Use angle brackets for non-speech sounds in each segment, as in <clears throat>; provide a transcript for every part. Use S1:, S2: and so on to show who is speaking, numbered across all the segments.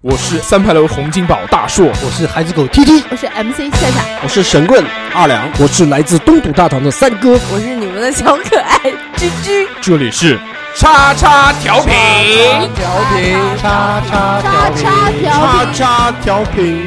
S1: 我是三牌楼洪金宝大硕，
S2: 我是孩子狗 T T，
S3: 我是 MC 夏夏，
S2: 我是神棍二两，我是来自东土大唐的三哥。
S3: 我是你们的小可爱居居。
S1: 这里是叉叉调频。
S2: 叉叉
S3: 叉叉调频，
S2: 叉调频。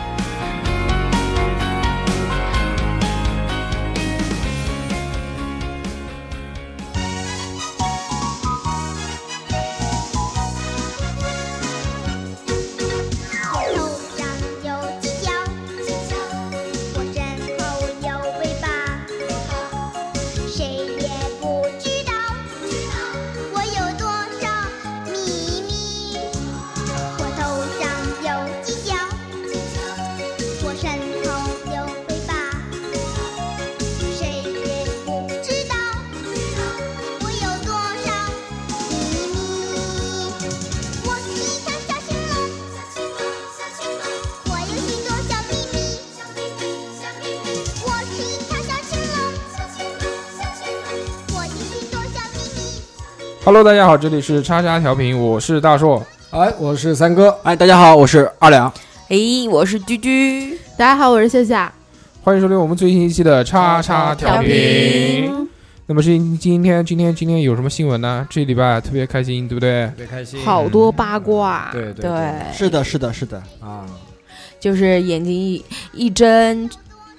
S4: 头上有犄角，我身后有尾巴，谁也不知道我有多少秘密。我头上有犄角，我身后有尾巴，谁也不知道我有多少秘密。我是一条小青龙，我有许多小秘密。我是一条小青龙，我有许多小秘密。
S1: Hello，大家好，这里是叉叉调频，我是大硕。
S2: 哎，我是三哥。
S5: 哎，大家好，我是二两。
S6: 哎，我是居居，
S3: 大家好，我是夏夏。
S1: 欢迎收听我们最新一期的叉叉调频。那么是今天今天今天有什么新闻呢？这礼拜特别开心，对不对？
S2: 别开心
S3: 好多八卦，
S2: 对
S6: 对，
S5: 是的，是的，是的，
S2: 啊，
S6: 就是眼睛一一睁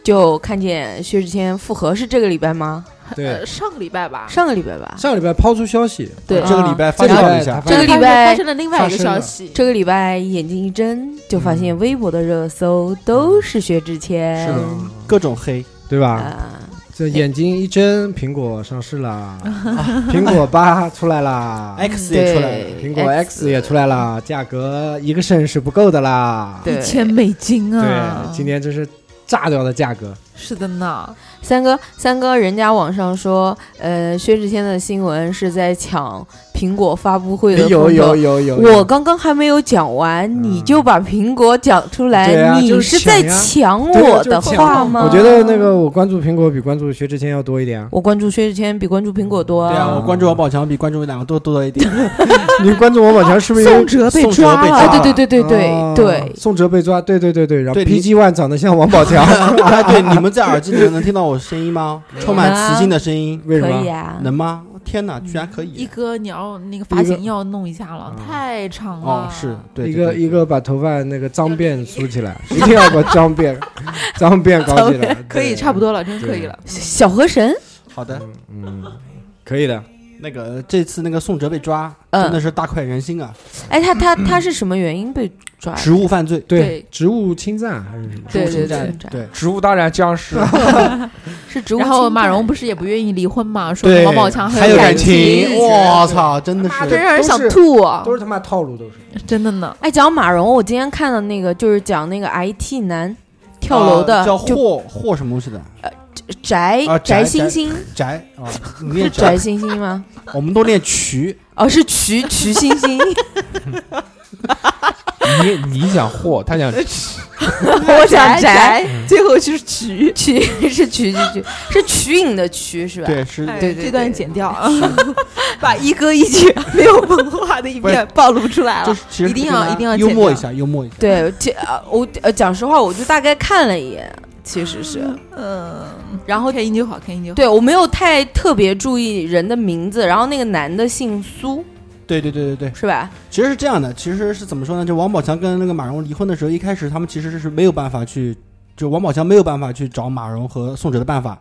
S6: 就看见薛之谦复合，是这个礼拜吗？
S2: 对
S3: 呃，。上个礼拜
S7: 啊
S3: 吧，
S6: 上个礼拜吧。
S2: 上个礼拜抛出消息，
S6: 对
S5: 这个礼拜发
S2: 这个
S5: 酵
S2: 礼
S5: 一
S2: 拜
S5: 下
S2: 他，
S6: 这个礼拜
S3: 发生了另外一个消息，
S6: 这个礼拜眼睛一睁就发现微博的热搜都是薛之谦，
S5: 是的各种黑，
S2: 对吧？
S6: 啊，
S2: 这眼睛一睁，苹果上市啦，苹果八出来啦。
S5: ，X 也出来了，
S6: 对
S2: 苹果 X 也出来啦，价格一个肾是不够的啦。
S6: 对
S7: 一千美金啊！
S2: 对，今年真是炸掉的价格。
S7: 是的呢，
S6: 三哥，三哥，人家网上说，呃，薛之谦的新闻是在抢苹果发布会的
S2: 哎有
S6: 风头
S2: 有有有，
S6: 我刚刚还没有讲完，你就把苹果讲出来，
S2: 对啊
S6: 你
S2: 就是
S6: 是
S2: 抢
S6: 在
S2: 呀
S6: 抢
S2: 对啊
S6: 我
S2: 就是
S6: 的
S2: 抢
S6: 话吗？。
S2: 我觉得那个我关注苹果比关注薛之谦要多一点啊
S6: <laughs> 我关注薛之谦比关注苹果多、
S5: 对啊，
S2: 啊
S5: 我关注王宝强比关注两个多多了一点。
S2: 你关注王宝强是不是因为
S7: 宋哲被
S5: 宋哲
S7: 抓
S5: 被
S7: 了，
S5: 抓
S6: 哎，对对对对对、
S2: 啊
S6: 对，
S2: 宋哲被抓，对对对对，然后
S5: 对
S2: PG One 长得像王宝强，
S5: <laughs> 哎，对，你们在耳机里能听到我声音吗？充满磁性的声音，
S2: 为什
S6: 可以
S2: 么？
S6: 啊。
S5: 能吗？天哪，居然可
S7: 一
S5: 以！
S7: 哥，你要那个发型要弄一下了，
S2: 嗯
S7: 太长了。
S5: 哦，是 <laughs> 对
S2: 一个
S5: 对对
S2: 一个把头发那个脏辫梳起来，一定要把脏辫脏辫搞起来，
S7: 可以，
S2: 对
S7: 差不。多了，真可以了。
S6: 小河神，
S5: 好的。
S2: 嗯，可以的。
S5: 那个这次那个宋哲被抓，
S6: 嗯
S5: 真的是大快人心啊！
S6: 哎，他他他是什么原因被抓？
S5: 职务犯罪，
S2: 对
S7: 对，
S2: 职务侵占还是什么？
S7: 对
S5: 职务
S7: 对
S5: 侵占
S6: 对对
S5: 对，
S1: 植物大战僵尸，
S6: 是植物
S7: 然
S6: 侵占。
S7: 后马蓉不是也不愿意离婚嘛，说
S2: 对
S7: 王宝强
S5: 还
S7: 有
S5: 有
S7: 感
S5: 感
S7: 情，
S5: 情，我操，真的
S7: 妈真
S5: 是
S7: 让人想
S2: 都是
S7: 吐啊，
S2: 都是他妈套路，都是。
S7: 真的呢。
S6: 哎，讲马蓉，我今天看到那个就是讲那个 IT 男跳楼的，
S5: 呃叫
S6: 就
S5: 霍霍什么东西的
S6: 翟
S5: 啊翟
S6: 星星，
S5: 宅
S7: <laughs>
S5: 啊，你念
S6: 翟
S5: 宅，
S6: 星星吗？
S5: 我们都念渠，
S6: 哦，是瞿瞿星星，
S1: 你你想嚯，他 <laughs> 想
S7: <laughs>
S6: 我想翟。
S7: 宅，最后就是曲。
S6: 瞿
S7: <laughs>
S6: 是瞿瞿瞿 <laughs> 是瞿颖的瞿是吧？
S5: 对，是
S7: 哎
S6: 对对
S7: 这段
S6: 对
S7: 剪掉啊， <laughs> 把一哥一姐没有文化的一面暴露出来
S5: 就
S7: 了
S5: 是。其实
S7: 一定
S5: 跟大
S7: 要
S5: 家
S7: 一定要
S5: 幽
S7: 剪
S5: 默一
S7: 掉
S5: 下，幽默一下。
S6: <laughs> 对，这呃我呃讲实话，我就大概看了一眼，其实是，
S7: 嗯，
S6: 然后
S7: 后开心就好，开心就好。
S6: 对我没有太特别注意人的名字，然后那个男的姓苏
S5: 对对对对对，
S6: 是吧？
S5: 其实是这样的，其实是怎么说呢？就王宝强跟那个马蓉离婚的时候，一开始他们其实是没有办法去，就王宝强没有办法去找马蓉和宋哲的办法，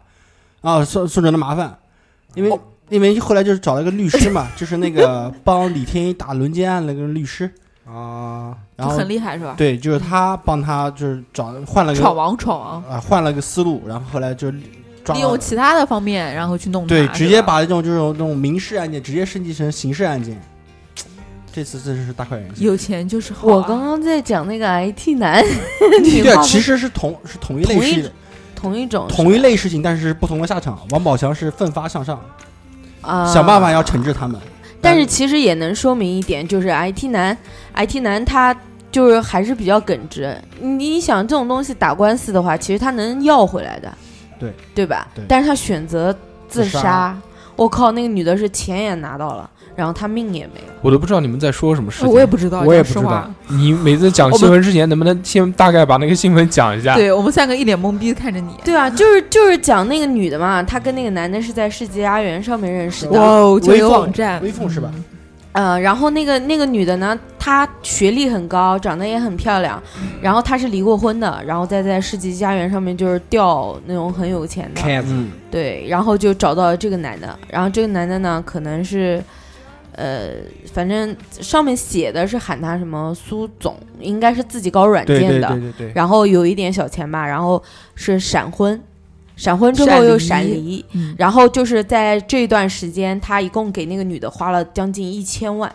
S5: 啊，宋宋哲的麻烦，因为、
S7: 哦
S5: 因为后来就是找了一个律师嘛，就是那
S7: <laughs>
S5: 个帮李天一打轮奸案的那个律师，
S2: 啊，
S5: 然
S7: 就
S5: 后
S7: 很厉害是吧？
S5: 对，就是他帮他就是找换了个
S7: 闯王闯王，
S5: 啊、换了个思路，然后后来就抓
S7: 利
S5: 了
S7: 用其他的方面然后去弄他
S5: 对，
S7: 是吧
S5: 直接把这种这种这种民事案件直接升级成刑事案件，这次真是大快人心。
S7: 有钱就是好啊。
S6: 我刚刚在讲那个 IT 男， <laughs>
S5: 对啊，
S6: 好
S5: 其实是同是同一类
S6: 同一
S5: 似的，
S6: 同一种是吧，
S5: 同一类事情，但是是不同的下场。王宝强是奋发向上，
S6: 啊，
S5: 想办法要惩治他们。
S6: 但
S5: 嗯
S6: 是其实也能说明一点，就是 IT 男，IT 男他就是还是比较耿直。你你想这种东西打官司的话，其实他能要回来的，
S5: 对
S6: 对吧？
S5: 对
S6: 但是他选择自
S5: 自
S6: 杀
S5: 杀，
S6: 我靠，那个女的是钱也拿到了，然后她命也没了。
S1: 我都不知道你们在说什么事情。
S3: 哦我也不知道，
S2: 我也
S3: 讲实
S2: 不知
S3: 话
S2: 道。
S1: 你每次讲新闻之前，能不能先大概把那个新闻讲一下？
S7: 对我们三个一脸懵逼看着你。
S6: 对啊，就是就是讲那个女的嘛，她跟那个男的是在世纪佳缘上面认识的。
S5: 哇
S7: 哦，交
S5: 微
S7: 友
S5: 风
S7: 网站，
S5: 微风是吧？
S6: 呃，然后那个那个女的呢，她学历很高，长得也很漂亮，
S5: 嗯
S6: 然后她是离过婚的，然后再在世纪佳缘上面就是钓那种很有钱的，
S2: 开
S5: 嗯，
S6: 对，然后就找到了这个男的，然后这个男的呢，可能是，呃，反正上面写的是喊他什么苏总，应该是自己搞软件
S5: 对
S6: 的，
S5: 对对对对。
S6: 然后有一点小钱吧，然后是闪婚，闪婚之后
S7: 闪
S6: 又
S7: 离
S6: 闪离，
S7: 嗯
S6: 然后就是在这段时间，他一共给那个女的花了将近一千万。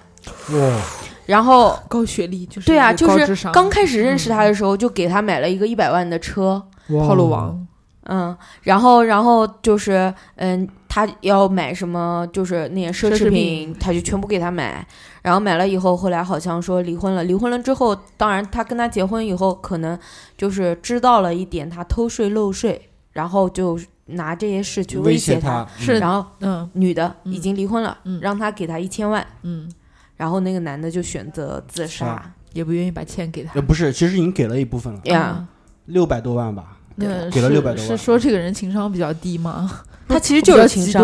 S2: 哇，
S6: 然后，
S7: 高学历就是
S6: 对啊，
S7: 有高
S6: 就
S7: 智
S6: 是
S7: 商嗯
S6: 刚开始认识他的时候，就给他买了一个一百万的车，
S2: 哇
S7: 套路，
S1: 哦
S7: 王，
S6: 嗯，然后，然后就是，嗯，他要买什么，就是那些奢
S7: 奢侈品
S6: 侈品，他就全部给他买。然后买了以后，后来好像说离婚了。离婚了之后，当然他跟他结婚以后，可能就是知道了一点他偷税漏税，然后就拿这些事去
S5: 威
S6: 胁
S5: 胁他，
S7: 是
S6: 然后
S7: 嗯
S6: 女的
S7: 嗯
S6: 已经离婚了，
S7: 嗯
S6: 让他给他一千万，
S7: 嗯，
S6: 然后那个男的就选择自杀
S5: 啊
S7: 也不愿意把钱给他
S5: 呃，不是，其实已经给了一部分了，
S7: 嗯
S6: 呀。
S5: 六百多万吧。
S7: 那
S5: 给了
S7: 是
S5: 600多
S7: 是
S5: 万
S7: 说这个人情商比较低吗？
S6: 他其实 <laughs> 就是情商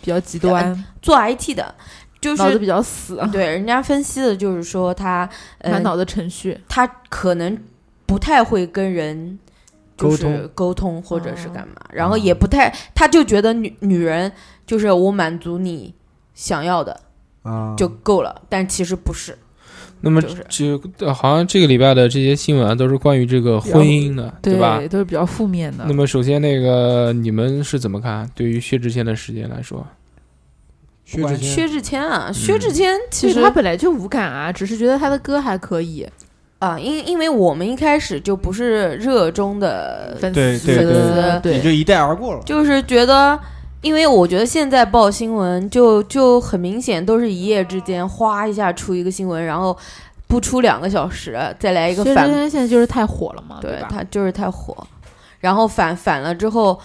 S7: 比较极
S6: 低
S7: 端，，比较极端，
S6: 做 IT 的，就
S7: 脑子
S6: 是哎
S7: 比较死，
S6: 对人家分析的就是说他呃
S7: 满脑子程序。
S6: 他可能不太会跟人就
S2: 沟
S6: 是
S2: 通
S6: 沟通或者是干嘛，
S7: 哦
S6: 然后也不太，他就觉得女女人就是我满足你想要的
S7: 哦
S2: 啊，
S6: 就够了，但其实不是，
S1: 那么
S6: 就是
S1: 就呃好像这个礼拜的这些新闻啊都是关于这个婚姻的，对吧？
S7: 都是比较负面
S3: 啊
S7: 的
S1: 那。么首先那个你们是怎么看？对于薛之谦的事件来说，
S2: 薛之谦
S6: 薛之谦啊，薛之谦其
S7: 嗯其
S6: 实
S7: 实他本来就无感啊，只是觉得他的歌还可以。
S6: 啊，因因为我们一开始就不是热衷的，
S7: 粉
S5: 对
S7: 丝
S5: 对
S6: 对
S5: 也
S7: 对，
S5: 就一带而过了。
S6: 就是觉得，因为我觉得现在报新闻就就很明显都是一夜之间哗一下出一个新闻，然后不出两个小时再来一个
S7: 薛之
S6: 反，
S7: 谦现在就是太火了嘛，
S6: 对
S7: 吧？
S6: 他就是太火，然后反反了之后。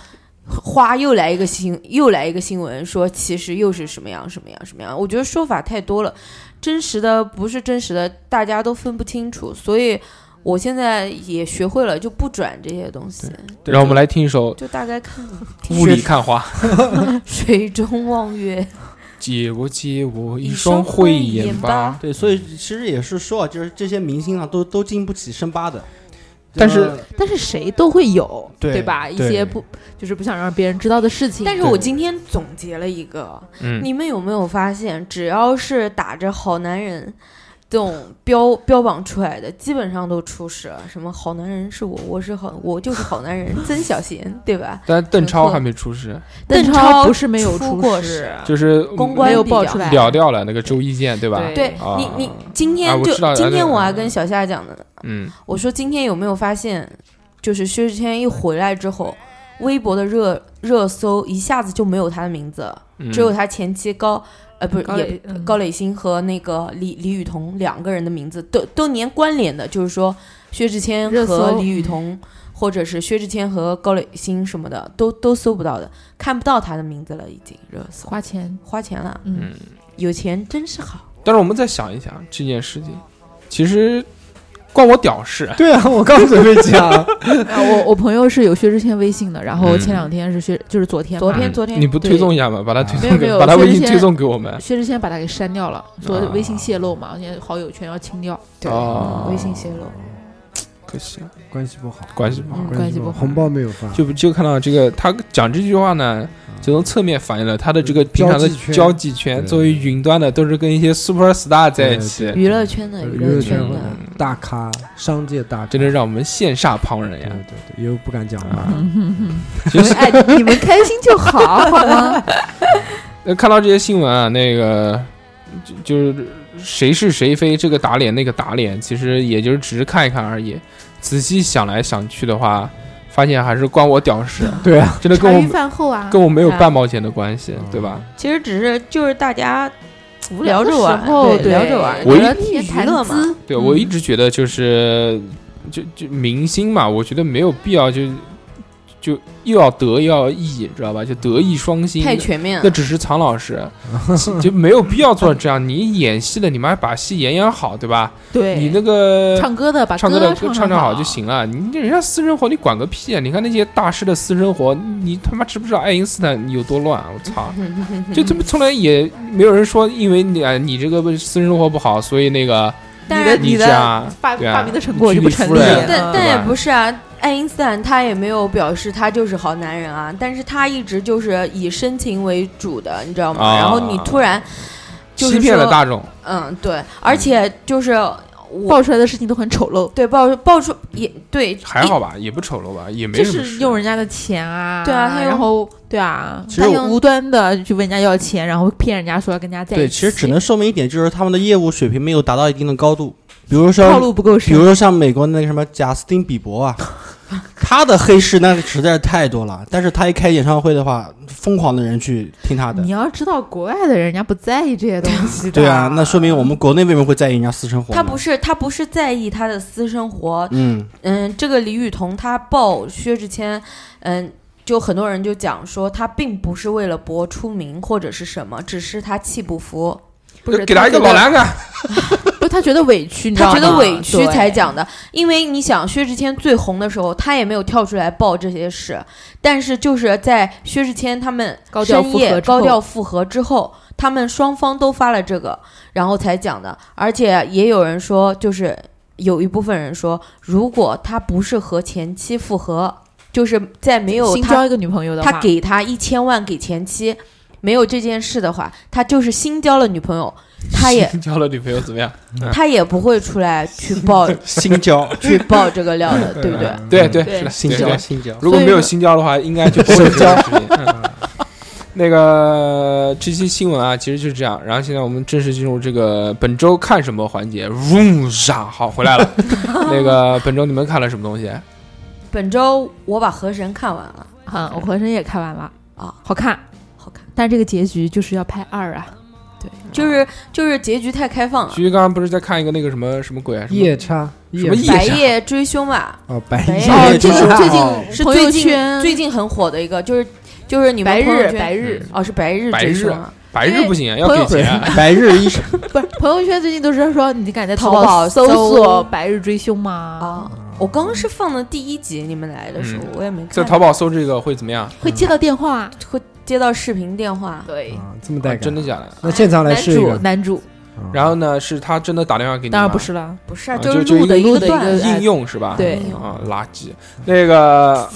S6: 哗，又来一个新，又来一个新闻，说其实又是什么样什么样什么样。我觉得说法太多了，真实的不是真实的，大家都分不清楚。所以我现在也学会了，就不转这些东西，
S5: 对
S1: 让我们来听一首
S6: 就大概看 <laughs> 《
S1: 《雾里看花》。
S6: 水中望月》。
S1: 借我借我
S6: 一
S1: 一
S6: 双
S1: 双
S6: 慧
S1: 慧
S6: 眼
S1: 眼
S6: 吧
S1: 吧。
S5: 对，所以其实也是说啊，就是这些明星啊，都都经不起深扒的。
S1: 但是
S5: 呃
S7: 但是谁都会有，
S5: 对
S7: 吧？一
S5: 对
S7: 些不就是不想让别人知道的事情。
S6: 但是我今天总结了一个，
S1: 嗯，
S6: 你们有没有发现，只要是打着“好男人”这种标标榜出来的，基本上都出事。什么“好男人是我，我是好，我就是好男人”，曾小贤
S1: <laughs>
S6: 对吧？
S1: 但邓超还没出事，
S7: 邓
S6: 邓
S7: 超
S6: 超
S7: 不是没有
S6: 出
S7: 出
S6: 过
S7: 事
S6: 事，
S1: 就是
S6: 公关
S7: 没有
S6: 低
S7: 爆
S6: 调
S7: 出来
S1: 了掉了那个周一见，对吧？
S7: 对
S6: 对
S1: 啊
S6: 你，你今
S1: 啊
S6: 天
S1: 我
S6: 就
S1: 知道
S6: 今天
S1: 啊对
S6: 我还跟小夏讲的呢，
S1: 嗯，
S6: 我说今天有没有发现，就是薛之谦一回来之后，微博的热热搜一下子就没有他的名字了，
S1: 嗯
S6: 只有他前妻高，呃，不是
S7: 高
S6: 也
S7: 磊嗯
S6: 高磊鑫和那个李李雨桐两个人的名字都都连关联的，就是说薛之谦
S7: 热
S6: 和
S7: 搜
S6: 李雨桐，或者是薛之谦和高磊鑫什么的，都都搜不到的，看不到他的名字了，已经热搜
S7: 花钱，
S6: 花钱了，
S7: 嗯，
S6: 有钱真是好。
S1: 但是我们再想一想这件事情，其实关我屌事。
S2: 对啊，我刚准备讲，
S7: 啊我我朋友是有薛之谦微信的，然后
S1: 嗯
S7: 前两天是薛，就是嗯昨天嘛，
S6: 昨
S8: 嗯
S6: 天昨天
S1: 你不推送一下吗？
S5: 啊
S1: 把他推送
S7: 没有没
S1: 给，
S7: 有
S1: 把他
S7: 薛之
S1: 微信
S7: 谦
S1: 推送给我们。
S7: 薛之谦把他给删掉了，说
S1: 啊
S7: 微信泄露嘛，现在好友圈要清掉，
S6: 对
S1: 哦
S6: 微信泄露，
S1: 可惜了，
S2: 关系不好，
S1: 关系不好
S7: 嗯关
S2: <laughs>
S7: 系不好
S2: 红包没有发，
S1: 就就看到这个，他讲这句话呢，
S2: 啊
S1: 就从侧面反映了他的这个平常的
S2: 交际圈
S1: 交际圈。
S2: 对
S1: 作为云端的，都是跟一些 super star 在一起，
S6: 娱乐圈的
S2: 呃
S6: 娱
S2: 娱乐
S6: 圈
S2: 圈
S6: 的。
S2: 大咖，商界大咖，
S1: 真的让我们羡煞旁人
S2: 对
S1: 呀！
S2: 对对，又不敢讲话。
S1: 啊，
S7: 你们爱你们开心就好，好 <laughs> 吗？
S1: <laughs> 那看到这些新闻啊，那个就就是谁是谁非，这个打脸那个打脸，其实也就只是看一看而已。仔细想来想去的话，发现还是关我屌事，
S2: <laughs> 对啊，
S1: 真的
S3: 茶
S1: 跟
S3: 余
S1: 我
S3: 饭后啊，
S1: 跟我没有
S6: 啊
S1: 半毛钱的关系，
S2: 嗯
S1: 对吧？
S6: 其实只是就是大家
S3: 无
S6: 聊着玩，
S3: 对
S6: 聊着玩，
S1: 我一
S6: 聊
S3: 天
S6: 天娱
S3: 谈
S6: 乐嘛。
S3: 资，
S1: 对我一直觉得就是就就明星嘛，我觉得没有必要就就又要德又要义，知道吧？就德艺双馨，
S6: 太全面
S1: 那
S6: 了，
S1: 只是常老师， <laughs> 就就没有必要做这样。你演戏的，你们还把戏演演好，对吧？
S3: 对
S1: 你那个
S3: 唱歌的把
S1: 唱歌的歌
S3: 唱
S1: 唱
S3: 唱
S1: 好就。行了。你人家私生活你管个屁啊！你看那些大师的私生活，你他妈知不知道爱因斯坦有多乱啊？我
S3: <laughs>
S1: 操！就这么从来也没有人说，因为你啊你这个私生活不好，所以那个
S6: 但
S3: <laughs> 你的
S6: 是
S1: 你这样
S3: 发
S1: 对啊
S3: 发明的成果就不成
S1: 居
S3: 立
S1: 里夫
S3: 了
S1: 人，
S6: 但
S1: 对
S6: 但
S1: 吧
S6: 也不是啊。爱因斯坦他也没有表示他就是好男人啊，但是他一直就是以深情为主的，你知道吗？
S1: 啊
S6: 然后你突然就是
S1: 欺骗了
S6: 说
S1: 大众。
S6: 嗯，对，而且就是我
S3: 爆出来的事情都很丑陋，
S6: 对爆爆出也对，
S1: 还好吧，也不丑陋吧，也没
S3: 就
S1: 什么
S3: 是
S1: 事
S3: 用人家的钱啊，
S6: 对啊他用
S3: 然后对啊，
S5: 其实
S3: 他
S5: 我
S3: 用无端的去问人家要钱，然后骗人家说要跟人家在一起，
S5: 对，其实只能说明一点，就是他们的业务水平没有达到一定的高度。比如说，
S3: 套路不够
S5: 比
S3: 深
S5: 如，说像美国那个什么贾斯汀比伯
S3: <laughs>
S5: 啊，他的黑市那实在是太多了。但是他一开演唱会的话，疯狂的人去听他的
S3: 你。要知道，国外的人家不在意这些东西的。
S5: 对啊，
S3: <laughs>
S5: 那说明我们国内为什么会在意人家私生活呢？
S6: 他不是他不是在意他的私生活，
S5: 嗯，
S6: 嗯，这个李雨桐她爆薛之谦，嗯，就很多人就讲说她并不是为了博出名或者是什么，只是她气不服，
S3: 不是
S1: 呃给他一个老
S3: 男，
S1: 栏杆，
S3: 不，他觉得委屈，你知
S6: 她
S3: 道
S6: 觉得
S3: 吗
S6: 委屈
S3: 对
S6: 才讲的。因为你想，薛之谦最红的时候，她也没有跳出来爆这些事，但是就是在薛之谦他们
S3: 高调
S6: 深
S3: 复合
S6: 夜
S3: 之后
S6: 高调复合之后，他们双方都发了这个，然后才讲的。而且也有人说，就是有一部分人说，如果他不是和前妻复合，就是在没有
S3: 新
S6: 他
S3: 交一个女朋友的话
S6: 他给他一千万给前妻，没有这件事的话，他就是新交了女朋友，他也
S1: 交了女朋友怎么样？
S6: 他也不会出来去爆
S5: 新交，
S6: 去
S5: <laughs>
S6: 爆这个料
S1: <laughs>
S6: 的，对不啊
S1: 对
S6: 对？
S1: 嗯对，
S3: 对
S1: 是的
S5: 新
S1: 对
S5: 交，
S1: 对
S5: 新交。
S1: 如果没有新交的话，应该就不会有这种事情。嗯 <laughs> 那个这期新闻啊，其实就是这样。然后现在我们正式进入这个本周看什么环节。嗡啥？好，回来
S3: <laughs>
S1: 了。那个本周你们看了什么东西？
S6: 本周我把《河神》看完了，
S3: 嗯，我浑身也看完了
S6: 啊，
S3: 好看，
S6: 好看，
S3: 但这个结局就是要拍二啊，
S6: 就是就是结局太开放
S1: <laughs>
S6: 了
S1: 徐。徐刚刚不是在看一个那个什么什么鬼啊？什么
S2: 夜叉，
S1: 什么夜
S6: 白
S1: 夜叉
S6: 夜追凶啊吧，
S2: 哦，白
S6: 白
S2: 夜
S6: 夜
S3: 哦，
S5: 夜
S3: 这
S5: 就是是
S3: 最
S5: 哦
S6: 是啊最
S3: 近朋友
S6: 近
S3: 圈
S6: 最近很火的一个，就是就是你们
S3: 白
S6: 朋友
S3: 日
S6: 圈
S3: 白日
S6: 哦是白日
S1: 白
S6: 追
S1: 日
S6: 凶啊，
S1: 白日不行啊，要
S3: 哎朋
S1: 给
S3: 友
S1: 钱啊。
S5: <laughs> 白日医生，
S3: 不是朋友圈最近都是说你敢在
S6: 淘
S3: 宝
S6: 宝
S3: 搜
S6: 搜
S3: 索“白日追凶”吗？
S6: 啊，我刚刚是放的第一集，你们来的时候
S1: 嗯
S6: 我也没看，
S1: 在淘宝搜这个会怎么样？
S3: 会接到电话，
S6: 会接到视频电话，
S3: 对，
S2: 啊，这么带
S1: 啊
S2: 感
S1: 真的。假的？
S2: 那现场来
S3: 男
S2: 试一
S3: 主
S2: 个，
S3: 男主
S1: 然后呢，是他真的打电话给你吗？
S3: 当然不是了，
S6: 不是啊，
S1: 啊，
S6: 就是
S1: 就
S6: 录的
S1: 一
S6: 个
S1: 个
S6: 段
S3: 段
S6: 子
S3: 子
S1: 应用是吧？
S3: 对
S6: 应用
S1: 啊，垃圾。那个，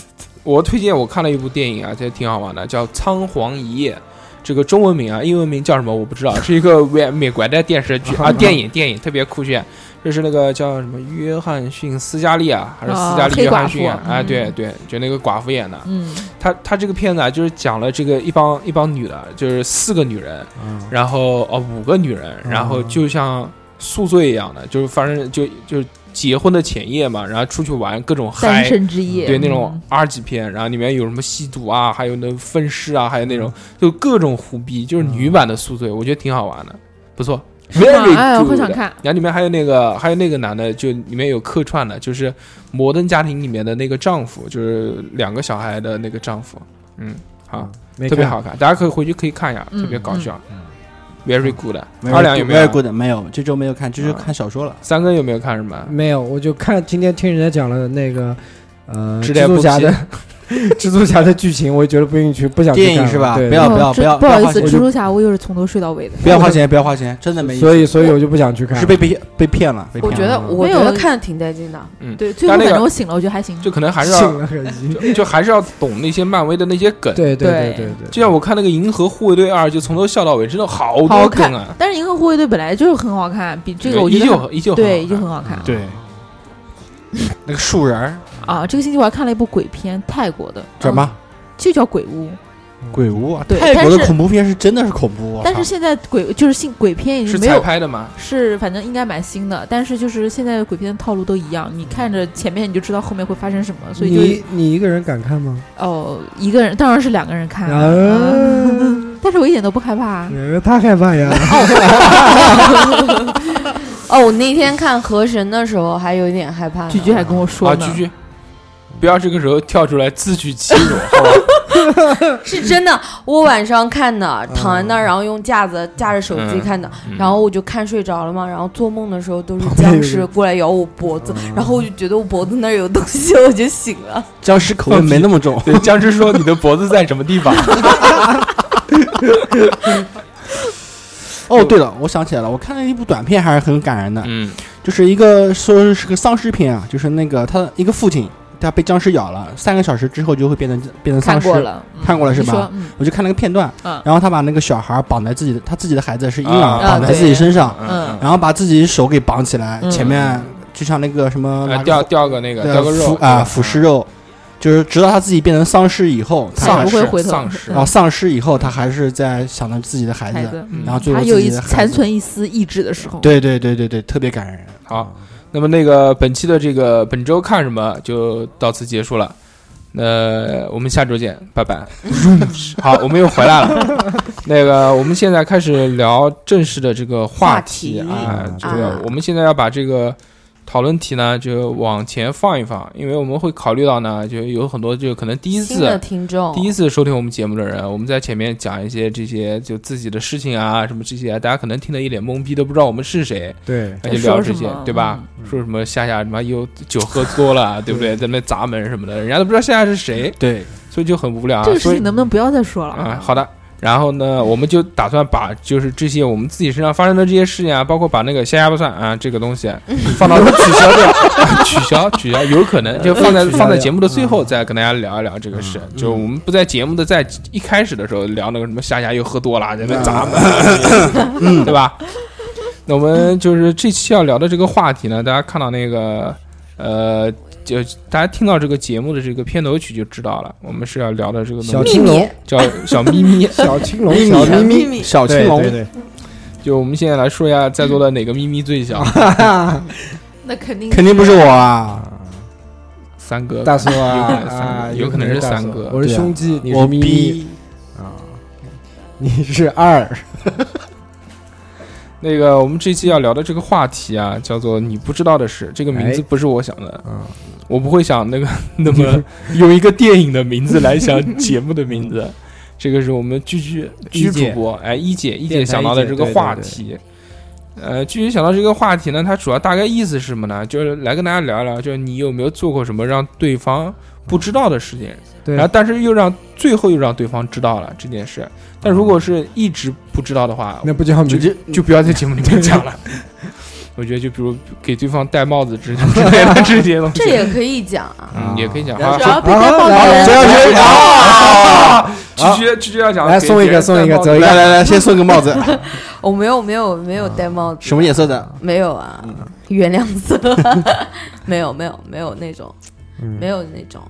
S1: 我推荐我看了一部电影啊，这挺好玩的，叫《仓皇一夜》。这个中文名啊，英文名叫什么我不
S3: <laughs>
S1: 知道，是一个美美国的电视剧啊，电影电影特别酷炫，就是那个叫什么约翰逊斯嘉丽啊，还是斯嘉
S3: 哦
S1: 丽
S3: 黑
S1: 约翰
S3: 寡
S1: 逊啊？
S3: 妇
S1: 啊，
S3: 嗯
S1: 对对，就那个寡妇演的。
S3: 嗯，
S1: 他他这个片子啊，就是讲了这个一帮一帮女的，就是四个女人，
S2: 嗯
S1: 然后哦五个女
S3: 嗯
S1: 人，然后就像宿醉一样的，就是反正就就是结婚的前夜嘛，然后出去玩各种
S3: 单
S1: 嗨，
S3: 身之
S5: 嗯
S3: 夜，
S1: 对那种 R 级片，然后里面有什么吸毒啊，还有那分尸啊，还有那种
S3: 嗯
S1: 就各种胡逼，就是女版的宿醉，我觉得挺好玩的，不错。
S3: 嗯，是
S1: Very
S3: 吗哎，我
S1: good
S3: 会想看，
S1: 然后里面还有那个，还有那个男的，就里面有客串的，就是《摩登家庭》里面的那个丈夫，就是两个小孩的那个丈夫。嗯，好，
S2: 没
S1: 特别
S2: 看
S1: 好看，大家可以回去可以看一下，
S3: 嗯
S1: 特别搞笑。
S2: 嗯
S1: Very good，二两有没啊有
S5: ？Very？good，没有，这周没有看，这周看小说了。
S1: 三哥有没有看什么？
S2: 没有，我就看今天听人家讲了那个呃
S1: 直
S2: 蜘
S1: 来不
S2: 蛛
S1: 及
S2: 侠的蜘蛛侠的剧情，我觉得不兴趣，不想去
S5: 电影
S2: 看了
S5: 是吧
S2: 对
S5: 不要
S3: 哦
S5: 不要
S3: 这
S5: 不要
S3: 不好意
S5: 不
S3: 思，
S5: 要花
S3: 蜘
S5: 钱
S3: 蛛侠我又是从头睡到尾的，
S5: 不要花钱，不要花钱，真的没意思。
S2: 所以所以我就不想去看。
S5: 是被被被骗了，被
S6: 我
S5: 骗了。
S6: 觉得
S2: 嗯
S6: 我
S3: 没
S6: 觉
S3: 有
S6: 得看的挺带劲的，
S3: 对，最后
S1: 但那
S3: 反
S1: 个
S3: 正我醒了，我觉得还行，
S1: 就可能还是
S2: 信
S1: 要
S2: 了可
S1: <laughs>
S2: 惜。
S1: 就就还是要懂那些漫威的那些梗。
S2: 对对
S3: 对
S2: 对对对，
S1: 就像我看那个《银河护卫队二》，就从头笑到尾，真的好
S3: 好
S1: 多
S3: 看
S1: 梗啊！
S3: 但是《银河护卫队》本来就很好看，比这个我觉
S1: 依
S3: 得
S1: 旧依旧很好
S3: 对
S1: 看
S3: 依旧很好看
S5: 对，那个树人儿
S3: 啊。这个星期我还看了一部鬼片，泰国的，
S5: 嗯叫什
S3: 嗯
S5: 么？
S3: 就叫《鬼屋》，
S5: 鬼屋啊，
S3: 对
S5: 泰国
S3: 但
S5: 的
S3: 是
S5: 恐怖片是真的是恐怖，我
S3: 但是
S5: 操
S3: 现在鬼就是新鬼片已
S1: 是
S3: 经没
S1: 彩
S3: 有
S1: 拍的吗？
S3: 是，反正应该蛮新的，但是就是现在的鬼片的套路都一样，你看着前面你就知道后面会发生什么，所以
S2: 你你一个人敢看吗？
S3: 就哦，一个人当然是两个人看啊，
S2: 啊，
S3: <laughs> 但是我一点都不害怕啊。
S2: 呃他害怕呀。
S6: 哦，我那天看《河神》的时候还有一点害怕呢。
S3: 菊菊还跟我说
S1: 啊，
S3: 呢
S1: 居，居，不要这个时候跳出来自取其辱，好吧？
S3: <laughs>
S6: 是真的，我晚上看的，躺在那儿，然后用架子架着手机看的，
S1: 嗯
S6: 然后我就看睡着了嘛，然后做梦的时候都是
S2: 旁边有
S6: 僵
S2: 个
S6: 尸过来咬我脖子，
S2: 嗯
S6: 然后我就觉得我脖子那儿有东西，我就醒了。
S5: 僵尸口味没那么重。
S1: 对僵尸说：“你的脖子在什么地方
S5: 哦，对了，我想起来了，我看了一部短片，还是很感人？”的，
S1: 嗯，
S5: 就是一个说是个丧尸片啊，就是那个他的一个父亲，他被僵尸咬了，三个小时之后就会变成变成丧
S3: 看
S5: 尸。
S3: 过了，嗯
S5: 看过了是
S3: 你
S5: 吧
S3: 说嗯
S5: 我就看了个片段，
S3: 嗯
S5: 然后他把那个小孩绑在自己的，他自己的孩子是婴儿，
S1: 啊
S5: 绑在自己身上，
S1: 嗯
S5: 然后把自己手给绑起来，
S3: 嗯
S5: 前面就像那个什么拿
S1: 啊，
S5: 个
S1: 掉掉个那个
S5: 对
S1: 掉个肉
S5: 腐啊
S3: 嗯
S5: 腐蚀，肉，就是直到他自己变成丧尸以后，他
S3: 他
S1: 丧
S3: 也
S5: 还
S3: 不
S1: 尸
S3: 会回头
S1: 丧尸
S5: 然后丧尸以后，他还是在想着自己的孩
S3: 孩
S5: 子，
S3: 子，
S1: 嗯
S5: 然后最后
S3: 他啊有
S5: 自己
S3: 一
S5: 的孩
S3: 残
S5: 子，
S3: 存一丝意志的时候，
S5: 对啊对对对对，特别感人。
S1: 好，那么那个本期的这个本周看什么就到此结束了。那我们下周见，拜拜。好，我们又回来了。那个，我们现在开始聊正式的这个话题啊
S5: 话，
S1: 这
S5: 题
S1: 个
S6: 啊
S1: 我们现在要把这个讨论题呢就往前放一放，因为我们会考虑到呢，就有很多就可能第一
S6: 新
S1: 次
S6: 的听众，
S1: 啊第一次收听我们节目的人，我们在前面讲一些这些就自己的事情啊，什么这些啊，大家可能听得一脸懵逼，都不知道我们是谁，
S2: 对，
S1: 那就聊这
S3: 说
S1: 些
S3: 什么，嗯
S1: 对吧？说什么夏夏他妈又酒喝多了，对不对？在那砸门什么的，人家都不知道夏夏是谁，
S5: 对，
S1: 所以就很无聊啊。
S3: 这个事
S1: 所以
S3: 情能不能不要再说了
S1: 啊，好的。然后呢，我们就打算把就是这些我们自己身上发生的这些事情啊，包括把那个虾虾不算啊这个东西放到取消掉， <laughs> 取消取消，有可能就放在
S5: 取消
S1: 放在
S5: 掉
S1: 节目的最后再跟大家聊一聊这个事。
S5: 嗯
S1: 就我们不在节目的在一开始的时候聊那个什么虾虾又喝多了，在那砸门， <laughs> 对吧？那我们就是这期要聊的这个话题呢，大家看到那个呃。就大家听到这个节目的这个片头曲就知道了，我们是要聊的这个东西
S2: 小青龙，。
S1: 叫小咪咪
S2: 小青龙，
S5: 咪
S2: 小
S5: 咪
S2: 咪，
S6: 密
S5: 啊小青龙 <laughs>
S2: 对对
S1: 就我们现在来说一下，在座的哪个咪咪最小？
S3: <laughs> 那肯定
S5: 肯定不是我啊，
S1: 三哥
S2: 对，，大叔啊
S1: 有可能是
S2: 啊，
S1: 有可能是三哥
S2: 大叔我是胸肌，你
S5: 我
S2: 是咪咪
S5: 逼
S2: 啊，你是二，
S1: 那个我们这期要聊的这个话题啊，叫做“你不知道的事”。这个名字
S2: 哎
S1: 不是我想的，
S2: 嗯
S1: 我不会想那个 <laughs> 那么用一个电影的名字来 <laughs> 想节目的名字。这个是我们居居居
S2: 一
S1: 主
S2: 姐
S1: 播，哎，一姐一姐
S2: 电台
S1: 想到的
S2: 一姐
S1: 这个
S2: 对对
S1: 话
S2: 对
S1: 题。呃，居居想到这个话题呢，它主要大概意思是什么呢？就是来跟大家聊一聊，就是你有没有做过什么让对方不知道的事情，
S2: 对
S1: 然后但是又让最后又让对方知道了这件事。但如果是一直不知道的话，
S2: 那不叫
S1: 就
S2: 名，
S1: 就就不要在嗯节目里面讲了。我觉得就比如给对方戴帽子之之类的这些东西，
S6: 这也可以讲啊。
S1: 嗯也可以讲。
S3: 然
S1: 啊
S3: 后
S1: <laughs>
S3: 只要被带
S2: 啊
S3: 爆
S2: 来
S3: 人
S5: 这，样
S1: 哎
S5: 就啊，
S1: 拒绝拒绝要讲，
S2: 来
S1: 给
S2: 送一个
S1: 别人
S2: 送一
S1: 戴
S2: 个
S1: 帽子
S2: <laughs> 走一个
S5: 来来来，先送个帽子，
S6: 我没有没有没有戴帽子，
S5: <laughs> 什么颜色的？
S6: 没有啊，原谅色， <laughs> 没有没有没有那种
S2: 嗯
S6: 没有那种，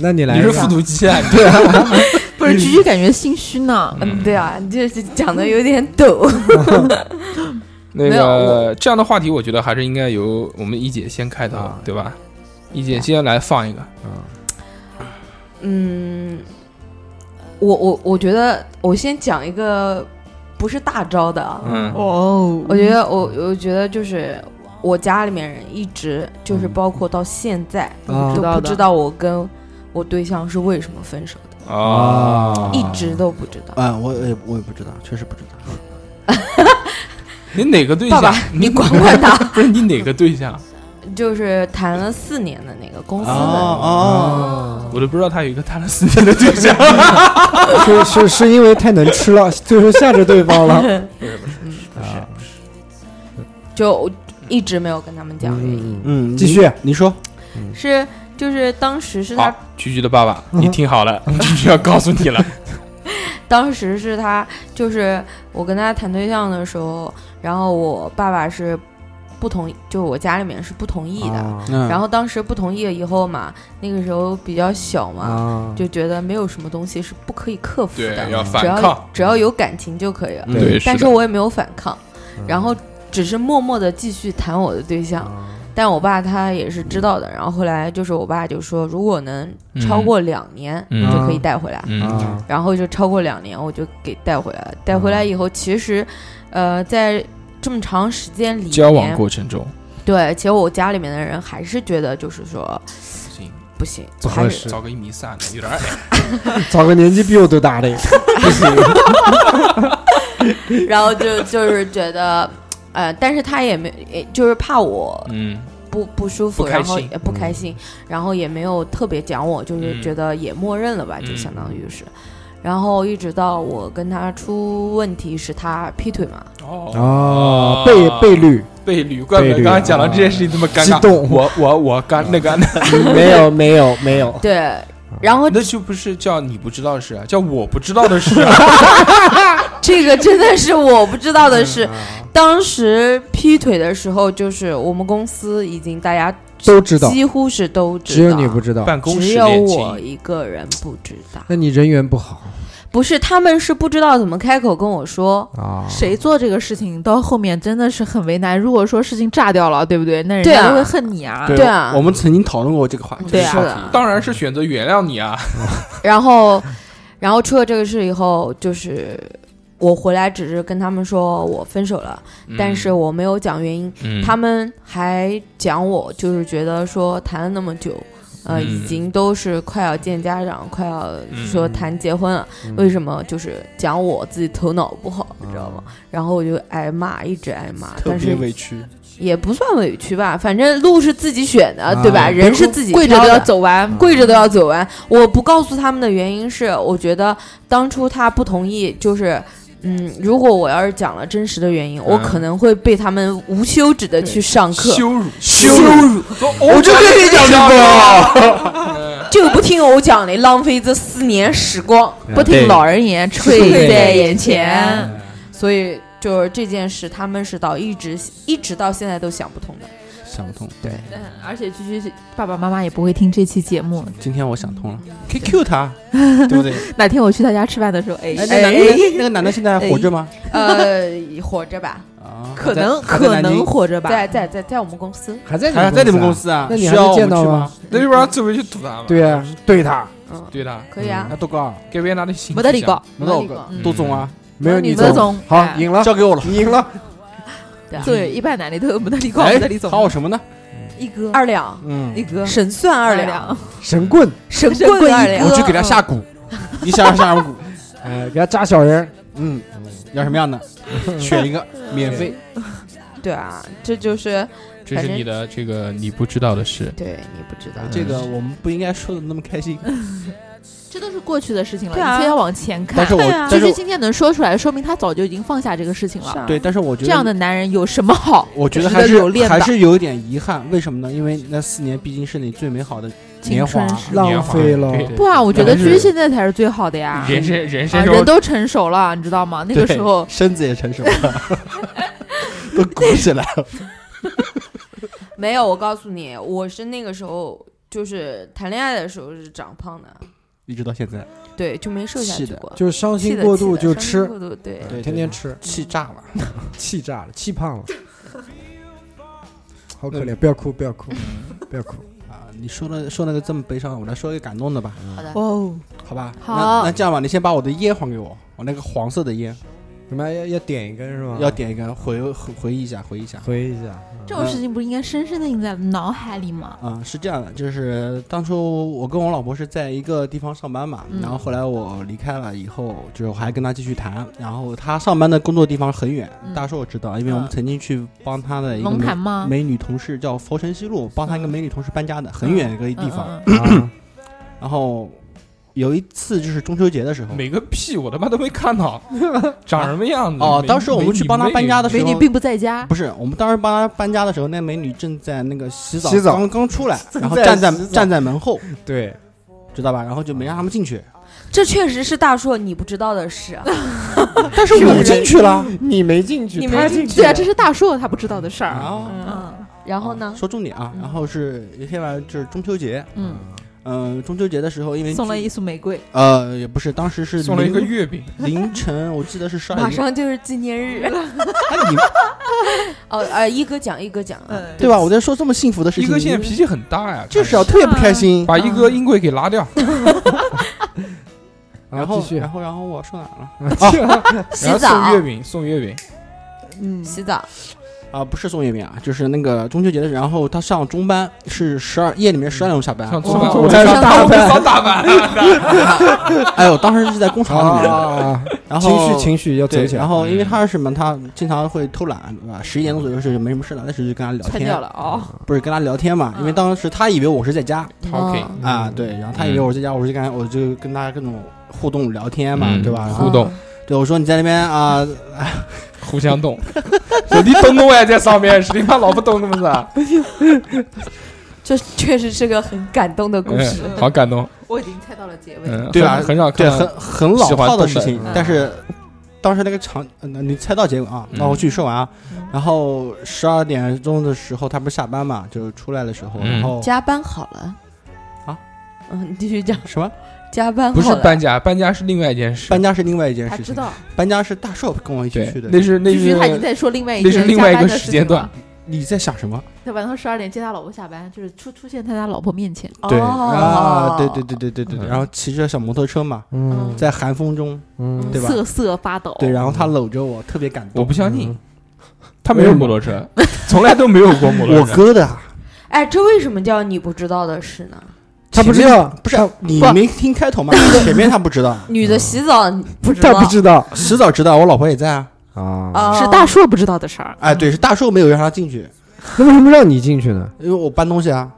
S2: 那你来
S1: 你
S2: 一
S1: 是
S2: 个，
S1: 复读机啊？
S3: 不是菊菊感觉心虚呢。
S1: 嗯
S6: 嗯，对啊，你这是讲的有点抖。
S1: 那
S6: 没有我
S1: 个这样的话题，我觉得还是应该由我们一姐先开头
S2: 啊，
S1: 对吧？一姐先来放一个，
S6: 嗯，我我我觉得我先讲一个不是大招的啊，
S1: 嗯
S3: 哦，
S6: 我觉得我我觉得就是我家里面人一直就是包括到现在、
S2: 啊
S6: 都不
S3: 不
S6: 知
S3: 知
S6: 道我跟我对象是为什么分手的，
S1: 哦
S2: 啊，
S6: 一直都不知道。
S5: 啊，我也我也不知道，确实不知道。
S1: 你哪个对
S6: 爸
S1: 象
S6: 爸？
S1: 你
S6: 管管他，
S1: 不是你哪个对象？
S6: <laughs> 就是谈了四年的那个公
S5: 啊
S6: 司的，
S2: 啊
S5: 哦
S1: 我都不知道他有一个谈了四年的对象。
S2: 是是是因为太能吃了， <laughs> 最后吓着对
S6: <laughs>
S2: 方了，啊，
S6: 就我一直没有跟他们讲原因。
S2: 嗯，嗯
S5: 嗯，
S2: 继续
S5: 你说，
S6: 是就是当时是他
S1: 好，菊菊的爸爸，你听好了，菊菊要告诉你了。
S6: 当时是他，就是我跟他谈对象的时候，然后我爸爸是不同，就我家里面是不同意的。
S1: 哦
S2: 啊
S5: 嗯，
S6: 然后当时不同意了以后嘛，那个时候比较小嘛，
S2: 啊，
S6: 就觉得没有什么东西是不可以克服
S1: 哦对，嗯啊
S6: 的，
S1: 要
S6: 只
S1: 反
S6: 要
S1: 抗，
S6: 只要有感情就可以了。
S5: 嗯
S1: 对，
S6: 但是
S1: 的
S6: 我也没有反抗，
S2: 嗯
S6: 然后只是默默的继续谈我的对象。
S1: 嗯
S2: 啊
S6: 但我爸他也是知道的，然后后来就是我爸就说，如果能超过两年
S1: 嗯
S6: 就可以带回来。
S1: 嗯
S2: 啊
S6: 然后就超过两年，我就给带回来了。带回来以后，其实，呃，在这么长时间里面，
S1: 交往过程中
S6: 对，其实我家里面的人还是觉得就是说
S1: 不行，
S6: 不行，
S2: 不
S6: 还
S2: 合
S6: 是
S2: 适，
S1: 找个一米三的有点矮，
S2: 找个年纪比我都大的，
S6: <laughs>
S2: 不行，啊
S6: 然后
S1: <laughs>
S6: 就就是觉得，呃，但是他也没，也就是怕我
S1: 嗯
S6: 不不舒服，
S1: 不开
S6: 然后
S1: 心
S6: 也不开心，然后也没有特别讲我，就是
S1: 嗯
S6: 觉得也默认了吧，就
S1: 嗯
S6: 相当于是。然后一直到我跟他出问题是他劈腿嘛，
S2: 哦，倍倍率
S1: 被绿，怪不得
S2: 被绿
S1: 刚刚讲到这件事情这么尴
S2: 激
S1: 尬。
S2: 动
S1: 我我我刚那个，那
S2: 没有没有没
S1: 哦
S2: 有，
S6: 对，然后
S1: 那就不是叫你不知道的事啊，叫我不知道的事啊。
S6: 这个真的是我不知道的是，
S2: 啊
S6: 当时劈腿的时候，就是我们公司已经大家
S2: 都知道，
S6: 几乎是都知道，
S2: 只有你不知道，
S1: 办公
S6: 只
S1: 室
S6: 有
S1: 恋
S6: 我
S1: 情，
S6: 一个人不知道。
S2: 那你人缘不好
S6: 不是，他们是不知道怎么开口跟我说。
S2: 啊？
S3: 谁做这个事情到后面真的是很为难。如果说事情炸掉了，对不对？那人
S6: 对啊
S2: 哎
S3: 家都会恨你啊。
S5: 对
S6: 对啊
S5: 我们曾经讨论过这个话题，
S6: 对
S5: 这个
S6: 啊
S5: 话题
S1: 当然是选择原谅你啊。
S6: 然后，然后出了这个事以后，就是我回来只是跟他们说我分手了，
S2: 嗯
S6: 但是我没有讲原因。
S1: 嗯
S6: 他们还讲我，就是觉得说谈了那么久，呃，
S1: 嗯
S6: 已经都是快要见家长，快要说谈结婚了，
S2: 嗯
S6: 为什么就是讲我自己头脑不好，你知道吗？然后我就挨骂，一直挨骂，
S5: 啊特
S6: 但
S5: 别
S6: 是
S5: 委屈。
S6: 也不算委屈吧，反正路是自己选的，
S2: 啊
S6: 对吧？
S2: 不是
S6: 人是自己
S3: 跪着
S6: 挑
S3: 都
S6: 的
S3: 要，走完，嗯
S6: 跪着都要走完。我不告诉他们的原因是，我觉得当初他不同意，就是。嗯，如果我要是讲了真实的原因，我
S1: 嗯
S6: 可能会被他们无休止的去上课，
S1: 羞辱，
S6: 辱，
S1: 我就跟你讲 <laughs> 这个，
S6: 就不听我讲的，浪费这四年时光。
S3: 不听老人言，
S2: 对
S3: 吹在眼
S6: 对
S3: 前。
S6: 所以就是这件事，他们是到一直一直到现在都想不通的。
S5: 想不通，
S6: 对，
S3: 而且居居爸爸妈妈也不会听这期节目。
S5: 今天我想通了，QQ 他，对不对？
S3: 哪天我去他家吃饭的时候，哎
S5: 哎，那男的那个男的现在还活着吗？
S3: <laughs>
S6: 呃，活着吧，
S5: 啊，
S3: 可
S5: 还在
S3: 能
S5: 还在
S3: 可
S5: 南京
S3: 能活着吧。
S6: 在在在在我们公司，
S2: 还在
S5: 还在你们公
S2: 啊？
S5: 司啊？
S2: 那你
S5: 需
S2: 还
S5: 要
S2: 能
S5: 我们
S2: 见
S5: 去
S2: 到
S5: 吗
S2: 吗？？
S1: 那就让周围去堵他嘛。
S2: 对啊，对他
S6: 嗯，
S1: 对的，
S6: 可以啊
S5: 那，多高啊？
S1: 给别人拿的行。
S3: 没得理搞，，
S5: 没到
S6: 没到
S5: 个啊
S1: 过
S5: 多重啊？
S2: 没有你
S3: 没
S2: 走，
S3: 总
S2: 好
S3: 哎
S2: 赢
S6: <laughs>
S2: 了，
S5: 交给我了。
S2: 赢了，
S6: 对啊，
S3: 对，一般男的都没得理搞，
S5: 哎
S3: 没得理，总
S5: 还，有什么呢？
S3: 一哥
S6: 二两，
S5: 嗯
S3: 一，哥
S6: 神算二
S3: 二
S6: 两，
S3: 两，
S6: <laughs>
S2: 神棍，
S6: 神
S3: 神
S6: 棍
S3: 棍
S6: 二
S3: 一
S6: 两
S5: 我，去给他下 <laughs> 蛊，一下下什么蛊？
S2: 哎，给他扎小人儿，
S5: 嗯，要什么 <laughs> 样的？选一个，免费。
S6: 对啊，这就是
S1: 这是你的呃这个你不知道的事。
S6: 对你不知道，
S5: 嗯这个我们不应该说的那么开心，
S3: 这都是过去的事情了，
S6: 对啊
S3: 一切要往前
S5: <laughs> 但
S3: 看
S5: 是。我
S6: 对啊
S5: 但
S3: 就是是
S5: 我
S3: 今天能说出来，说明他早就已经放下这个事情
S6: 是
S3: 了
S6: 啊。
S5: 对，但是我觉
S3: 这样
S5: 得。
S3: 的男人有什么好？
S5: 我觉得
S3: 值
S5: 还
S3: 有
S5: 是
S3: 练
S5: 还
S3: 的。
S5: 是有一点遗憾，为什么呢？因为那四年毕竟是你最美好的年
S3: 青
S5: 华
S3: 春，
S2: 浪费了
S1: 对对
S3: 不啊，我觉得
S1: 还是
S3: 居现在才是最好的
S1: <laughs>
S3: 呀。
S1: 人生人
S3: 啊，
S1: 生
S3: 人
S1: 中
S3: 都成熟了，你知道吗？那个
S5: 对
S3: 时候
S5: 身子也成熟了，都鼓起来了。
S6: 没有，我告诉你，我是那个时候就是谈恋爱的时候是长胖的，
S5: 一直到现在，
S6: 对，就没瘦下
S5: 是
S6: 去
S5: 的
S6: 过，
S2: 就是伤
S6: 气
S2: 心
S6: 的
S2: 过
S6: 气
S2: 度
S6: 的
S2: 就
S6: 伤心
S2: 吃，
S6: 过度对，
S5: 对
S2: 天天吃，
S5: 气炸了。
S2: 气炸了，气
S6: <laughs>
S2: 胖了，好可
S5: 那
S2: 怜，不要哭，不要哭，不要哭，
S5: 啊，你说了说那个这么悲伤，我来说一个感动的吧，
S6: 好的，
S3: 哦，
S5: 好吧？
S3: 好
S5: 那那这样吧，你先把我的烟还给我，我那个黄色的烟
S2: 你们要要点一根是吗？
S5: 要点一根，回回回忆一下，回忆一下。
S2: 回忆一下，嗯
S3: 这种事情不是应该深深的印在脑海里吗？
S5: 啊、是这样的，就是当初我跟我老婆是在一个地方上班嘛，
S3: 嗯
S5: 然后后来我离开了以后，就是我还跟她继续谈，然后她上班的工作地方很远，
S3: 嗯
S5: 大叔我知道，因为
S3: 嗯
S5: 我们曾经去帮她的一个
S3: 龙
S5: 美
S3: 潭吗？
S5: 美女同事叫佛城西路，帮她一个美女同事搬家的，很
S3: 嗯
S5: 远一个地方。
S3: 嗯，嗯嗯
S2: 啊
S5: 然后有一次就是中秋节的时候，
S1: 每个屁，我他妈都没看到，长什么样子？
S5: 哦
S1: 没，
S5: 当时我们去帮她搬家的，时
S3: 美
S5: 候，
S3: 女并不在家，
S5: 不是，我们当时帮她搬家的时候，那美女正在那个洗澡，
S2: 洗澡 <laughs>
S5: 刚刚出来，然后
S2: 在
S5: 站在
S2: 洗澡
S5: 站在门后，
S2: 对， <laughs>
S5: 知道吧？然后就没让他们进去。
S6: 这确实是大硕你不知道的事啊。
S5: 但是我进去
S2: 嗯
S5: 了
S8: 你没进去，
S6: 你没
S8: 他
S6: 进
S8: 进
S3: 对啊，
S8: 了
S3: 这是大硕他不知道的事儿。
S5: 啊。
S3: 嗯
S6: 然后呢？
S5: 说重点啊，然后是有一天晚上就是中秋节，
S3: 嗯，
S5: 嗯，中秋节的时候，因为
S3: 送了一束玫瑰，
S5: 呃也不是，当时是
S1: 送了一个
S5: 凌
S1: 月饼，
S5: 凌晨，我记得是十二
S6: 马
S5: 点，
S6: 上就是纪念日了。
S5: 哎你
S6: <laughs> 哦呃，一哥讲，一哥讲啊。
S3: 嗯，
S5: 对吧？我在说这么幸福的事
S1: 一
S5: 情，
S1: 哥现在
S5: 你
S1: 脾气很大呀，
S5: 就是要特别不开心。
S1: 把一哥音轨给拉掉。
S5: 然
S2: 啊
S5: 后
S2: 继续啊
S5: 然后然后我说哪儿了？
S6: 洗
S1: 然后
S6: 澡
S1: 送，月饼，送月饼，
S3: 嗯
S6: 洗澡，
S5: 啊，不是宋月饼啊，就是那个中秋节的，然后他上中班是十二夜里面十二点钟下班，哦
S1: 上中班，
S2: 我
S1: 我
S2: 在
S1: 在
S2: 上大班
S1: 上大班，
S5: 哎呦，当时是在工厂里面，
S2: 啊，
S5: 然后
S2: 情绪情绪要
S5: 对，
S2: 走起来，嗯
S5: 然后因为他是什么，他经常会偷懒，对吧？十一点钟左右是没什么事了，那时候就跟他聊
S3: 窜
S5: 天
S3: 掉，了哦，
S5: 不是跟他聊天嘛，
S3: 嗯
S5: 因为当时他以为我是在家
S1: ，talking
S6: 嗯
S5: 啊，对，然后他以为我是在家，我就跟他我就跟他各种互动聊天嘛，
S1: 嗯
S5: 对吧？然
S1: 互
S5: 后
S1: 动，
S5: 对我说你在那边啊，
S1: <laughs> 互相动，我你动动也在上面，是你妈老不动那么子，
S6: 这确实是个很感动的故事。
S1: 嗯好感动，
S3: 我已经猜到了结尾。
S1: 嗯，
S5: 对吧
S1: 很很少
S5: 对，
S1: 看
S5: 很
S1: 到，
S5: 很老
S1: 喜欢
S5: 套的
S1: 动
S5: 事
S1: 的
S5: 情
S1: 嗯，
S5: 但是当时那个场，呃你猜到结果啊？
S1: 嗯
S5: 那我继续说完啊。
S3: 嗯
S5: 然后十二点钟的时候，他不是下班嘛，就是出来的时候，
S1: 嗯
S5: 然后
S6: 加班好了
S5: 哦啊？
S6: 嗯，你继续讲。
S5: 什么
S6: 加班
S1: 不是
S6: 好了
S1: 搬家，搬家是另外一件事，
S5: 搬家是另外一件
S3: 他
S5: 事
S3: 知
S5: 情，
S3: 道，
S5: 搬家是大硕跟我一起
S1: 对
S5: 去，的。
S1: 那是那
S3: 其实他已经
S1: 是
S3: 在说另外一
S1: 那
S3: 件
S1: 是另外一个
S3: 加班的
S1: 时
S3: 事
S1: 间
S3: 情
S1: 段
S3: 了。
S5: 你在想什么？
S3: 他晚上十二点接他老婆下班，就是出出现在他老婆面前，
S5: 对
S6: 哦
S5: 啊，对对对对对对对。
S1: 嗯
S5: 然后骑着小摩托车嘛，
S2: 嗯
S5: 在寒风中，
S2: 嗯
S5: 对吧
S3: 瑟瑟发抖。
S5: 对，然后他搂着我，特别感
S1: 我
S5: 动。
S1: 不相信
S2: 嗯，
S1: 他没有摩托车，从来都没有过摩托
S5: 我
S1: 车。
S5: 哥的啊，
S6: 哎，这为什么叫你不知道的事呢？
S2: 他不知
S5: 前面
S2: 道，
S5: 不是
S2: 他
S5: 你
S2: 不
S5: 没听开头吗？前面他不知道，
S6: <laughs> 女的洗澡你不知道
S2: 他不知道
S5: 迟啊早知道，我老婆也在啊。
S2: 啊，
S6: 啊？
S3: 是大硕不知道的事儿。
S5: 哎，对，是大硕没有让他进去，
S2: 那为什么让你进去呢？
S5: 因为我搬东西啊。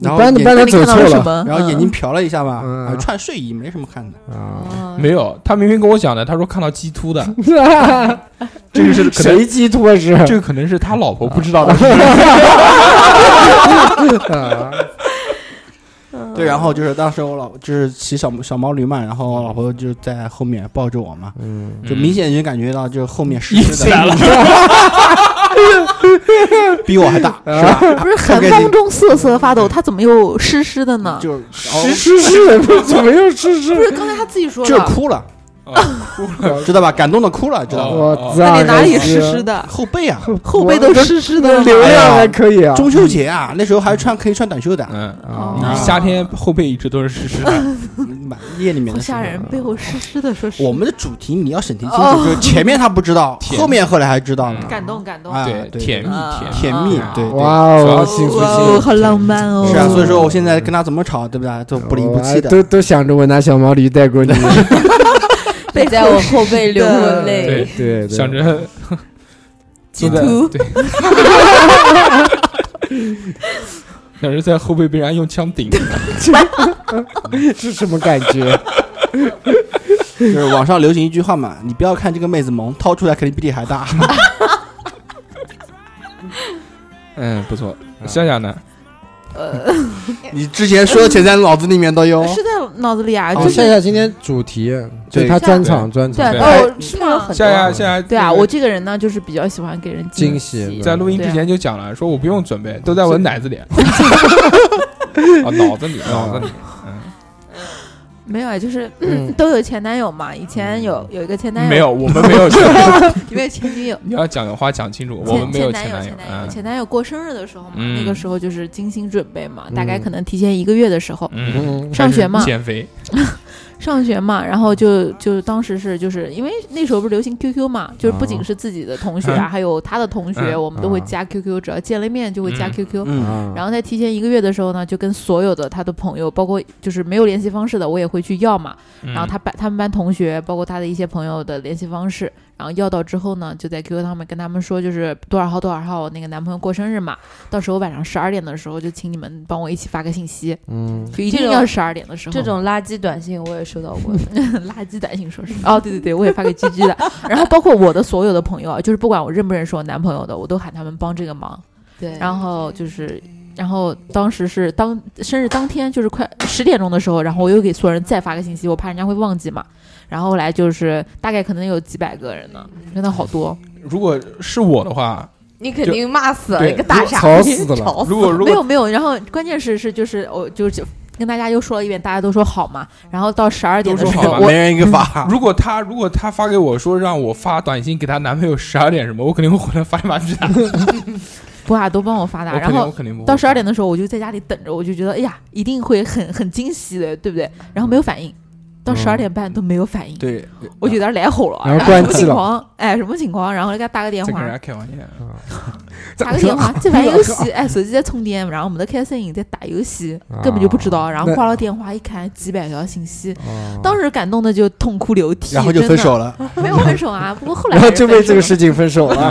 S2: 你
S5: 然后
S2: 搬
S5: 眼
S2: 你搬
S3: 那
S2: 他
S3: 你
S2: 走
S3: 看到
S2: 错
S3: 了什
S2: 了
S3: 么？
S5: 然后眼睛
S3: 嗯
S5: 瞟了一下嘛，
S2: 嗯
S5: 啊穿睡衣没什么看的。
S2: 啊！
S6: 哦
S1: 没有，他明明跟我讲的，他说看到鸡 <laughs> 突的，这个是可能，
S2: 谁鸡托是？
S1: <laughs> 这个可能是他老婆不知道的。
S2: 啊嗯
S5: 对，然后就是当时我老就是骑小小毛驴嘛，然后我老婆就在后面抱着我嘛，
S2: 嗯，
S5: 就明显就感觉到就是后面湿
S1: 一
S5: 湿
S1: 起来 <laughs>
S5: 的，
S1: 了，
S5: 比我还大，
S2: 嗯
S5: 是吧？
S3: 不是寒风中瑟瑟发抖，他怎么又湿湿的
S2: 啊
S3: 呢？
S5: 就是
S2: 吃吃吃，不怎么又吃吃
S3: 不？是，刚才他自己说
S5: 就是
S3: 了，
S5: 哭了， <laughs>
S1: 哦
S5: 知道吧？感动的哭了，知道吧？
S2: 我
S3: 那
S2: 操！
S3: 你哪里湿湿的？
S5: 后背啊，
S3: 后背都湿湿的了
S2: 流
S3: 吗。
S2: 量还可以啊。
S5: 中秋节啊，那时候还穿可以穿短袖的，
S1: 嗯，
S2: 啊
S1: <laughs> 夏天后背一直都是湿湿的，
S5: 满夜里面
S3: 好
S5: 的时候
S3: 吓。人，背后湿湿的，说是
S5: 我们的主题你要审听清楚，就是前面他不知道，
S1: <laughs> 甜
S5: 后面后来还知道
S1: 嗯
S5: 了，
S3: 哦感动感动。
S5: 哎
S1: 对，
S5: 对
S1: 甜蜜
S3: 啊
S1: 甜蜜。
S5: 甜蜜，对对。
S2: 哇
S1: 哇
S2: 哦，
S1: 哦
S2: 幸福
S3: 哇
S2: 幸
S3: 哦，
S2: 福！
S3: 好浪漫哦！
S5: 是啊，所以说我现在跟他怎么吵，对不对？都不离不弃
S2: 我还
S5: 的。
S2: 都都想着我拿小毛驴
S5: <laughs>
S2: 带过你。
S6: 背在我后背流过泪
S1: 对，
S2: 对对，
S1: 想着 <laughs>
S6: 鸡
S1: 现在
S6: 突
S1: 对， <laughs> 想着在后背被人家用枪顶，
S2: 是什么感觉？
S5: 就是网上流行一句话嘛，你不要看这个妹子萌，掏出来肯定比你还大。 <laughs>
S1: 嗯，不错。夏夏 <laughs> 呢？
S3: 呃，
S5: 你之前说的全在脑子里面都有。
S3: 哦是在脑子里啊，
S2: 哦
S3: 就
S2: 夏
S3: 是
S2: 夏今天主题，就
S5: 对
S2: 他专场专场
S1: 对
S6: 哦，是不是有很
S1: 夏
S6: 多？
S1: 夏夏夏，
S3: 对啊，我这个人呢，就是比较喜欢给人
S2: 惊
S3: 喜
S2: 喜。
S1: 在录音之前就讲了，说我不用准备，都在我的奶子里，啊，脑子里，脑子里，
S3: 没有啊，就是
S2: 嗯
S3: 都有前男友嘛。以前有有一个前男友，
S1: 嗯没有，我们没有。
S3: 有没有前女友？
S1: 你要讲的话讲清楚，我们
S3: 前
S1: 没有
S3: 前
S1: 男
S3: 男
S1: 友
S3: 友，前
S1: 嗯
S3: 前男友过生日的时候嘛，
S1: 嗯
S3: 那个时候就是精心准备嘛，
S2: 嗯
S3: 大概可能提前一个月的时候
S1: 嗯，
S2: 嗯，
S3: 上学嘛，
S1: 减肥，
S3: 上学嘛，然后就就当时是就是因为那时候不是流行 QQ 嘛，就是不仅是自己的同学啊，还有他的同学，
S1: 哦嗯
S3: 我们都会
S2: 啊
S3: 加 QQ，只要见了面就会加
S1: 嗯
S3: QQ。
S5: 嗯，
S2: 然
S7: 啊
S3: 然后在提前一个月的时候呢，就跟所有的他的朋友，包括就是没有联系方式的，我也会去要嘛。
S1: 然
S3: 然后他班他们班同学，包括他的一些朋友的联系方式，然后要到之后呢，就在 QQ 上面跟他们说，就是多少号多少号我那个男朋友过生日嘛，到时候晚上十二点的时候就请你们帮我一起发个信息，
S2: 嗯，
S3: 就一定
S6: 这种
S3: 要十二点的时候。
S6: 这种垃圾短信我也收到过，
S5: <laughs>
S3: 垃圾短信说是哦，对对对，我也发给 GG <laughs> 的，然后包括我的所有的朋友啊，就是不管我认不认识我男朋友的，我都喊他们帮这个忙，
S6: 对，
S3: 然后就是。然后当时是当生日当天，就是快十点钟的时候，然后我又给所有人再发个信息，我怕人家会忘记嘛。然后后来就是大概可能有几百个人呢，真的好多。
S1: 如果是我的话，
S6: 你肯定骂死了
S1: 对
S6: 一个大傻
S2: 吵
S6: 逼，
S2: 死
S6: <laughs>
S2: 了
S6: 吵死
S1: 如果如
S3: 没
S1: 果
S3: 有没有，然后关键是是就是我就是跟大家又说了一遍，大家都说好嘛。然后到十二点的
S1: 都
S3: 时
S1: 说
S3: 候
S1: <laughs> 好，吧
S5: <laughs> 每
S3: 我
S5: 人一个发，
S1: 如果他如果他发给我说让我发短信给他男朋友十二点什么，我肯定会回来发 <laughs> 一把屁的。
S3: 不啊都帮我发达，
S1: 我
S3: 然
S1: 肯定我
S3: 后。
S1: 肯定不会
S3: 到十二点的时候，我就在家里等着，我就觉得哎呀，一定会很很惊喜的，对不对？然后没有反应，到十二点半都没有反应，
S5: 哦对，
S3: 我就有点来火了。
S2: 然后
S3: 什
S2: 关
S3: 么
S2: 机
S3: 情 <laughs>
S2: 了
S3: 况？哎，什么情况？然后给他打个电
S1: 再跟
S3: 话
S1: 人，家开玩笑。
S3: 打个电话，
S5: <laughs>
S3: 这玩游戏，哎，手机在充电，然后我们在开摄影，在打游戏，
S5: 啊
S3: 根本就不知道。然后挂了电话，一看几百条信息，
S2: 哦
S3: 当时感动的就痛哭流涕，
S5: 然后就分手了。
S3: 真的，没有分手啊。不
S5: <laughs>
S3: 过后来
S2: 然后就为这个
S3: 事，
S2: 事情分手了，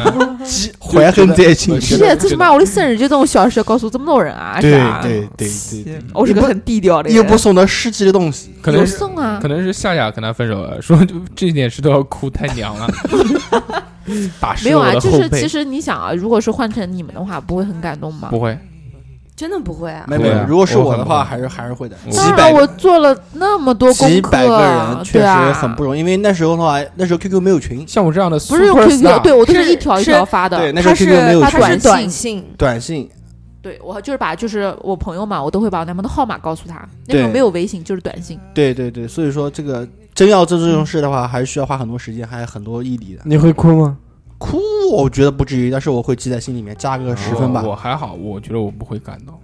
S5: 怀恨在心。
S1: 觉
S3: 是
S1: 得
S3: 呀，最起码我的生日就这种小事告诉这么多人啊，
S5: 对
S3: 是吧？
S5: 对对对对，
S3: 我是个很低调的人，
S5: 又不送他实际的东西，
S1: 可
S3: 有
S1: 能是
S3: 送啊
S1: 可，能是夏夏跟他分手了，说就这件事都要哭，太娘了，打湿了
S3: 没有
S1: 我
S3: 啊。
S1: 的
S3: 就
S1: 后
S3: 是
S1: 背
S3: 其。实你想啊，如果是换成你们的话，不会很感动吗？
S1: 不会，
S6: 真的不会啊。
S5: 没
S1: 对啊
S5: 有。如果是我的
S1: 我
S5: 话，
S1: 很
S5: 还是还是会的。
S1: 我
S5: 嗯几
S3: 当
S5: 百
S3: 然，
S5: 个
S3: 我做了那么多功
S5: 几
S3: 课，啊
S5: 百个人确
S3: 对啊
S5: 实很不容易，因为那时候的话，那时候 QQ 没有群，
S1: 像我这样的
S3: 不是用
S1: super
S3: QQ，
S1: star
S3: 对我都是
S6: 是
S3: 一条一
S6: 是
S3: 条发的。
S5: 对，那时
S6: 他
S5: 候
S6: 是
S5: QQ 没有
S6: 他
S5: 群，
S6: 是
S3: 短
S6: 短
S3: 信
S6: 信，
S5: 短信
S3: 对我就是把就是我朋友嘛，我都会把我男朋友的号码告诉他。那时候
S5: 对
S3: 没有微信，就是短信。
S5: 对对对，所以说这个真要做这种事的话，还是需要花很多时间，还有很多毅力的。
S2: 你会哭吗？
S5: 哭，我觉得不至于，但是我会记在心里面，加个呃十分吧
S1: 哦我。。我还好，我觉得我不会感动。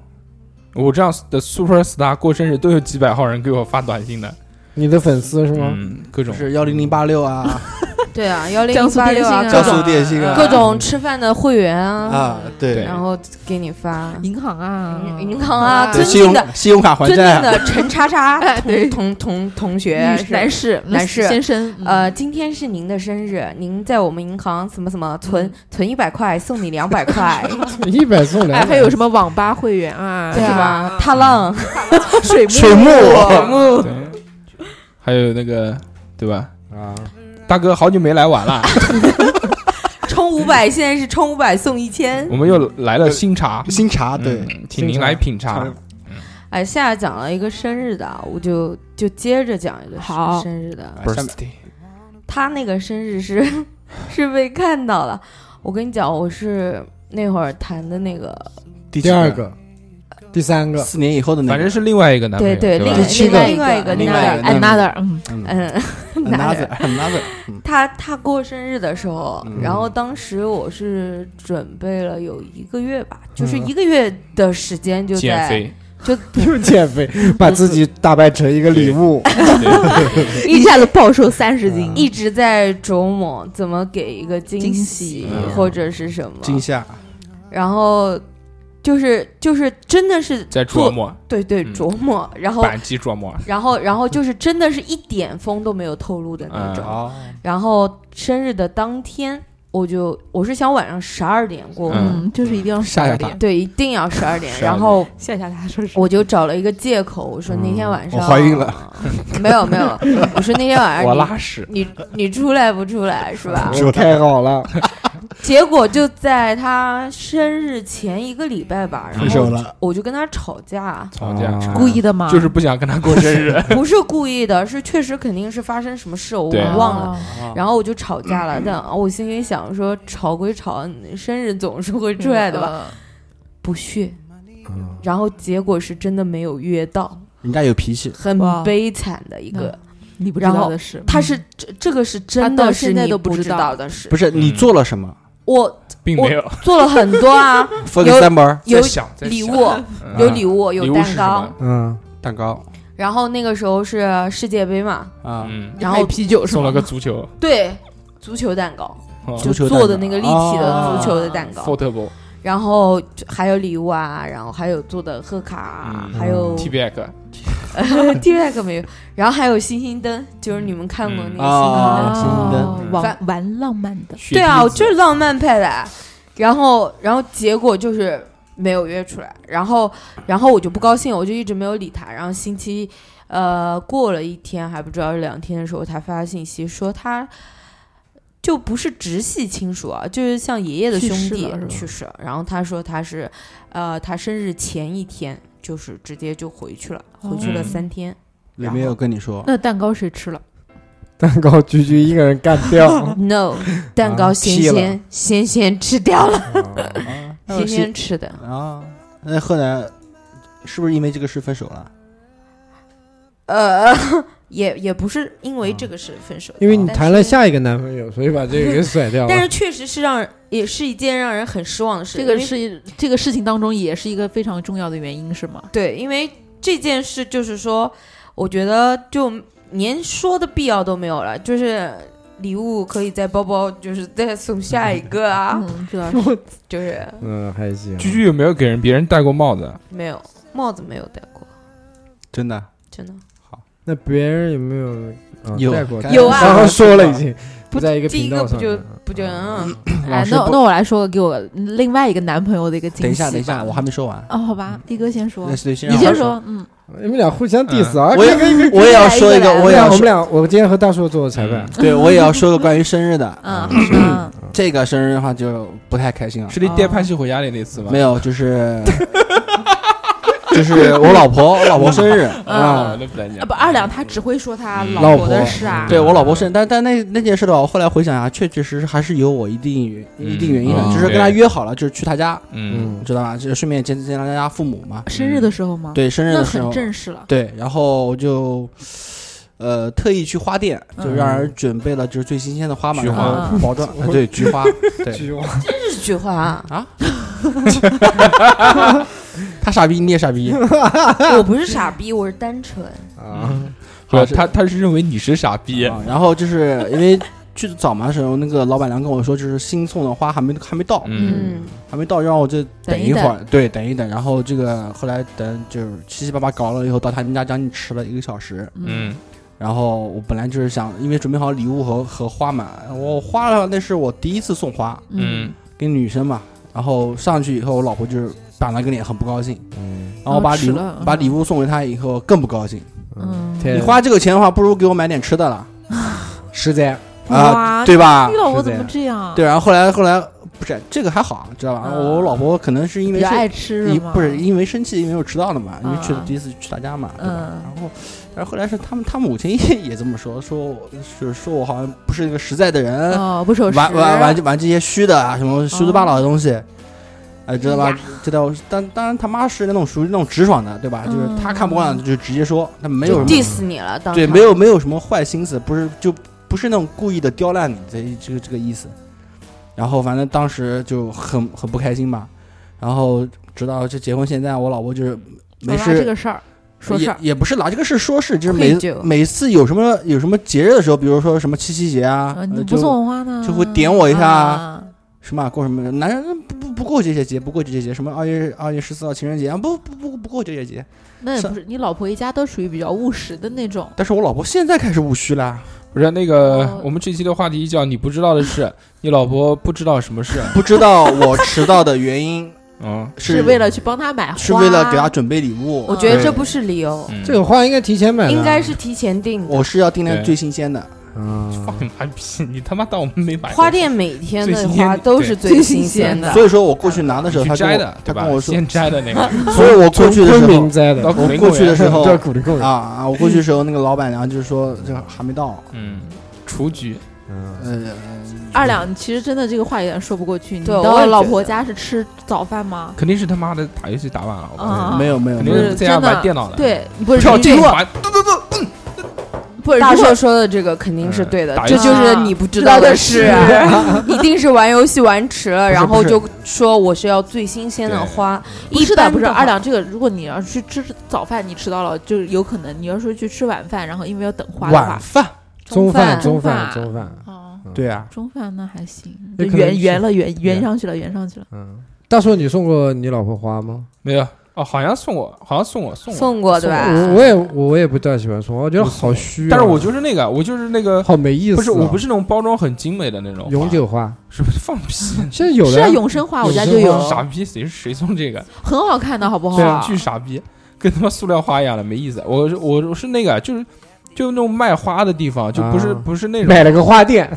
S1: 我这样的 super star 过生日都有几百号人给我发短信的，
S2: 你的粉丝是吗？
S1: 嗯，各种
S5: 就是幺零零八六啊
S1: 嗯
S5: <laughs>
S6: 对啊，幺零
S3: 江
S6: 零
S3: 苏
S6: 八
S3: 电
S6: 六
S3: 信
S6: 啊，
S5: 江
S6: 各
S5: 苏
S6: 种
S5: 电信啊
S6: 各种吃饭的会员啊，
S5: 啊，对，
S6: 然后给你发
S3: 银行啊，
S6: 银行啊，
S5: 对
S6: 尊
S5: 信
S6: 敬的
S5: 用信用卡还
S6: <laughs> 尊敬
S5: 债啊，
S6: 的陈叉
S3: 哎
S6: <laughs> 叉
S3: 对
S6: 同同同同学
S3: 女
S6: 是
S3: 男士
S6: 男士
S3: 先生，
S6: 呃，今天是您的生日，您在我们银行什么什么存存一百块，送你两百块，
S2: 一百送
S3: 哎，
S2: 两
S3: 还
S2: 百，
S3: 有什么网吧会员啊，
S6: <laughs> 对嗯
S3: 是吧？
S6: 吧？踏浪，
S3: 水木
S2: 水木
S1: 对，还有那个对吧？
S2: 啊，
S1: 大哥，好久没来玩了，
S6: 充五百，现在是充五百送一千。
S1: 我们又来了新茶，
S5: 新茶对
S1: 嗯，，请您来品茶。
S6: 哎，夏夏讲了一个生日的，我就就接着讲一个
S3: 好
S6: 生日的。
S5: 啊
S1: 不是
S6: 他那个生日是 <laughs> 是被看到了，我跟你讲，我是那会儿谈的那个，
S5: 第
S2: 第二个，第
S5: <laughs>
S2: 三个，
S5: 四年以后的那
S1: 反
S5: 个
S1: 正是另外一个男朋友，
S6: 对对，
S1: 对吧
S6: 另
S2: 第七个
S6: 另外一个哎
S5: 另外一个
S3: another，嗯，
S6: 嗯，男人
S5: another another，
S1: <laughs>
S5: 嗯
S6: 他他过生日的时候，
S5: 嗯
S6: 然后当时我是准备了有一个月吧，就是一个月的时间就
S1: 减
S6: 在
S1: 肥，
S6: 就
S2: 又减肥，把自己打扮成一个礼物，
S3: 一下子暴瘦三十
S7: 嗯
S3: 斤，
S6: 一直在琢磨怎么给一个惊
S3: 惊
S6: 喜
S3: 喜
S5: 嗯
S6: 或者是什么，
S5: 惊吓，
S1: 哦
S6: 然后就是就是真的是
S1: 在
S6: 做
S1: 琢磨，
S3: 哦
S6: 对对
S1: 嗯
S6: 琢磨，然后
S1: 板机琢
S3: 啊
S1: 磨。
S6: 然后然后就是真的是一点风都没有透露的那种，
S5: 哦，，
S6: 然后生日的当天我就我是想晚上十二点过。
S1: 嗯
S3: 嗯，就是一定要
S1: 吓吓
S3: 12点，
S6: 对，一定要十二点然后
S3: 吓吓他说是
S6: 我就找了一个借口，我说那天晚上、
S5: 嗯我怀孕了，
S6: <laughs> 没有没有，我说那天晚上
S1: 我拉屎，
S6: 你你你出来不出来是吧？
S2: 我太好了，
S6: 结果就在他生日前一个礼拜吧，然
S5: 分手
S6: 后
S5: 了，
S6: 我就跟他吵架，
S1: 吵架
S2: 啊
S3: 故意的吗？
S1: 嗯就是不想跟他过生
S5: <laughs>
S1: 日。
S6: 不是故意的，是确实肯定是发生什么事我
S1: 对
S6: 忘
S5: 啊
S6: 了。
S3: 哦
S6: 然后我就吵架了，但啊我心里想说，吵归吵，你生日总是会出来的
S3: 嗯
S6: 吧？？不屑。
S1: 嗯
S6: 然后结果是真的没有约到，
S5: 人家有脾气，
S6: 很
S3: 哇
S6: 悲惨的一个。
S3: 你不知
S6: 然
S3: 道
S6: 后
S3: 的是，
S6: 他是这这个是真
S3: 嗯他到
S6: 的是
S3: 现在
S6: 你
S3: 都不
S6: 不
S3: 知
S6: 知
S3: 道
S6: 道的事
S5: 不。是你
S1: 嗯
S5: 做了什么
S6: 我
S1: 并没有
S6: 做了很多啊，
S5: ？For example，
S6: 有
S1: 在想在
S6: 礼
S1: 想
S6: 物，
S1: 嗯
S6: 有礼物，
S1: 礼
S6: 有
S1: 物是
S6: 蛋
S1: 什
S6: 糕
S1: 么。
S2: 嗯，
S5: 蛋糕
S6: 然后那个时候是世界杯嘛，
S5: 啊，
S1: 嗯，
S6: 然后
S3: 啤酒是
S1: 送了
S3: 吗？
S1: 个足
S6: <laughs>
S1: 球
S6: 对，足球蛋糕，
S1: 哦
S5: 足球蛋
S6: 就做的
S5: 糕
S6: 那个立体
S5: 哦
S6: 的足球的蛋糕，
S1: ，football
S6: 然后就还有礼物啊，然后还有做的贺卡啊，
S1: 嗯
S6: 还有
S1: T B X，
S6: <laughs> T V 没有，然后还有星星灯，就是你们看过那
S1: 嗯
S6: 个星星灯
S5: 啊，星星灯
S3: 哦玩
S6: 反
S3: 玩浪漫的，
S1: 雪
S6: 对啊，
S1: 滴
S6: 我
S1: 子
S6: 就是浪漫派的啊。然后，然后结果就是没有约出来，然后，然后我就不高兴，我就一直没有理他。然后星期，呃，过了一天还不知道是两天的时候，他发信息说他就不是直系亲属啊，就是像爷爷的兄
S3: 去世
S6: 弟
S3: 了是吧
S6: 去世，然后他说他是，呃，他生日前一天就是直接就回去了，
S3: 哦
S6: 回去了
S1: 嗯
S6: 三天。
S5: 也没有跟你说，
S3: 那蛋糕谁吃了？
S2: 蛋糕居居一个人干掉，
S6: <laughs>
S2: 啊
S6: No，蛋糕先
S2: 踢了
S6: 先先先吃掉了，
S3: 哦
S5: 那
S6: 先
S5: 我
S6: 先吃的。
S5: 啊，那后来是不是因为这个事分手了？
S6: 呃， <laughs> 也也不是因为这个是分手的，
S2: 因为你
S6: 但
S2: 谈了
S6: 是。
S2: 下一个男朋友，所以把这个给甩掉
S6: 哦但
S2: 了
S6: 是。确实是让人也是一件让人很失望的事。
S3: 这个
S6: 因为
S3: 是这个事情当中也是一个非常重要的原因，是吗？
S6: 对，因为这件事就是说，我觉得就连说的必要都没有了，就是礼物可以在包包，就是再送下一个啊，
S3: 嗯， <laughs> 知道。
S6: <laughs> 就是
S2: 嗯，还行。
S1: 居居有没有给人别人戴过帽子？
S6: 没有帽子没有戴过，
S5: 真的
S6: 真的
S2: 那别人有没有？啊
S5: 有
S2: 戴过
S5: 该
S6: 有啊
S2: 刚刚说了已经，不
S6: 不
S2: 在一个
S6: 第
S2: 频
S6: 一个
S2: 道
S6: 不
S2: 上啊
S6: 就
S2: 面。
S6: 不就嗯，
S3: 哎，那那我来说个给我另外一个男朋友的一个惊喜吧。
S5: 等一下，等一下，我还没说完。
S3: 哦，好吧，力哥先说
S5: 那，对，先
S3: 你
S5: 让
S3: 先
S5: 他说。
S3: 说，嗯，
S2: 你们俩互相 diss 啊！
S5: 嗯我也
S2: 跟跟
S5: 我也要说一
S3: 一个来一
S5: 个，
S3: 个
S5: 我也
S2: 俩
S5: 要说
S2: 我
S5: 嗯
S2: 们，俩，我今天和大硕做裁判。
S5: 对我也
S3: <laughs>
S5: 要说个关于生日的。
S3: 嗯嗯，
S5: 这个生日的话就不太开心了，
S1: 是你爹潘西回家的那次吗？
S5: 没有，就是就是我老婆，我老婆生日，
S1: 啊，那不能
S3: 啊
S1: 讲
S3: 不，二两他只会说他
S1: 嗯
S3: 老婆
S5: 老
S3: 的
S5: 婆
S3: 事啊，
S5: 对我老婆生日，但但那那件事的话，我后来回想一下，确确实实还是有我一定原一定原因的，
S2: 嗯
S5: 就是跟他约好了，就是去他家，
S1: 嗯，
S2: 嗯
S5: 你，知道吧？就是顺便见见他家父母嘛。
S3: 生日的时候吗？，
S5: 对，生日
S3: 那
S5: 的时候
S3: 很，正式 <laughs> 了。
S5: 对，然后我就。呃，特意去花店，就
S3: 嗯
S5: 让人准备了就是最新鲜的花嘛，
S1: 菊
S5: 然
S1: 花
S5: 后
S1: <laughs>
S5: 保证啊对菊花，对，
S2: 菊花
S6: 这是菊花
S2: <laughs>
S6: 啊，
S5: 他傻逼你也傻逼，
S6: 我不是傻逼，我是单纯。
S2: 啊，
S1: 不，他他是认为你是傻 <laughs> 逼，
S5: 啊，然后就是因为去早嘛的时候，那个老板娘跟我说，就是新送的花还没还没到，
S1: 嗯，
S5: 还没到，让我就
S3: 等一
S5: 一会儿，对，等一等。然后这个后来等就是七七八八搞了以后，到他们家将近迟了一个小时。
S1: 嗯
S5: 然后我本来就是想，因为准备好礼物和和花嘛，我花了那是我第一次送花
S1: 嗯
S5: 给女生嘛。然后上去以后，我老婆就是板了个脸，很不高兴。
S2: 嗯
S5: 然后把礼
S3: 迟
S5: 物
S3: 了嗯
S5: 把礼物送给她以后，更不高兴。
S3: 嗯
S2: 天
S5: 你花这个钱的话，不如给我买点吃的了
S2: 实在
S3: 嗯
S5: 啊，
S3: 哇
S5: 对吧
S3: 你？老婆
S2: 是这
S3: 怎么
S2: 样
S3: 这样？
S5: 对，然后后来后来不是这个还好，知道吧？
S3: 啊
S5: 我老婆可能是因为
S3: 比较
S5: 是
S3: 爱吃
S5: 因
S3: 吗？
S5: 不是因为生气，因为我迟到了嘛，因为去
S3: 啊
S5: 了第一次去他家嘛，对吧
S3: 嗯？
S5: 然后，然后后来是他们他母亲也也这么说，说我是说我好像不是一个实在的人，
S3: 哦，不守时，
S5: 玩玩玩玩这些虚的啊，什么虚头
S3: 嗯
S5: 巴脑的东西。哎，知道吧
S3: 呀？
S6: 嗯
S5: 知道，当当然他妈是那种属于那种直爽的，对吧？就是
S3: 嗯
S5: 他看不惯就直接说，他没有
S6: 就
S5: 什么
S6: diss 你了，当
S5: 对，
S6: 场
S5: 没有没有什么坏心思，不是就不是那种故意的刁难你这这个这个意思。然后反正当时就很很不开心吧，然后直到这结婚现在，我老婆就是没
S3: 我拉
S5: 事，
S3: 这个事儿说事
S5: 也
S3: 儿，
S5: 也不是拿这个事说事，就是
S6: 愧
S5: 每
S6: 疚
S5: 每次有什么有什么节日的时候，比如说什么七夕节啊，
S3: 啊
S5: 呃
S3: 你不
S5: 就
S3: 送花呢，
S5: 就会点我一下
S3: 啊
S5: 啊。什么啊过什么，男人不不不过这些节，不过这些节，什么二月二月十四号情人节啊，不不不不过这些节。
S3: 那也
S5: 是
S3: 不是，你老婆一家都属于比较务实的那种。
S5: 但是我老婆现在开始务虚啦，
S1: 不是那个
S3: 哦，
S1: 我们这期的话题叫“你不知道的事”，你老婆不知道什
S3: <laughs>
S1: 么事，
S5: 不知道我迟到的原因
S3: 哦
S1: 嗯，
S5: 是
S3: 为了去帮他买花，
S5: 是为了给他准备礼物。
S6: 我觉得
S5: 对
S6: 这不是理由，
S1: 嗯
S2: 这个花应该提前买的，
S6: 应该是提前订的。
S5: 我是要订那
S1: 对
S5: 最新鲜的，
S2: 啊
S1: 放， <laughs> 你妈屁！你他妈当我们没买过
S6: 花店每天
S1: 最
S6: 的
S1: 新鲜
S6: 花都是
S1: 对
S6: 最新鲜的，
S5: 所以说我过去拿的时候，
S1: 你
S5: 他
S1: 去摘
S5: 跟我
S1: 的，
S5: 他
S1: 对吧
S5: 跟我说，
S1: 先摘的那 <laughs> 个，
S5: 所以我过去的时
S2: 昆
S5: 候
S2: 明摘的
S1: 到，古
S5: 我
S1: 林
S5: 过
S1: 公
S5: 去
S1: 园
S5: 的时候
S2: 叫古灵公
S5: 啊
S2: 园。
S5: 啊，我过去的时候，那个老板娘就是说这还没到，
S1: 嗯，雏菊，
S2: 嗯，
S5: 呃，
S3: 二两其实真的这个话有点说不过去。你
S6: 对我
S3: 到
S6: 也
S3: 老
S6: 觉
S3: 婆
S6: 得
S3: 家是吃早饭吗？
S1: 肯定是他妈的打游戏打晚了，我告诉你
S3: 啊
S5: 没有没有
S1: 肯
S5: 没
S1: 定
S5: 有
S1: 是在家玩电脑的，，
S3: 对，你不是
S1: 跳键 <laughs>
S3: 如果
S1: 盘，
S3: 不是
S6: 大
S3: 如果
S6: 硕说的这个肯定是对的
S1: 嗯，打
S6: 这
S1: 游
S3: 戏
S6: 就是你不知道的事啊， <laughs> 一定是玩游戏玩迟了，然后
S5: 不是
S6: 就说我是要最新鲜的花，
S3: 不
S6: 一
S3: 是的，
S6: 般
S3: 不是
S6: 的话
S3: 二两这个，如果你要是去吃早饭，你迟到了，就是有可能。你要是去吃晚饭，然后因为要等花的
S5: 晚
S3: 话，
S5: 饭，
S2: 中
S6: 饭
S2: 中
S3: 饭
S2: 饭，中饭。
S3: 哦，
S5: 对啊，
S3: 中饭那还行，
S2: 也
S3: 就
S2: 可能
S3: 圆
S2: 是
S3: 圆了，圆圆
S2: 圆
S3: 上去了，圆上去了。
S2: 嗯，大硕，你送过你老婆花吗？
S1: 没有哦，好像送我，好像送我，送我，
S6: 送过对吧？
S2: 我我也我也不大喜欢送花，我觉得
S1: 我
S2: 好虚啊。
S1: 但是我就是那个，我就是那个，
S2: 好没意思啊。
S1: 不是，我不是那种包装很精美的那种花，
S2: 永久花，
S1: 是不是放屁？
S2: 现在有
S3: 是
S2: 了
S3: 啊，
S2: 呀。
S3: 永生花我
S2: 永
S3: 家
S2: 生
S3: 就有
S7: 哦
S2: 花，
S1: 傻逼，谁谁送这个？
S3: 很好看的好不
S1: 对啊
S3: 好？
S1: 巨傻逼，跟他妈塑料花一样的，没意思。我是我我是那个，就是就那种卖花的地方，就不是
S2: 啊
S1: 不是那种
S2: 买了个花店，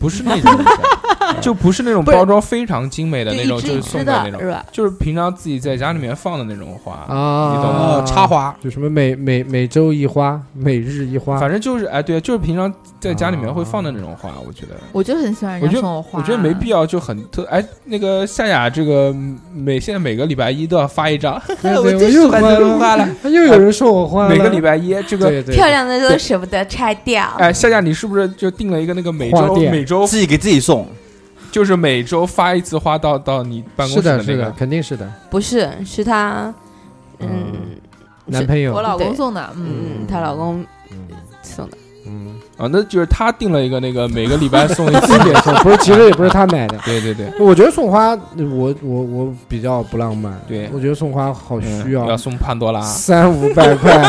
S1: 不是那种一下，就不是那种
S3: 不是
S1: 包装非常精美的
S3: 就
S1: 那
S3: 一
S1: 种，
S3: 只
S1: 就
S3: 一
S1: 是
S3: 只
S1: 送的
S3: 的
S1: 那种，
S3: 是 <laughs> 吧？
S1: 就是平常自己在家里面放的那种花，
S2: 啊，
S1: 你懂吗？
S5: 插花，
S2: 就什么每每每周一花，每日一花，
S1: 反正就是哎，对，就是平常在家里面会放的那种花，我觉得。
S3: 我就很喜欢
S1: 我
S3: 人
S1: 觉
S3: 家
S1: 得
S3: 送花，
S1: 我觉得没必
S3: 要。
S1: 要，就很特哎，那个夏雅这个嗯每现在每个礼拜一都要发一张，
S2: 对
S1: 哎我
S2: 对，
S1: 最
S2: 我
S1: 喜 <laughs>
S2: 又
S1: 欢这种
S2: 花
S1: 花了
S2: 了，，又有人说我花了，
S1: 每个礼拜一这个
S2: 对对
S6: 漂亮的都舍不得拆掉。
S1: 哎，夏夏你是不是就定了一个那个每
S2: 花
S1: 周
S2: 店
S1: 每周
S8: 自己给自己送，
S1: 就是每周发一次花到到你办公
S2: 是
S1: 室
S2: 的，
S1: 那
S2: 是的，
S1: 个？
S2: 肯定是的。
S6: 不是，是她，嗯，
S2: 男朋友
S6: 我，老
S3: 老公
S6: 公送，
S3: 送的，嗯，
S6: 嗯，她老公
S2: 嗯
S6: 送的，
S2: 嗯，
S1: 啊，那就是他定了一个那个每个礼拜送一
S2: 自 <laughs>
S1: 次。
S2: 己也送，不是，其实也不是他买 <laughs> 的。
S1: 对对对
S2: 我觉得送花，我我我比较不浪漫。
S1: 对
S2: 我觉得送花好
S1: 嗯
S2: 需要，
S1: 要送潘多拉，
S2: 三五百 <laughs> 块，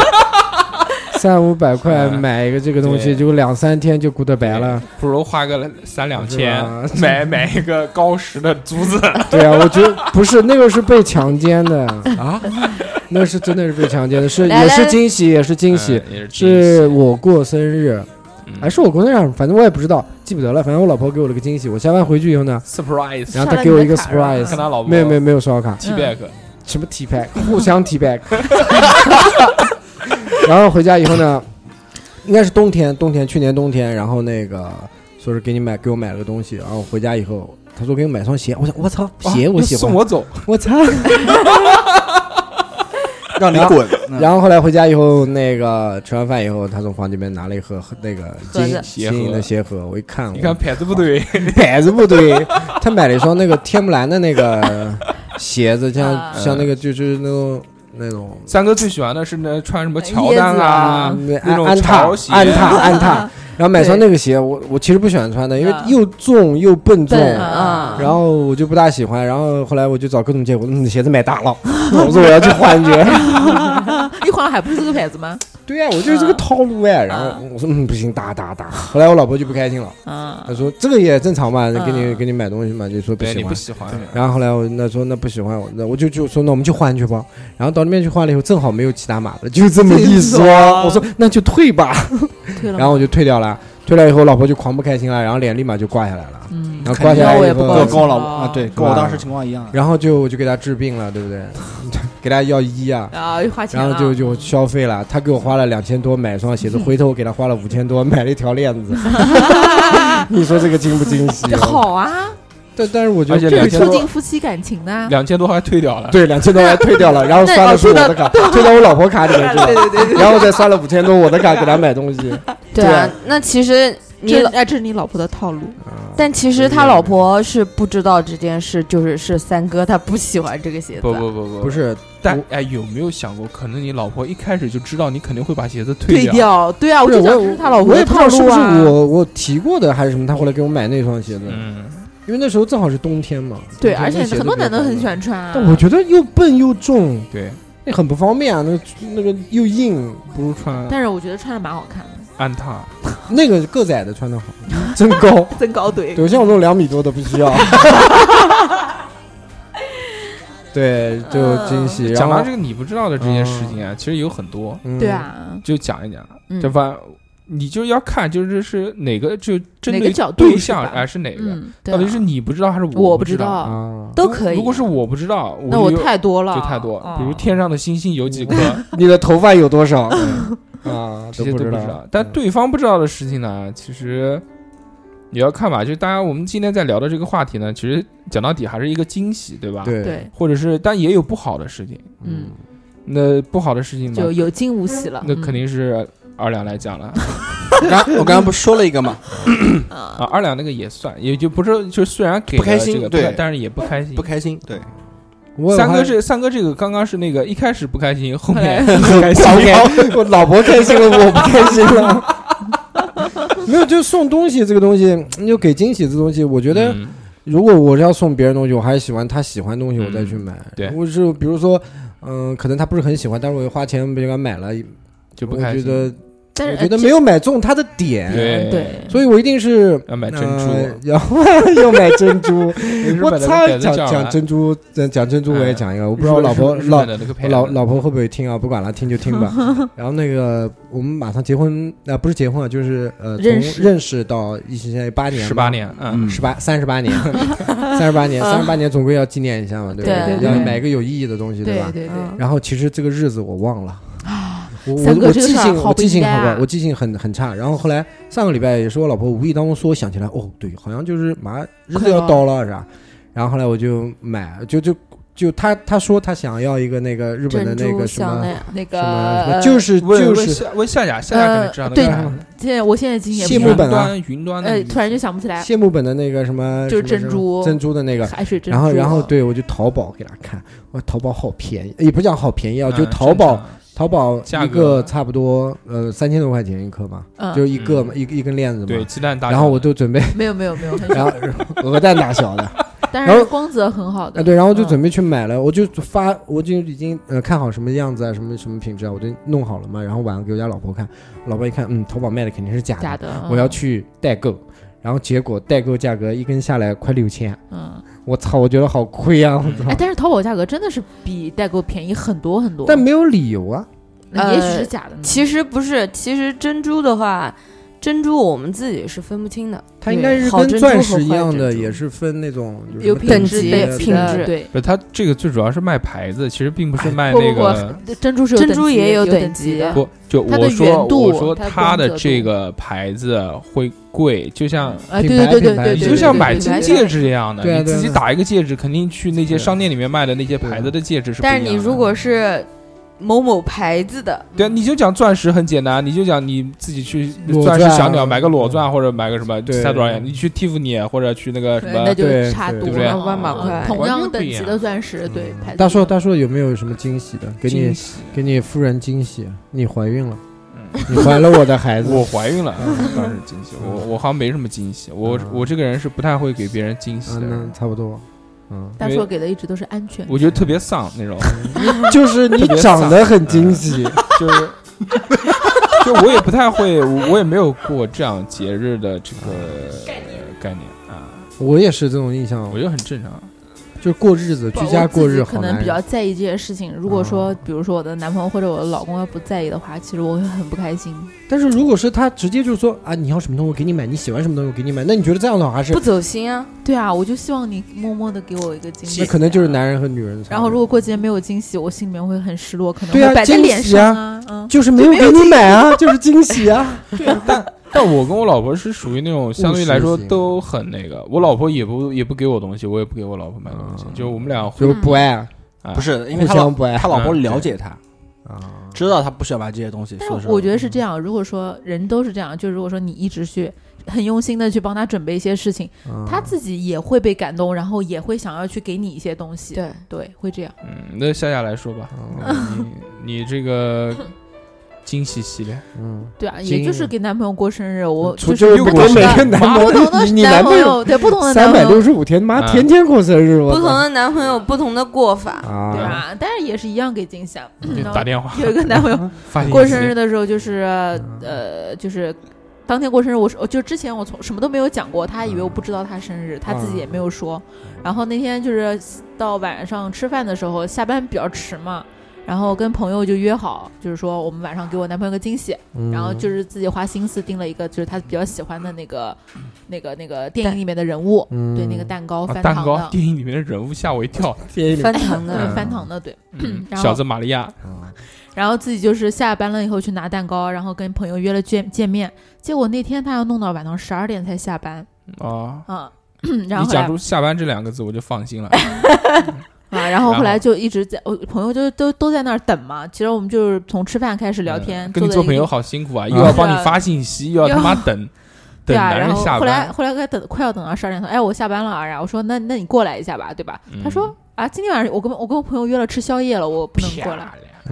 S2: 三五百块
S1: 嗯
S2: 买一个这个东西，
S1: 对
S2: 就两三天就 good 白了。
S1: 不如花个三两千
S2: 啊是
S1: <laughs>
S2: 啊吧
S1: 买买一个高石的珠子。
S2: <laughs> 对啊，我觉得不是那个是被强奸的
S1: 啊，
S2: <laughs> 那是真的是被强奸的，是
S6: 来
S2: 也是
S6: 来
S2: 惊喜，也是惊喜。
S1: 嗯也是惊喜
S2: 是我过生日，哎
S1: 嗯
S2: 还是我过生日？啊反正我也不知道，记不得了。反正我老婆给我了个惊喜。我下班回去以后呢，
S1: surprise，
S2: 然后
S3: 刷
S2: 她
S3: 了
S2: 给我一
S3: 你
S2: 个
S3: 的卡然后
S2: surprise，
S1: 跟他老婆
S2: 没有没有嗯没有刷我卡，
S1: T back，
S2: 什么 T back，互 <laughs> 相 T back。然后回家以后呢，应该是冬天，冬天去年冬天，然后那个说是给你买给我买了个东西，然后回家以后，他说给我买双鞋，我想我操鞋我
S1: 哇
S2: 喜
S1: 送
S2: 欢，
S1: 我走，
S2: 我
S1: <laughs>
S2: 操。
S8: 让你滚。嗯
S2: 然后后来回家以后，那个吃完饭以后，他从房里面拿了一盒那个
S6: 盒
S2: 金
S6: 子
S1: 鞋盒
S2: 金银的鞋盒，我一看，
S1: 你看牌子不对，
S2: 我牌子不对，他买了一双那个天目蓝的
S1: <laughs>
S2: 那个鞋子，像
S3: 啊
S2: 像那个就就是那种那种
S1: 三哥最喜欢的是那穿什么乔丹啊，
S2: 嗯
S1: 那种
S2: 安踏
S1: 潮鞋，
S2: 安
S1: <laughs>
S2: 踏安踏，然后买双那个鞋，我我其实不喜欢穿的，因为
S3: 嗯
S2: 又重又笨重。
S6: 笨啊，
S2: 然后我就不大喜欢，然后后来我就找各种借口，嗯，鞋子买
S6: <laughs>
S2: 大了，我说我要去换一个。
S3: 嗯 <laughs> 一晃还不是这个牌子吗？
S2: 对呀、我就是
S1: 嗯
S2: 这个套路哎。然后
S3: 嗯
S2: 我说嗯不行，打打打。后来我老婆就不开心了，
S1: 嗯
S3: 啊
S2: 她，说这个也正常嘛，给你
S3: 嗯
S2: 给你买东西嘛，就说不
S1: 对
S2: 喜
S1: 你
S2: 欢哎
S1: 不。喜欢，
S2: 然后后来我那说那不喜欢我，那我就就说那我们去换去吧。然后到那边去换了以后，正好没有其他码了，
S1: 啊
S2: 就这么一说，我说那就退吧。
S3: 退
S1: 嗯
S3: 了吗。
S2: 然后我就退掉了，退掉以后老婆就狂不开心了，然后脸立马就挂下来了，
S3: 嗯，
S2: 然后挂下来
S3: 那我
S2: 以
S3: 也不高
S2: 后
S3: 兴
S5: 跟，我老婆啊，对，跟我当时情况一样。
S2: 然后就我就给她治病了，对不对？ <laughs> 给她要医啊，
S3: 啊，又花钱
S2: 然
S3: 了，
S2: 后就就消费了，她给我花了两千多买一双鞋子，回头我给她花了五千多买了一条链
S1: <laughs>
S2: 子，你说这个惊不惊喜？
S3: 这好啊，
S2: 但但是我觉
S1: 而且
S2: 得
S3: 这
S1: 两
S3: 是
S1: 千
S3: 促
S1: 多
S3: 进，夫妻感情的啊。
S1: 两千多还退掉了，
S2: 对两千多还退掉了，然后刷的是我的卡，退到我老婆卡里面去了，
S3: 哦对对对
S2: 然后再刷了五千多我的卡给她买东西，
S6: 对啊，那其实你
S3: 这
S6: 老，
S3: 哎，这是你老婆的套路，
S6: 但其实他老婆是不知道这件事，就是是三哥他不喜欢这个鞋子
S1: 不，不不不
S2: 不，是
S1: 但哎有没有想过，可能你老婆一开始就知道你肯定会把鞋子
S3: 退
S1: 掉，
S3: 掉，对啊，我
S2: 不是
S3: 就
S2: 我
S3: 想
S2: 也
S3: 这是他老婆
S2: 我也
S3: 的
S2: 不知
S3: 套
S2: 道是
S3: 路
S2: 不是
S3: 啊。
S2: 我我提过的还是什么，他后来给我买那双鞋子，
S1: 嗯，
S2: 因为那时候正好是冬天嘛。
S3: 对，
S2: 冬天
S3: 而且
S2: 那鞋子
S3: 很多男的很喜欢
S2: 比
S3: 穿
S2: 较
S3: 啊。
S2: 好看。但我觉得又笨又重，
S1: 对，
S2: 那很不方便啊，那那个又硬，
S1: 不如穿
S3: 但是我觉得穿的蛮好看的，
S1: 安踏，
S2: 那个个子矮的穿的好，真高。
S3: <laughs> 增高对。
S2: 对，像我这种两米多的不需 <laughs> 要。对，就惊喜。然
S1: 讲
S2: 后
S1: 到这个你不知道的这些事情啊，其实有很多，
S2: 嗯
S3: 对，啊，
S1: 就讲一讲，
S3: 嗯
S1: 这反你就要看就是是哪个就针
S3: 哪
S1: 对
S3: 个角度
S1: 对
S3: 是
S1: 象
S3: 吧
S1: 哎是哪个，
S3: 嗯，对啊
S1: 到底是你不知道还是
S3: 我
S1: 不
S3: 不知
S1: 道？嗯
S3: 道，
S6: 都
S2: 啊，
S6: 可以。
S1: 如果是我不知道，
S3: 那我
S1: 就
S3: 太多了，
S1: 就太多，
S3: 嗯
S1: 比如天上的星星有几颗，
S2: 你的头发有多 <laughs> 少？啊，
S1: 这些都
S2: 不
S1: 不知道。但对方不知道的事情呢，其实也要看吧。就是大家我们今天在聊的这个话题呢，其实讲到底还是一个惊喜，对吧？，
S2: 对
S3: 对，
S1: 或者是，但也有不好的事情。
S3: 嗯，
S1: 那不好的事情
S3: 就
S2: 啊
S1: 呢，
S3: 有惊无喜了。
S1: 那
S3: 嗯
S1: 肯定是二两来讲了
S8: 我刚我刚刚不是说了一个嘛，
S1: <laughs> 啊。二两那个也算，也就不是，就虽然给
S8: 不开
S1: 了
S8: 心
S1: 这个，
S8: 对
S1: 不开但是也不开心
S8: 不。开心，对，
S2: 我
S1: 三哥
S2: 还
S1: 这三哥这个刚刚是那个一开始不开心，后面
S2: <laughs> 很开心，我老婆开心了，我不开心了。 <laughs> 没有，就送东西这个东西，你就给惊喜这东西，我觉得
S1: 嗯
S2: 如果我是要送别人东西，我还是喜欢他喜欢东西，我再去买。
S1: 对
S2: 我是比如说，嗯、可能他不是很喜欢，但是我花钱给他买了，
S1: 就不
S2: 我
S1: 开
S2: 觉
S1: 心。
S2: 得
S3: 但
S2: 我
S3: 是
S2: 觉得没有买中他的点，
S3: 呃这
S1: 对，
S3: 对，
S2: 所以我一定是
S1: 要买珍珠
S2: 呃 <laughs> 要要买珍珠。
S1: 日
S2: 我
S1: 本的
S2: 操
S1: 那，个
S2: 讲
S1: 叫
S2: 讲珍珠，讲讲珍珠我也讲一个，我
S1: 我
S2: 不知道我老婆
S1: 日
S2: 老
S1: 本的那个
S2: 我
S1: 培
S2: 老
S1: 养的
S2: 老婆会不会听啊？不管了，听就听吧。然后那个我们马上结婚，呃，不是结婚啊，就是呃，从
S3: 认识
S2: 认识到一起现在八年吧，
S1: 十八年，嗯，
S2: 十八三十八年，三十八年，三十八年总归要纪念一下嘛，对不
S6: 对
S3: 对
S2: 要
S3: 对
S2: 买个有意义的东西，
S3: 对
S2: 吧？啊
S3: 对对
S6: 嗯
S2: 然后其实这个日子我忘了。我我
S3: 啊三哥
S2: 我
S3: 这个
S2: 记
S3: 事儿
S2: 性
S3: 好
S2: 我
S3: 不
S2: 记
S3: 应
S2: 性
S3: 该
S2: 好吧
S3: 啊，
S2: 我记性很很差。然后后来上个礼拜也是我老婆无意当中说想起来，哦对，好像就是马上日子
S3: 快
S2: 要
S3: 到
S2: 到了是吧？然后后来我就买，就就就他他说他想要一个那个日本的
S6: 珍
S2: 那
S6: 珠
S2: 个什
S6: 项
S2: 么
S6: 链，
S3: 那
S2: 什么什
S3: 个
S2: 么，就是是
S1: 问
S2: 就
S1: 问
S2: 是
S1: 夏问夏雅，夏雅肯定知道那
S3: 对
S1: 个啥
S3: 现在我现在已经也
S2: 谢
S3: 不
S2: 幕
S3: 知道
S2: 本啊
S1: 云端云端的
S3: 呃
S1: 意，思，
S3: 突然就想不起来，
S2: 谢幕本的那个什么，
S3: 就是
S2: 什么
S3: 珍珠
S2: 珍珠的那个，
S3: 海水珍珠。
S2: 然
S3: 啊
S2: 后，然后，对我就淘宝给他看，我淘宝好便宜，也不讲好便宜啊，
S1: 嗯
S2: 就淘宝，淘宝
S1: 价
S2: 一
S1: 格
S2: 个差不多呃三千多块钱一颗嘛，
S3: 嗯，
S2: 就一个嘛，一个一根链子
S1: 对
S2: 嘛。
S1: 鸡蛋大小的，
S2: 然后我就准备，
S3: 没有没有没有，很
S2: 然
S3: 少
S2: 后鹅蛋大小的
S3: 但
S2: 然后
S3: 是光泽很好的。
S2: 啊，对，然后就
S3: 嗯
S2: 准备去买了，我就发，我就已经呃看好什么样子啊，什么什么品质啊，我就弄好了嘛，然后晚上给我家老婆看，老婆一看，嗯，淘宝卖的肯定是假
S3: 假
S2: 的，
S3: 的，嗯
S2: 我要去代购，然后结果代购价格一根下来快六千，
S3: 嗯。
S2: 我操，我觉得好亏啊，我
S1: 嗯
S2: 操
S3: 哎，，但是淘宝价格真的是比代购便宜很多很多，
S2: 但没有理由啊。
S3: 那也许
S6: 呃
S3: 是假的呢。
S6: 其实不是，其实珍珠的话，珍珠我们自己是分不清的。
S2: 它应该是
S6: 好
S2: 跟
S6: 珍珠
S2: 钻
S6: 和
S2: 石一
S6: 坏
S2: 样
S6: 珍
S2: 的，
S6: 珠
S2: 也是分那种就什
S3: 有
S2: 么
S3: 品
S2: 等
S3: 质
S2: 级
S6: 的
S2: 啊
S6: 品
S2: 对
S6: 质
S3: 对，
S1: 不，它这个最主要是卖牌子，其实并不是卖
S3: 哎不
S1: 那
S3: 不
S1: 个。
S3: 不，珍珠是有
S6: 珍
S3: 等
S6: 珠
S3: 级
S6: 也有
S3: 有
S6: 等级
S3: 级
S6: 的
S1: 不，就
S3: 它的
S1: 我说
S3: 圆度
S1: 我说
S3: 它的
S1: 它
S3: 光泽
S1: 的
S3: 度
S1: 这个牌子会贵，就像
S3: 啊，对
S2: 品
S3: 对
S2: 牌
S3: 对对
S2: 品牌
S3: 对
S1: 你
S3: 对，
S1: 就像
S3: 对
S1: 买
S3: 对
S1: 金
S3: 对
S1: 戒指一样
S2: 对
S1: 的，
S2: 啊
S1: 你
S2: 对啊
S1: 自己
S2: 对啊
S1: 打一个戒指，肯定去那些
S2: 对
S1: 商店里面卖的那些牌子的戒指是不一
S6: 但
S1: 样
S6: 是
S1: 的。
S6: 你如果是某某牌子的，
S1: 对啊，你就讲钻石很简单，你就讲你自己去
S2: 裸
S1: 钻石
S2: 钻
S1: 小鸟
S2: 啊
S1: 买个裸钻或者买个什么，
S2: 对
S1: 才多少钱？你去蒂芙尼或者去那个什
S3: 对
S1: 么
S3: 那就
S2: 对
S3: 差
S2: 对
S3: 多
S1: 对不对啊
S3: 了，
S6: 万把
S3: 嗯
S6: 块
S3: 同
S1: 完全
S3: 样
S1: 不
S3: 等
S1: 一
S3: 级
S1: 样
S3: 的钻石，对，牌子
S2: 大
S3: 不
S2: 硕，
S3: 一样
S2: 大硕有没有什么惊喜的？给
S1: 惊
S2: 你
S1: 喜？
S2: 给你夫人惊喜，你怀孕了，
S1: 嗯
S2: 你怀了我的孩
S1: <laughs>
S2: 子。
S1: 我怀孕了，当时惊喜。 <laughs> 我我好像没什么惊喜，我
S2: 嗯
S1: 我这个人是不太会给别人惊喜
S2: 嗯，
S1: 的人
S2: 那，差不多。嗯，
S3: 大
S1: 因
S3: 硕
S1: 为
S3: 给的一直都是安全，
S1: 我觉得特别丧那种，
S2: 就是你长得很惊喜，
S1: <laughs> 就是。就我也不太会，我我也没有过这样节日的这个概念啊，
S2: 我也是这种印象
S1: 我，觉得很正常。
S2: 就是过日子，居
S3: 我
S2: 家
S3: 我
S2: 过
S3: 自己
S2: 日
S3: 可
S2: 好
S3: 能
S2: 难哦
S3: 比。较在意这些事情。如果说，比如说我的男朋友或者我的老公要不在意的话，其实我会很不开心。
S2: 但是如果是他直接就说啊，你要什么东西我给你买，你喜欢什么东西我给你买，那你觉得这样的话还是
S6: 不走心啊。
S3: 对啊，我就希望你默默的给我一个惊喜。啊
S2: 那可能就是。男人和女人差别。
S3: 然后如果过节没有惊喜，我心里面会很失落，可能
S2: 对啊
S3: 会摆在
S2: 惊
S3: 脸
S2: 喜
S3: 上啊。嗯，
S2: 就是没有给你买啊，就是惊喜
S3: <laughs>
S2: 啊。
S1: 但我跟我老婆是属于那种相对来说
S2: 务实型
S1: 都很那个，我老婆也不也不给我东西，我也不给我老婆买东西，
S2: 嗯
S1: 就我们俩
S2: 就是不爱啊，
S1: 啊
S8: 不是，因为
S2: 互
S8: 他老
S2: 相不爱
S8: 他老婆
S1: 嗯
S8: 了解他，
S2: 啊。
S8: 知道他不需要买这些东西。
S3: 但
S8: 说
S3: 是
S8: 实
S3: 我
S8: 话
S3: 觉得是这样，如果说人都是这样，就如果说你一直去很用心的去帮他准备一些事情，嗯
S2: 嗯
S3: 他自己也会被感动，然后也会想要去给你一些东西。
S6: 对，
S3: 对，会这样。
S1: 嗯，那夏夏来说吧，嗯你你这 <laughs> 个惊喜系列，
S2: 嗯，
S3: 对啊，也
S2: 经
S3: 就是给男朋友过生日，我
S2: 除
S3: 就是
S2: 这
S3: 不
S2: 个
S3: 同
S2: 我
S3: 的
S2: 每天男
S1: 妈
S2: 朋
S3: 不同
S7: <laughs>
S2: 友，
S3: 的
S2: 你你
S3: 男
S2: 男
S3: 朋
S2: 朋友
S3: 友，对不同的男
S2: 三
S3: 朋
S2: 百
S3: 友
S2: 六，十五天，妈
S1: 啊
S2: 天天过生日，我
S6: 不同
S2: 操
S6: 的男朋友，不同的过法。
S3: 对
S2: 啊！
S3: 啊，但是也是一样给惊喜啊。
S1: 就
S3: 然后
S1: 嗯打电话
S3: 有一个男朋友
S1: 发信息
S3: 嗯过生日，的时候，就是
S1: 嗯
S3: 呃，就是当天过生日，我是我就之前我从什么都没有讲过，他还以为我不知道他生日，他自己也没有说。
S1: 嗯
S3: 然后那天就是到晚上吃饭的时候，下班比较迟嘛。然后跟朋友就约好，就是说我们晚上给我男朋友个惊喜，
S1: 嗯
S3: 然后就是自己花心思订了一个，就是他比较喜欢的那个、那个、那个电影里面的人物，
S2: 嗯
S3: 对那个蛋糕
S1: 啊
S3: 翻
S1: 蛋
S3: 糖
S1: 糕，
S3: 的，
S1: 电影里面的人物吓我一跳，
S2: <laughs> 天
S6: 翻糖
S3: 对
S6: 的，
S3: 翻糖的，对。
S1: 嗯
S3: 然后
S1: 小子玛利亚，
S3: 然后自己就是下班了以后去拿蛋糕，然后跟朋友约了见见面，结果那天他要弄到晚上十二点才下班
S1: 啊。
S3: 啊。然
S1: 你
S3: 后后
S1: 讲
S3: 来
S1: 出“下班”这两个字，我就放心了。 <laughs>
S3: 啊，然后
S1: 然
S3: 后来
S1: 后
S3: 就一直在，我朋友就都都在那儿等嘛。其实我们就是从吃饭开始 <laughs> 聊天，
S1: 嗯跟你
S3: 坐
S1: 做
S3: 在
S1: 朋
S3: 一
S1: 友
S3: 个地
S1: 好辛苦啊，
S2: 嗯
S1: 又要帮你发信息，又要他妈
S3: <laughs>
S1: 等等
S3: 对啊，
S1: 男
S3: 然
S1: 人
S3: 后
S1: 下
S3: 后来
S1: 班。
S3: 后来快等快要等到十二点了，哎，我下班了啊，然后我说那那你过来一下吧，对吧？
S1: 嗯
S3: 他说啊，今天晚上我跟我跟我朋友约了吃宵夜了，我不能过
S1: 漂。
S3: 来
S1: 亮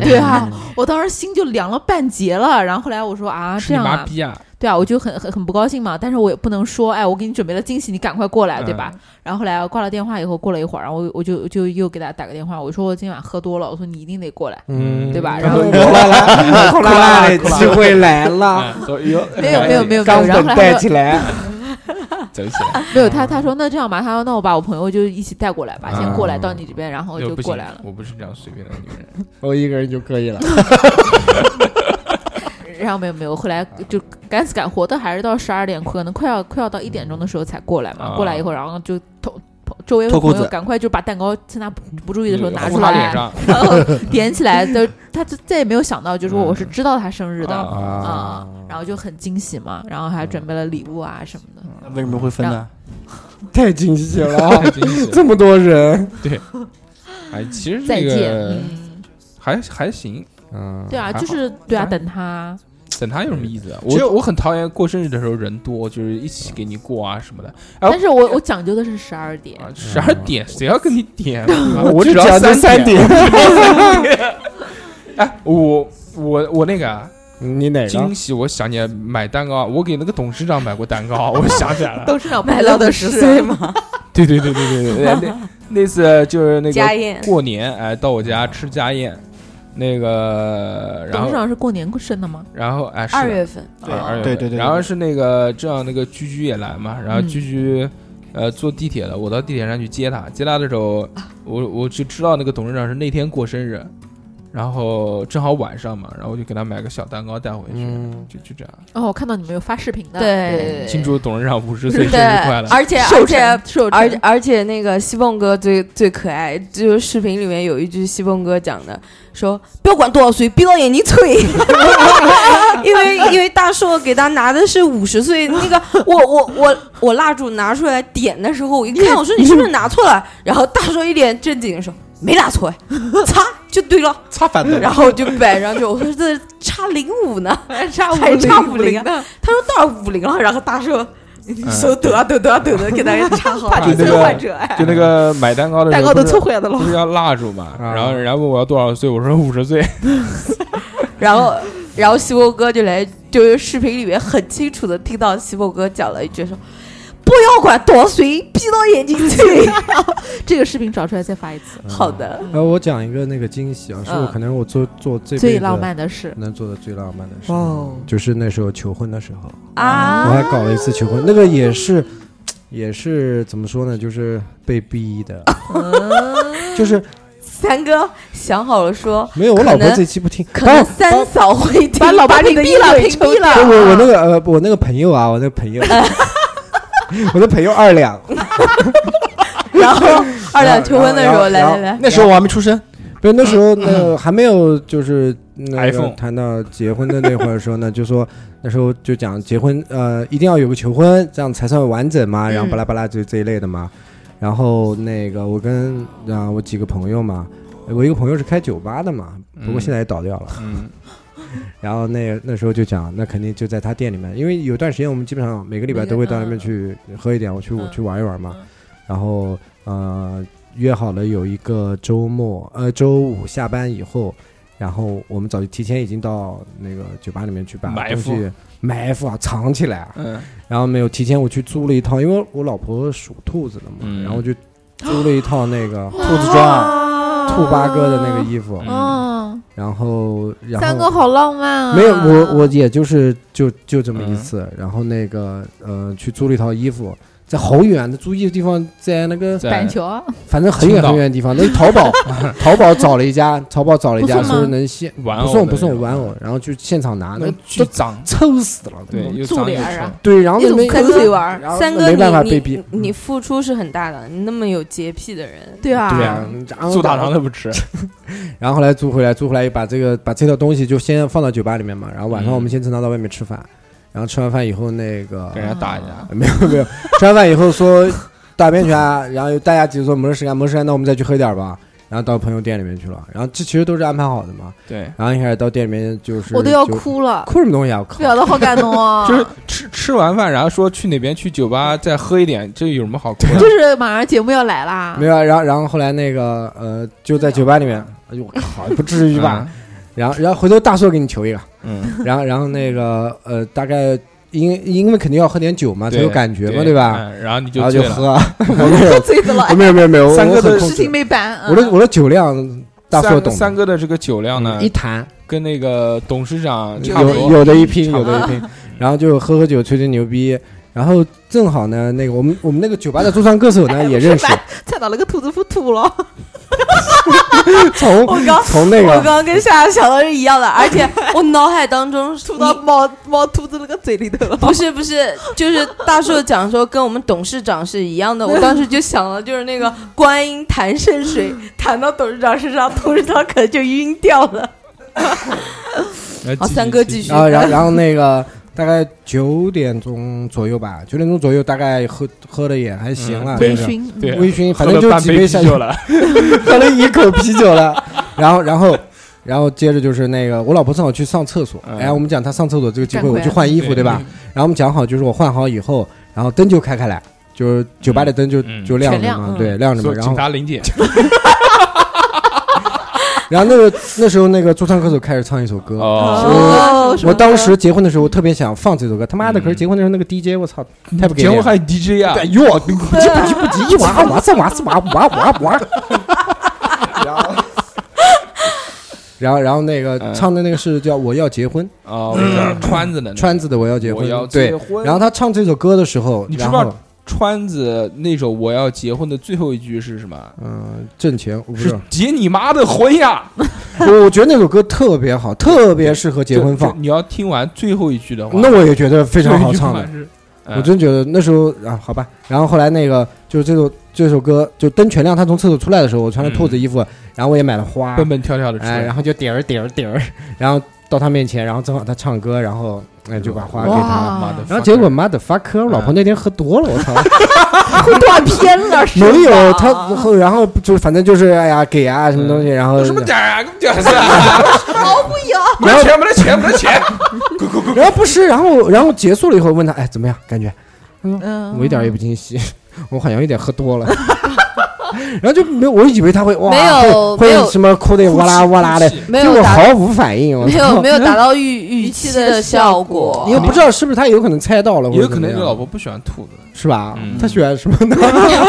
S3: 对啊，我当时心就凉了半截了。然后后来我说啊，
S1: 是
S3: 这
S1: 你
S3: 样
S1: 妈
S3: 啊，
S1: 逼啊！
S3: 对啊，我就很很很不高兴嘛。但是我也不能说，哎，我给你准备了惊喜，你赶快过来，对吧？然后后来挂了电话以后，过了一会儿，然后我我就就又给他打个电话，我说我今晚喝多了，我说你一定得过来，
S1: 嗯
S3: 对吧？然
S2: <laughs>
S3: 后
S2: 来了，后来了，机会来了，
S3: <laughs>
S1: 啊，所以有
S3: 没有没有没有没有，
S2: 钢
S3: 然后
S2: 本
S3: 后来
S2: 带
S3: 他说
S2: 起来，
S1: 整起来，
S3: 没有他他说那这样吧，他说那我把我朋友就一起带过来吧，先过来到你这边，然后
S1: 又
S3: 就
S1: 不
S3: 过
S1: 行
S3: 来了。
S1: 我不是这样随便的女人。
S2: 我一个人就可以了。
S3: 然后没有没有，后来就赶死赶活的，还是到十二点，可能快要快要到一点钟的时候才过来嘛。
S1: 啊
S3: 过来以后，然后就偷。偷周围的
S5: 脱裤
S3: 朋友
S5: 子
S3: 赶快就把蛋糕趁他不不注意的时候拿
S1: 呼
S3: 出
S1: 嗯哦他脸
S3: 来，
S1: 上
S3: 然后点起来，就他就再也没有想到，就是
S2: 嗯
S3: 我是知道他生日的啊、
S1: 啊，
S3: 然后就很惊喜嘛，然后还准备了礼物啊什么
S2: 嗯
S3: 的。
S5: 为什么会分呢？
S2: <laughs> 太惊
S3: 嗯
S2: 喜了
S1: 太，惊啊 <laughs> 喜了！
S2: 这么多人，
S1: 哎，其实
S3: 再
S1: 这
S3: 见，
S1: 个
S3: 嗯，
S1: 还还行，
S2: 嗯，
S3: 对啊，
S1: 还好
S3: 就是对啊，
S1: 反
S3: 等他，
S1: 等他有什么意思啊？
S8: 其实
S1: 我我很讨厌过生日的时候人多，就是一起给你过啊什么的。哎
S3: 但是我我讲究的是十二点，
S1: 啊，十二点谁要跟你点？啊
S2: 我
S1: 只
S2: 只
S1: 要
S2: 讲究三
S1: 点。
S2: 点，
S1: <laughs> 哎，我我我那个啊
S2: 你哪个
S1: 惊？喜，我想起来买蛋糕，啊我给那个董事长买过蛋糕，啊我想起来了。
S3: 董事长
S7: 买到的十岁
S3: 嘛，
S7: 嘛，
S1: 对对对对 <laughs> 对对，那那次就是那
S6: 家
S1: 个
S6: 宴
S1: 过年，哎，到我家吃家宴，那个然
S3: 董事
S1: 后
S3: 长是过年生的吗？
S1: 然后哎是的
S6: 二月份，
S1: 对二月
S8: 对
S1: 份
S8: 对对对
S1: 然后是那个这样，那个居居也来嘛，然后
S3: 嗯
S1: 居居。呃，坐地铁了，我到地铁上去接他。接他的时
S3: <laughs>
S1: 候，我我就知道那个董事长是那天过生日，然后正好晚上嘛，然后我就给他买个小蛋糕带回去，
S2: 嗯
S1: 就就这样。
S3: 哦，我看到你们有发视频的，
S6: 啊对
S1: 庆祝董事长五十岁
S6: 对
S1: 生日快乐！
S6: 而且
S3: 瘦
S6: 而且
S3: 成瘦成
S6: 而且而且那个西凤哥最最可爱，就是视频里面有一句西凤哥讲的，说不要管多少岁，闭到眼睛吹，因为因为大硕给他拿的是五十岁那个， <laughs> 我我我我蜡烛拿出来点的时候，我一看我说你是不是拿错了？然后大硕一脸正经地说没拿错，哎擦就对了，
S8: 擦反的。
S6: 然后我就摆上去，我说这差零五呢，
S3: 还差五
S6: 还差
S3: 五
S6: 五零
S3: 的，
S6: 啊他说到五零了，然后大
S2: 哎
S6: 硕手抖啊抖抖啊抖的给他插
S2: <laughs>
S6: 好，
S1: 帕金森患
S6: 者哎。
S1: 就那个买蛋糕的时
S3: 蛋
S1: 候，
S3: 糕都
S1: 不是
S3: 凑回来的了
S1: 不。是要蜡烛嘛？
S2: 啊
S1: 然后人家问我要多少岁，我说五十岁。
S6: 然后，然后西凤哥就来，就是视频里面很清楚的听到西凤哥讲了一句说：“不要管多随，闭到眼 <laughs> 睛去。
S3: 这个视频找出来再发一次。”
S6: 好的，
S2: 哎，我讲一个那个惊喜啊，是我
S3: 嗯
S2: 可能我做做这辈子
S3: 最浪漫的事，
S2: 能做的最浪漫的事，
S7: 哦
S2: 就是那时候求婚的时候，我还
S6: 啊，
S2: 搞了一次求婚，那个也是，也是怎么说呢，就是被逼的， <laughs> 就是
S6: 三哥想好了说，
S2: 没有我
S6: 可
S2: 老婆
S6: 能
S2: 这期不听，
S6: 可能
S2: 哎
S6: 三嫂会听
S3: 把老
S6: 把
S3: 爸屏
S6: 你的
S3: 蔽了，
S6: 音乐
S3: 屏
S6: 抽
S3: 蔽
S2: 不
S3: 了。
S2: 我我那个呃我那个朋友啊，我那个朋友，我的朋友二两，
S6: 然后二两求婚的时候，来
S2: 然后
S6: 来来，
S8: 那时候我还没出生，
S2: 不是那时候
S1: <laughs>
S2: 呢，还没有就是那个
S1: iPhone
S2: 谈到结婚的那会儿的时候呢，就说那时候就讲结婚呃一定要有个求婚，这样才算完整嘛，然后
S6: 嗯
S2: 巴拉巴拉这这一类的嘛。然后那个我跟啊、我几个朋友嘛，我一个朋友是开酒吧的嘛，不
S1: 嗯
S2: 过现在也倒掉了。
S1: 嗯，
S2: 然后那那时候就讲，那肯定就在他店里面，因为有段时间我们基本上每个礼拜
S3: 每个
S2: 都会到那边
S3: 嗯
S2: 去喝一点，我去我
S3: 嗯
S2: 去玩一玩嘛
S3: 嗯。
S2: 然后呃约好了有一个周末，呃周五下班以后，然后我们早就提前已经到那个酒吧里面去把
S1: 埋
S2: 东
S1: 伏
S2: 西埋伏啊藏起来啊。
S1: 嗯，
S2: 然后没有提前我去租了一套，因为我老婆属兔子的嘛，
S1: 嗯
S2: 然后就租了一套那
S3: <gasps>
S2: 个
S8: 兔子装啊，
S2: 兔八哥的那个衣服，
S3: 嗯，
S2: 然后然后
S3: 三哥好浪漫
S6: 嗯
S3: 啊！
S2: 没有，我我也就是就就这么
S1: 嗯
S2: 一次，然后那个呃，去租了一套衣服，在好远的租衣服地方，在那个
S1: 在
S3: 板球啊
S2: 反正很
S1: 青
S2: 远
S1: 岛
S2: 很远的地方，那
S1: <laughs>
S2: 淘宝淘宝找了一家，淘宝找了一家
S3: 不送吗
S2: 说能现
S1: 玩
S2: 不
S1: 偶
S2: 送
S1: 的
S2: 不送
S1: 那种
S2: 玩偶，然后去现场拿，那
S1: 那巨
S2: 都
S1: 脏，
S2: 臭死了，
S1: 对，又
S3: 助
S1: 脏又
S3: 理儿
S1: 臭
S3: 啊。
S2: 对，然后
S6: 一
S2: 那
S6: 种
S2: 没
S6: 坑嘴玩儿
S2: 然后
S6: 三
S2: 那
S6: 哥，
S2: 没办法
S6: 你
S2: 被逼
S6: 你你付出是很大的，你那么有洁癖的人，
S3: 对啊，
S2: 对啊，
S6: 嗯
S2: 然后
S1: 做大肠都不
S2: <laughs>
S1: 吃，
S2: 然后后来租回来，租回来又把这个把这套东西就先放到酒吧里面嘛，然后晚
S1: 嗯
S2: 上我们先正常到外面吃饭，然后吃完饭以后那个
S1: 给人
S3: 啊
S1: 家打一架。
S2: <laughs> 没有没有，吃完饭以后说打边拳啊，然后大家几个说没事干没哎事干，那我们再去喝点儿吧。然后到朋友店里面去了，然后这其实都是安排好的嘛。
S1: 对，
S2: 然后一开始到店里面就是
S3: 我都要
S2: 就
S3: 哭了，
S2: 哭什么东西啊！我靠，
S3: 表的好感动 <laughs> 啊！
S1: 就是吃吃完嗯饭，然后说去哪边去酒吧再喝一点，这有什么好哭
S3: 就
S1: 的？
S3: 是马上节目要来啦
S2: 没，有啊。然后然后后来那个呃就在酒吧里面，哎呦我靠，不至于吧？
S1: 嗯？
S2: 然后然后回头大硕给你求一个，
S8: 嗯，
S2: 然后然后那个呃，大概因因为肯定要喝点酒嘛，才有感觉嘛，对吧？
S1: 嗯然后你就
S2: 然后就
S1: 醉了，
S2: 喝，我没有
S7: 醉的了，
S2: 我没有没有没有，我
S1: 三哥
S2: 我很
S1: 的
S2: 控
S7: 事情
S2: 制，
S7: 没办。嗯
S2: 我的我的酒量大硕
S1: 三
S2: 懂的，
S1: 三哥的这个酒量呢
S2: 嗯一，坛
S1: 跟那个董事长差不
S2: 有
S1: 多。
S2: 有的一拼，
S1: 差
S2: 有
S1: 不多 <laughs>
S2: 的一拼，然后就喝喝酒，吹吹牛逼。然后正好呢，那个我们我们那个酒吧的驻唱歌手呢也
S6: <laughs>
S2: 认识，
S7: 踩到了个兔子夫吐了，
S2: 从
S6: 我刚
S2: 从那
S6: 我
S2: 个
S6: 刚跟夏夏想的是一样的，而且我脑海当中
S7: 吐到
S6: 你
S7: 猫猫兔子那个嘴里头了。
S6: <laughs> 不是不是，就是大硕讲说跟我们董事长是一样的，我当时就想了，就是那个观音弹圣水，弹到董事长身上，董事长可能就晕掉了。
S1: 来
S6: 好，三哥继续。
S2: 啊，然后然后那个大概九点钟左右吧，九点钟左右大概喝喝的也还行了，
S1: 嗯
S2: 那
S3: 微
S2: 个
S3: 醺，嗯
S1: 对
S2: 微醺，
S1: 喝
S2: 反
S1: 了
S2: 正就
S1: 半
S2: 几
S1: 杯
S2: 杯
S1: 啤
S2: 下
S1: 酒
S2: 去，
S1: 了，
S2: 喝了一口啤酒
S1: <laughs>
S2: 了，然后然后。然后接着就是那个，我老婆正好去上厕所，
S1: 嗯
S2: 哎，我们讲她上厕所这个机
S3: 干
S2: 会，
S3: 亏
S2: 我
S3: 啊
S2: 去换衣服，对吧？？然后我们讲好，就是我换好以后，然后灯就开开来，就是酒吧的灯就
S1: 嗯
S2: 就亮
S3: 全
S2: 着
S3: 亮
S2: 嘛
S3: 嗯，
S2: 对，亮着嘛。
S1: 说
S2: 然
S1: 警
S2: 后
S1: 察临检，
S2: <laughs> 然后那个那时候那个驻唱歌手开始唱一首歌，
S1: 哦，
S6: 哦，
S2: 我当时结婚的时候特别想放这首歌，他妈的！可是结婚的时候那个 DJ 我操，太不给
S1: 结
S2: 脸
S1: 婚
S2: 了。
S1: 还有 DJ 啊
S2: 哎？呦，不急不急不急，一娃娃再娃再娃娃娃娃。然后，然后那个
S1: 嗯
S2: 唱的那个是叫《我要结婚
S1: 哦，我知
S2: 啊嗯
S1: 道川子的》，
S2: 川子的《我要结
S1: 我
S2: 婚
S1: 要》
S2: 对
S1: 结。婚，
S2: 然后他唱这首歌的时候，
S1: 你知
S2: 然
S1: 不知道
S2: 后
S1: 川子那首《我要结婚》的最后一句是什么？
S2: 嗯，挣钱我不
S1: 是
S2: 是，
S1: 结你妈的婚呀！
S2: <laughs> 我觉得那首歌特别好，特别适合结婚
S1: 就
S2: 放
S1: 就。你要听完最后一句的话，
S2: 那我也觉得非常好
S1: 最后
S2: 唱
S1: 一
S2: 的
S1: 句，话是。嗯
S2: 我真觉得那时候啊，好吧。然后后来那个就是这首这首歌，就灯全亮，他从厕所出来的时候，我穿着兔子衣
S1: 嗯
S2: 服，然后我也买了花，
S1: 蹦蹦跳跳的出
S2: 哎，
S1: 来
S2: 然，后就点儿点儿点儿， <laughs> 然后到他面前，然后正好他唱歌，然后哎就把花给他了。
S3: 哇
S1: 妈的，
S2: 然后结果妈的 fuck，我老婆
S1: 嗯
S2: 那天喝多了，我
S1: <laughs>
S2: 操，
S7: 断片
S3: <laughs>
S7: 了是吧
S2: 没有他，然后然后就是反正就是哎呀给啊什么东西，然后
S1: 有什么点儿啊？根本就是啊，
S6: <laughs>
S1: 没
S2: 然后
S1: 钱，没得钱，没得钱。
S2: 然后不是，然后然后结束了以后问他哎怎么样感觉，
S3: 嗯，
S2: 我一点儿也不惊喜， <laughs> 我好像有点喝多了。 <laughs> 然后就没有，我以为他会哇，
S6: 没有
S2: 会
S6: 没
S2: 会
S6: 有
S2: 什么哭的哇啦哇啦的，
S6: 没
S2: 结果
S6: 有达
S2: 毫无反应，我
S6: 没有
S2: 操
S6: 没有达到预预期的效果
S2: 你。又不知道是不是他有可能猜到了，
S1: 也有可能
S2: 你
S1: 你老婆不喜欢兔子，
S2: 是吧
S1: 嗯？
S2: 啊他喜欢什么呢？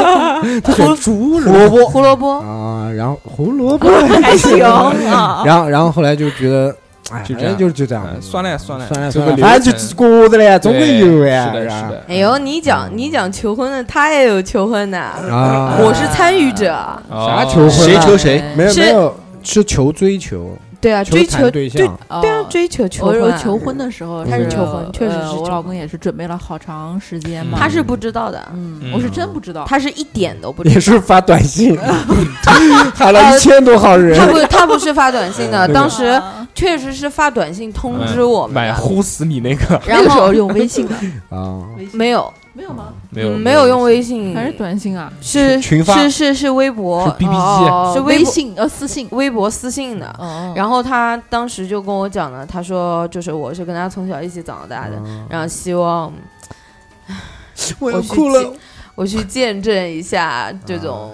S2: <laughs> 他喜欢猪是吧
S6: 萝卜，胡萝
S2: <laughs>
S6: 卜，
S2: 啊，然后胡萝卜，
S7: 还行
S3: 哎
S7: 啊，
S2: 然后然后后来就觉得，哎，
S1: 就这
S2: 反正
S1: 样
S2: 就是就
S1: 嗯
S2: 这样，
S1: 算了算了
S2: 算了
S1: 这
S2: 算
S1: 个
S2: 了，
S1: 流
S2: 反正
S1: 程
S2: 就过的嘞，总归有
S1: 呀
S2: 呀，，
S1: 是的，
S2: 吧
S1: 是的。
S6: 哎呦，你讲你讲求婚的，他也有求婚的，
S2: 啊，
S6: 我是参与
S8: 嗯
S6: 者。
S1: 哦
S2: 啥求婚
S8: 谁
S2: 啊
S8: 求谁？
S3: 哎
S2: 没有
S6: 是
S2: 没有是求追求，
S6: 对啊，追
S2: 谈
S6: 求
S2: 对
S6: 对
S2: 象，
S3: 哦
S6: 对啊，追求求
S3: 我
S6: 婚
S3: 我
S6: 啊，
S3: 求婚的时候，
S2: 他是求
S6: 婚确实是
S3: 呃
S6: 求
S3: 我
S6: 婚
S3: 老公也是准备了好长时间嘛。
S6: 他是不知道的，
S3: 嗯
S1: 嗯，
S3: 我是真不知道。
S6: 他是一点都不知道
S2: 也。是发短
S6: <laughs>
S2: 信， <laughs> 喊了一千多号人
S6: 他，不， <laughs> 他不是发短信的，
S2: 嗯
S6: 当时确实是发短信通知我们
S1: 买
S6: 的，
S1: 呼死你那
S2: <laughs>
S1: 个
S3: 那
S6: 然
S3: 个时
S6: 后
S3: 候用微
S6: <laughs>
S3: 信的，
S2: 啊，
S6: 没有
S3: 没有吗？
S1: 没有
S6: 嗯没有用微信，
S3: 还是短信啊？
S6: 是
S8: 群发
S6: 是是是微博
S1: B B 机，
S3: 哦
S6: 是微
S3: 微
S6: 博
S3: 信呃私信。
S6: 微博私信的。
S3: 哦，
S6: 然后他当时就跟我讲了，他说就是我是跟他从小一起长大的，
S2: 啊
S6: 然后希望
S2: 我
S6: 要
S2: 要
S6: 哭
S2: 哭
S6: 了
S2: 了，
S6: 我去见证一下这种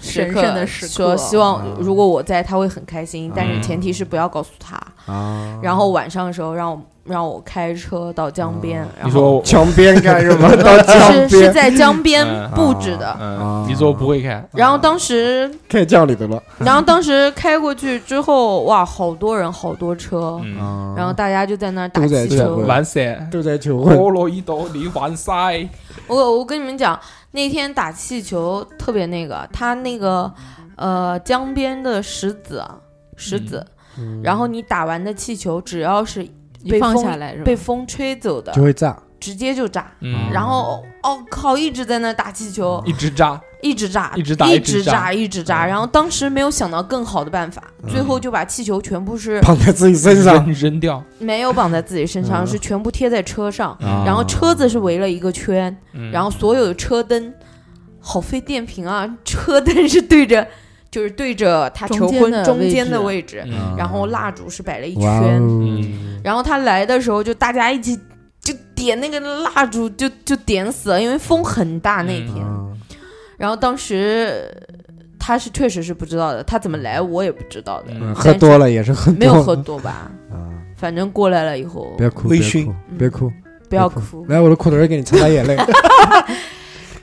S6: 时
S3: 神
S6: 刻。
S3: 圣的时刻
S6: 说希望
S2: 啊
S6: 如果我在，他会很开心，但是前提是不要告诉他。
S2: 啊
S6: 然后晚上的时候让我让我开车到江边，然
S1: 你
S6: 后
S1: 说
S2: 墙边干什
S3: <laughs>
S2: 么？到
S6: 是
S2: 墙
S6: 是
S2: 边
S6: 在江边
S1: 嗯
S6: 布置的。
S8: 啊
S1: 嗯，你说我不会开，啊
S6: 然后当时，
S2: 开酱里头了，
S6: 然后当时开过去之后，哇，好多人，好多车，
S1: 嗯，
S2: 啊
S6: 然后大家就在那儿打
S2: 都在
S6: 汽
S2: 对
S6: 车。
S2: 对
S1: 完赛，
S2: 都在求婚，
S1: 菠萝一刀你完赛，
S6: 我我跟你们讲，那天打气球特别那个，它那个呃江边的石子啊，石子，
S1: 嗯
S6: 然后你打完的气球，只要是
S3: 一
S6: 被
S3: 放
S6: 封
S3: 下来是吧？
S6: 被风吹走的
S2: 就，会炸。
S6: 直接就炸。
S1: 嗯，
S6: 然后哦靠，一直在那打气球，
S1: 一直扎，
S6: 一直炸，
S1: 一直打
S6: 一
S1: 一直
S6: 直
S1: 炸嗯
S6: 炸，一直炸。然后当时没有想到更好的办法，最后就把气球全部是
S2: 绑在自己身上，
S1: 扔扔掉，
S6: 没有绑在自己身上，
S2: 嗯
S6: 是全部贴在车上。
S1: 啊
S6: 然后车子是围了一个圈，
S1: 嗯
S6: 然后所有的车灯，好费电瓶啊！车灯是对着， <laughs> 就是对着他求
S3: 中间
S6: 婚
S3: 的
S6: 中间
S3: 位置
S6: 的位置，
S1: 嗯
S6: 然后蜡烛是摆了一
S2: 哇
S6: 圈。
S2: 哦
S1: 嗯
S6: 然后他来的时候，就大家一起就点那个蜡烛，就就点死了，因为风很大那
S1: 嗯
S6: 天。然后当时呃他是确实是不知道的，他怎么来我也不知道的，
S2: 嗯，
S1: 嗯，
S2: 喝多了也是喝多了，
S6: 没有喝多吧？
S2: 啊，
S6: 反正过来了以后，
S2: 别哭，
S8: 微
S2: 别
S8: 醺
S2: 哭，别哭，
S6: 不要
S2: 别
S6: 哭，
S2: 来我的裤腿儿给你擦擦眼泪。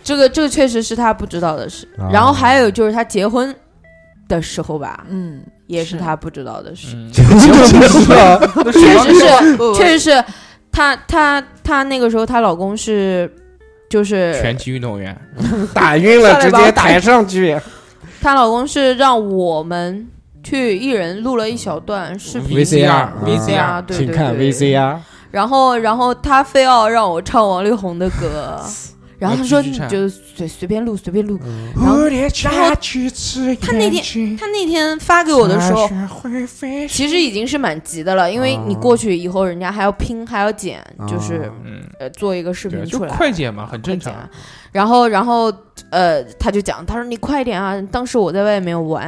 S6: 这个这个确实是他不知道的事。
S2: 啊
S6: 然后还有就是他结婚的时候吧，
S3: 嗯，
S6: 也是他不知道的事，
S1: 嗯
S2: 这个不知道，
S1: 那
S6: <laughs> 确
S1: 谁
S6: 实
S7: <laughs>
S6: 是
S7: 不
S6: 确实是她她她那个时候她老公是就是
S1: 拳击运动员，
S2: 打晕了
S6: 上来
S2: 直
S6: 把我
S2: 接
S6: 打
S2: 抬上去。
S6: 她老公是让我们去一人录了一小段视
S1: 嗯
S6: 频
S2: VCR
S6: VCR 对对
S2: 请看
S6: 对
S2: VCR，
S6: 然后然后她非要让我唱王力宏的
S1: <laughs>
S6: 歌，然后她说
S1: 继续
S6: 你
S1: 唱
S6: 就随随便录随便录。
S2: 嗯
S6: 然后
S2: 然后
S6: 他那天她那天发给我的时候，其实已经是蛮急的了，因为
S1: 哦
S6: 你过去以后，人家还要拼还要剪，就是
S2: 啊
S1: 嗯，
S6: 呃做一个视
S1: 对，
S6: 频
S1: 就
S6: 出来。
S1: 快剪嘛，很正
S6: 快
S1: 常
S6: 剪。然后，然后，呃，他就讲，他说你快点啊！当时我在外面玩，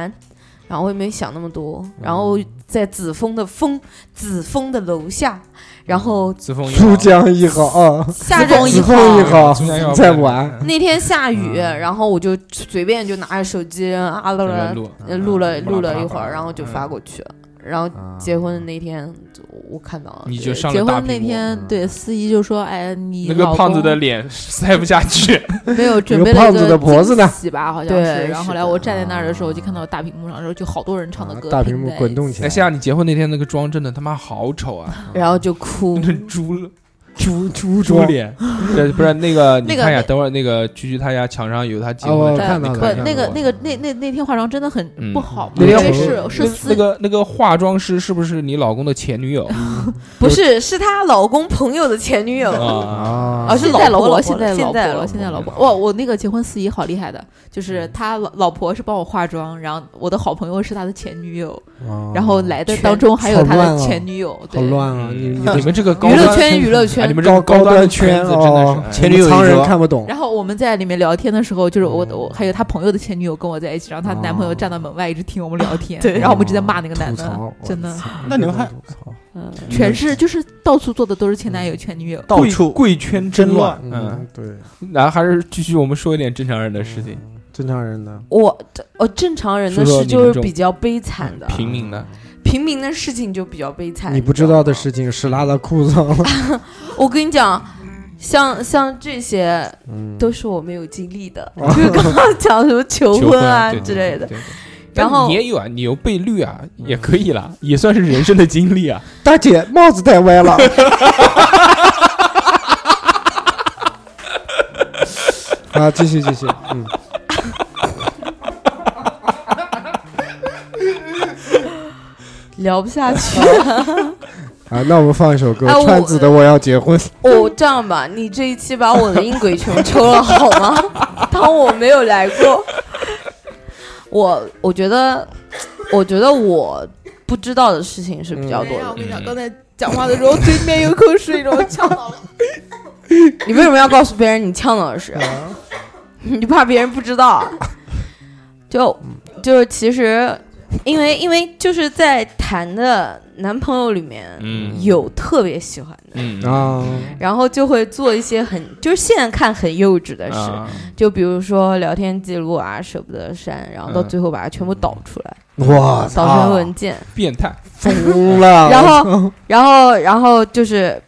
S6: 然后我也没想那么
S1: 嗯
S6: 多，然后在紫峰的峰，紫峰的楼下，然后
S1: 自封
S2: 珠江一号啊，
S6: 下着
S2: 风一号
S6: 雨
S2: 一号
S1: 珠江一号
S2: 在玩
S6: 那天下雨，
S1: 嗯
S6: 然后我就随便就拿着手机啊啦啦
S1: 录
S6: 呃录了录了一会
S1: 嗯
S6: 儿，然后就发过去了。然后啊结婚的那天，我看到了，
S1: 你就
S6: 对
S1: 上
S3: 结
S1: 了大
S3: 婚
S1: 屏
S3: 那
S1: 幕。
S3: 天，对司仪就说：“哎，你
S1: 那个
S3: 老
S1: 胖子的
S3: 公
S1: 脸塞不下
S6: <laughs>
S1: 去，
S3: 没有准
S2: 有
S3: 备了
S2: 胖
S3: 一
S2: 子
S3: 个
S2: 的脖子呢
S3: 惊喜吧，好像
S6: 对
S3: 是。然后
S6: 是
S3: 后来
S6: 的
S1: 嗯
S3: 我站在那儿的时候，就看到大屏幕上，然后就好多人唱的
S2: 啊
S3: 歌，
S2: 大屏幕滚动起
S1: 哎，
S2: 来。
S1: 夏，你结婚那天那个妆真的他妈好丑
S6: <laughs>
S1: 啊，
S6: 然后就哭
S1: <laughs> 那，猪
S2: 猪猪
S1: 猪
S6: <laughs>
S2: 桌
S1: 脸，对，不是那个，你
S6: 那个
S1: 看一下，
S6: 那
S1: 等会儿那个居居他家墙上有他结
S2: 啊我
S1: 婚的照
S2: 看
S1: 片，
S2: 到
S1: 你
S2: 了
S3: 不
S1: 看一，下
S3: 那个那
S1: 我
S3: 个那那那天化妆真的很
S1: 嗯
S3: 不好嘛，
S2: 那天
S3: 因为
S2: 我
S3: 是是司
S1: 那个那个化妆师是不是你老公的前女友
S6: 不是是她老公朋友的
S1: <laughs>
S6: 前女友，
S1: 啊？
S2: 啊
S6: 啊是
S3: 现
S6: 老
S3: 在
S6: 婆
S3: 老
S6: 老婆
S3: 现在
S6: 现
S3: 老
S6: 在
S3: 婆
S6: 老
S3: 了，
S2: 嗯
S3: 现在老
S1: 婆
S3: 婆。哇，我那个结婚司仪好厉害的，就是他老老婆是帮我化妆，然后我的好朋友是他的前女友，然后来的
S6: 全
S3: 当中还有
S2: 好
S3: 他
S2: 哦乱
S3: 的
S2: 哦
S3: 前女友，
S2: 好
S3: 对，
S2: 乱啊！
S1: 嗯
S2: 你你
S1: 你
S2: 的
S1: 们这个高
S6: 娱乐
S1: 端
S6: 圈娱乐
S1: 哎，
S6: 圈
S1: 你们这
S2: 高
S1: 个
S2: 高
S1: 端
S2: 端
S1: 的圈
S2: 圈
S1: 子真的
S2: 哦
S1: 是
S8: 前女友一
S2: 常人
S8: 说
S2: 看不懂。
S3: 然后我们在里面聊天的时候，就是
S2: 嗯
S3: 我的我还有她朋友的前女友跟我在一起，然后她男朋友站到门外一直听我们聊天，
S6: 对
S3: 然后我们一直在骂那个男
S2: 哦吐槽
S3: 的，真的，
S5: 那你们还
S6: 嗯
S3: 全是就是到处坐的都是前男友前女友，
S8: 到
S1: 贵
S8: 处
S1: 贵圈真乱，嗯
S2: 嗯，，对，
S1: 然后还是继续我们说一点正常人的事情，
S2: 正常人的
S6: 我我正常人的
S1: 说说
S6: 事
S1: 你
S6: 就
S1: 们
S6: 是
S1: 这
S6: 比较悲惨的，
S1: 平民的，
S6: 平民的事情就比较悲惨。
S2: 你不知
S6: 知
S2: 道的
S6: 吗，
S2: 事情，屎拉到裤子上了。
S6: 我跟你讲，像像这些
S2: 嗯，
S6: 都是我没有经历的，就是刚刚讲什么求
S1: 哦求
S6: 婚啊
S1: 对对
S6: 之类的。
S1: 对对
S6: 然后
S1: 但你也有啊，你有被绿啊，也可以啦，也算是人生的经历啊。
S2: 大姐帽子戴歪了，啊，继续继续，嗯，
S6: 聊不
S1: <laughs>
S6: 下去。
S2: 啊，那我们放一首歌
S6: 哎，我
S2: 川子的《我要结婚》，
S6: 哦，这样吧，你这一期把我的音轨全抽了好吗？ <laughs> 当我没有来过。我我觉得，我觉得我不知道的事情是比较
S1: 嗯
S6: 多的。
S7: 我跟你讲，
S2: 嗯
S7: 刚才讲话的时候嘴里面有口水，然后呛到了。
S6: <laughs> 你为什么要告诉别人你呛到的事？ <laughs> 你怕别人不知道啊？就就是其实，因为因为就是在谈的男朋友里面，
S1: 嗯
S6: 有特别喜欢的，
S1: 嗯
S2: 啊，
S6: 然后就会做一些很就是现在看很幼稚的事，
S1: 啊
S6: 就比如说聊天记录啊，舍不得删，然后到
S1: 嗯
S6: 最后把它全部导出来，
S2: 哇
S6: 导
S2: 操
S6: 成，文件，
S1: 变
S6: <laughs>
S1: 态，
S2: 疯了，
S6: 然后然后然后就是，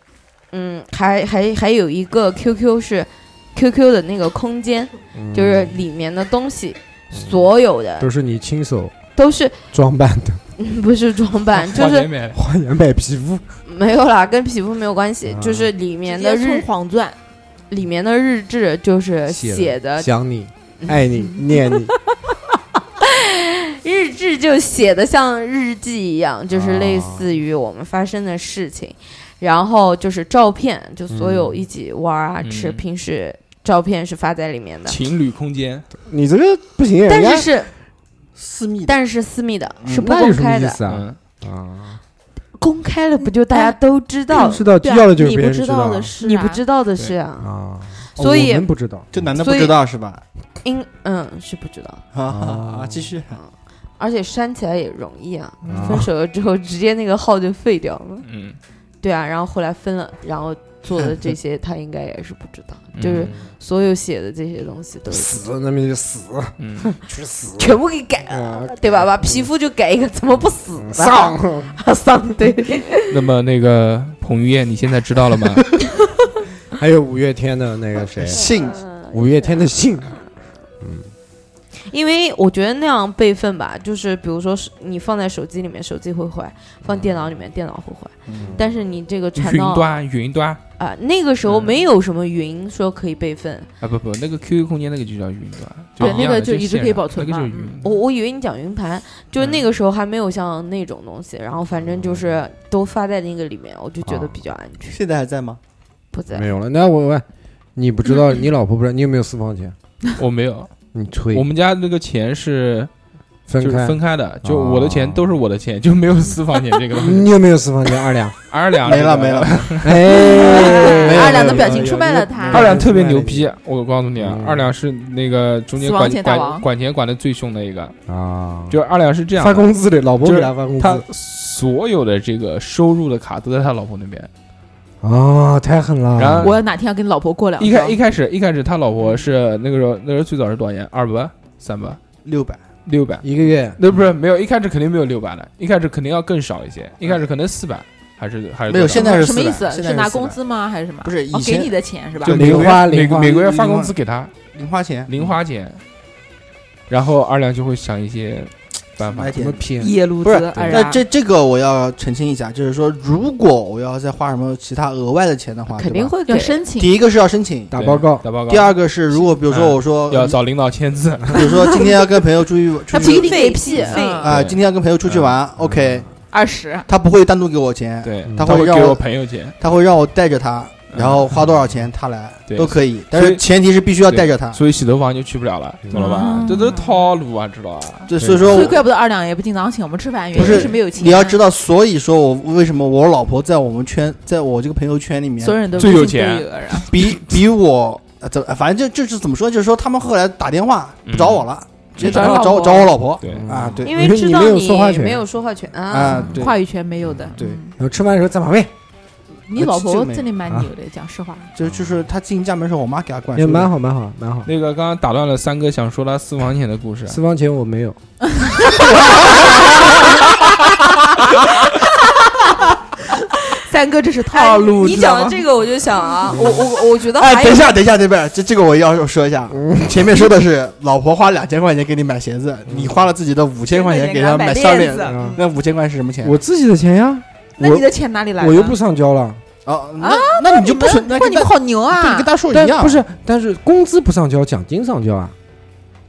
S6: 嗯，还还还有一个 QQ 是 QQ 的那个空间，
S2: 嗯
S6: 就是里面的东西，所有的
S2: <laughs> 都是你亲手
S6: 都是 <laughs>
S2: 装扮的，
S6: 不是装
S2: <laughs>
S6: 扮，就
S1: 花
S6: 是
S1: 钱买的
S2: 花言买皮肤，
S6: 没有啦，跟皮肤没有关系，
S2: 啊
S6: 就是里面
S3: 直
S6: 的
S3: 接冲
S6: 日
S3: 黄钻，
S6: 里面的日志就是
S2: 写的
S6: 呃写的
S2: 想你，爱你，念你，
S6: 日志就写的像日记一样，
S2: 啊
S6: 就是类似于我们发生的事情，然后就是照片，就所有一起玩啊、
S1: 嗯
S6: 吃，平时照片是发在里面的，
S1: 情侣空间，
S2: 你这个不行，人
S6: 但
S2: 家
S6: 是是
S5: 私密的，
S6: 但是是私密的，
S8: 嗯
S6: 是不
S2: 那有
S6: 公
S2: 什么
S6: 开
S2: 意
S6: 的，
S2: 思啊？
S1: 嗯，
S2: 啊，
S6: 公开了不就大家都知道
S2: 不，知道
S3: 对
S2: 要
S3: 啊，
S2: 的哎嗯就是
S3: 你
S2: 别
S3: 不
S2: 人
S3: 知
S2: 道
S3: 道
S2: 啊
S3: 的事，
S6: 你不知道的事啊，
S2: 啊，
S6: 所以
S2: 我们不知道，
S8: 这男的不
S6: 所以
S8: 知道是吧？
S6: 应嗯是不知道，
S8: 啊
S2: 啊
S8: 啊，继续。
S6: 而且删起来也容易啊，
S2: 啊
S6: 分手了之后直接那个号就废掉了，
S1: 嗯，
S6: 对啊，然后后来分了，然后做的这些，他应该也是不知
S2: <laughs>
S6: 道，
S2: 嗯
S6: 就是所有写的这些东西都是
S2: 死，那么就死，
S1: 嗯，
S2: 去死
S6: 全部给改了，
S2: 啊！
S6: 对吧？把皮肤就改一个，怎么不死呢？
S2: 丧，
S6: <laughs> 丧，
S2: <laughs>
S6: 对，
S1: 那么那个彭于晏，你现在知道了
S6: <laughs>
S1: 吗？
S2: 还有五月天的那个谁，啊
S5: 性
S2: 五月天的信，
S6: 因为我觉得那样备份吧，就是比如说是你放在手机里面，手机会坏；放电脑里面，电脑会坏。但是你这个传
S1: 云
S6: 到啊、
S1: 端，云端
S6: 那个时候
S1: 嗯
S6: 没有什么云说可以备份。
S1: 啊，不不，那个 QQ 空间那个就叫云端，
S3: 对
S1: 一样
S3: 那个
S1: 的
S3: 就
S1: 这
S3: 一直
S1: 线
S3: 可以
S1: 上
S3: 保存
S1: 那个就是
S3: 嘛
S1: 云
S6: 我我以为你讲云盘，就是
S1: 嗯
S6: 那个时候还没有像那种东西，然后反正就是都发在那个里面，我就觉得
S2: 啊
S6: 比较安全。
S5: 现在还在吗？
S6: 不在
S2: 没有了。那我问，你不知道，你老婆不知道，你有没有私房钱？
S1: 我没有，
S2: 你吹
S1: 我，们家那个钱是
S2: 分
S1: 就是
S2: 开。
S1: 分开的，就我的钱都是我的钱，就没有私房钱这个东
S2: <laughs>
S1: 西。
S2: 你有没有私房钱？二 <laughs> 两，
S1: 二两
S5: 没
S1: 这
S5: 了
S1: 个
S5: 没了，
S2: 哎，
S3: 啊
S6: 二两的表
S9: 没
S6: 情
S9: 有
S6: 出卖
S9: 没有
S6: 了他。
S1: 二两特别牛逼，我告诉你啊，
S2: 嗯
S1: 二两是那个中间
S3: 死亡
S1: 管
S3: 钱大
S1: 管
S3: 王
S1: 管钱管的最凶的一个，
S2: 啊，
S1: 就二两是这样
S2: 发
S1: 的，
S2: 工资的，老婆给他发工
S1: 他
S2: 资
S1: 所有的这个收入的卡都在他老婆那边。
S2: 啊，太狠了。
S5: 嗯
S1: 然后
S3: 我哪天要跟老婆过两
S1: 一开一
S3: 招，
S1: 开始一开始他老
S2: 嗯
S1: 婆是那个时候那时候最早是多少钱？二百、三百、
S5: 六百，
S1: 六百？
S2: 一个月
S1: 那不是没有，一开始肯定没有六百的，一开始肯定要更少一些，
S2: 嗯
S1: 一开始可能四百还是还是
S5: 没有
S1: 多少
S5: 现在是
S3: 什么意
S5: 400
S3: 思？
S5: 现在
S3: 是拿
S5: 400
S3: 工资吗？还是什么？
S5: 不是以
S3: 哦给
S5: 前
S3: 你的钱是吧？
S1: 就
S2: 零
S1: 每个
S2: 花
S1: 月每
S2: 零花
S1: 个每个月
S5: 零
S1: 发工
S5: 花
S1: 资给他
S5: 零花钱，
S1: 零花钱，然后二两就会想一些办法
S5: 买。
S2: 怎
S5: 点
S2: 么骗？
S3: 夜路
S5: 不
S3: 子
S5: 是，
S3: 哎
S5: 那
S3: 呀，
S5: 这这个我要澄清一下，就是说，如果我要再花什么其他额外的钱的话，
S6: 肯
S5: 对
S6: 定
S5: 吧。
S6: 会给
S3: 要。申请
S5: 第一个是要申请，
S2: 打
S1: 对
S2: 报告，
S1: 打报告。
S5: 第二个是如果比如说
S1: 嗯
S5: 我说，
S1: 要找领导签字，
S2: 嗯
S5: 比如说今天要跟朋友出去出
S3: 他不
S5: 去
S3: 一定给屁
S6: 费费
S3: 嗯
S5: 啊，
S1: 对
S5: 今天要跟朋友出去玩，OK，
S3: 二十，
S5: 他不会单独给我钱，
S1: 嗯对，
S2: 嗯
S1: 嗯
S5: 他
S1: 他
S5: 会
S1: 会
S5: 让
S1: 给我
S5: 我
S1: 朋友钱，
S5: 他会让我带着他，
S1: 嗯
S5: 然后花多少钱他来
S1: <laughs> 对
S5: 都可以，但是
S1: 所以
S5: 前提是必须要带着他。
S1: 所以洗头房就去不了了，懂了吧？
S3: 嗯
S1: 这都是套路啊，知道吧？
S5: 对，所以
S3: 所
S5: 说
S3: 以怪不得二两也不经常请我们吃饭，原
S5: 不
S3: 因
S5: 是
S3: 是没有钱。
S5: 你要知道，所以说我为什么我老婆在我们圈，在我这个朋友圈里面
S3: 所有人都
S1: 最有
S3: 不信
S1: 钱
S3: 不疑而然
S5: 比比我呃怎么反正就就是怎么说，就是说他们后来打电话
S1: 嗯
S5: 不找我了，直接打电话
S3: 找
S5: 找
S3: 老
S5: 我找我
S3: 婆
S5: 老婆
S1: 对，
S2: 嗯
S5: 啊，对
S6: 因为知道
S2: 你没有
S6: 你
S2: 说话权
S6: 没有说话权啊，
S5: 啊对，
S3: 话语权没有的。
S5: 对
S3: 嗯
S2: 然后吃饭的时候在旁边，
S3: 你老
S5: 这
S3: 婆
S5: 个没有啊
S3: 真的蛮牛的，讲实话。
S5: 就就是他进家门的时候，我妈给他灌
S2: 也
S5: 输
S2: 蛮
S5: 的。
S2: 好，蛮好，蛮好。
S1: 那个刚刚打断了三哥想说他私房钱的故事，
S2: 私房钱我没有，
S3: 三哥这是
S6: 哎
S3: 套路，
S6: 你
S3: 知道
S6: 讲的
S3: 吗
S6: 这个，我就想啊，我我我觉得
S5: 哎，
S6: 还
S5: 等
S6: 有
S5: 一下，等一下，这边这这个我要说一下。
S2: 嗯
S5: 前面说的是老婆花两千块钱给你买鞋子，你花了自己的五千块钱给她买项链。
S2: 啊
S5: 那五千块是什么钱？
S2: 我自己的钱呀，
S3: 那你的钱哪里来的？
S2: 我又不上交了。
S5: 哦，那那你就不存，那
S3: 哇，
S5: 跟
S3: 你们
S5: 大
S3: 好牛
S5: 对
S3: 啊
S5: 跟！大叔
S2: 但
S5: 一样，
S2: 不是，但是工资不上交，奖金上交啊。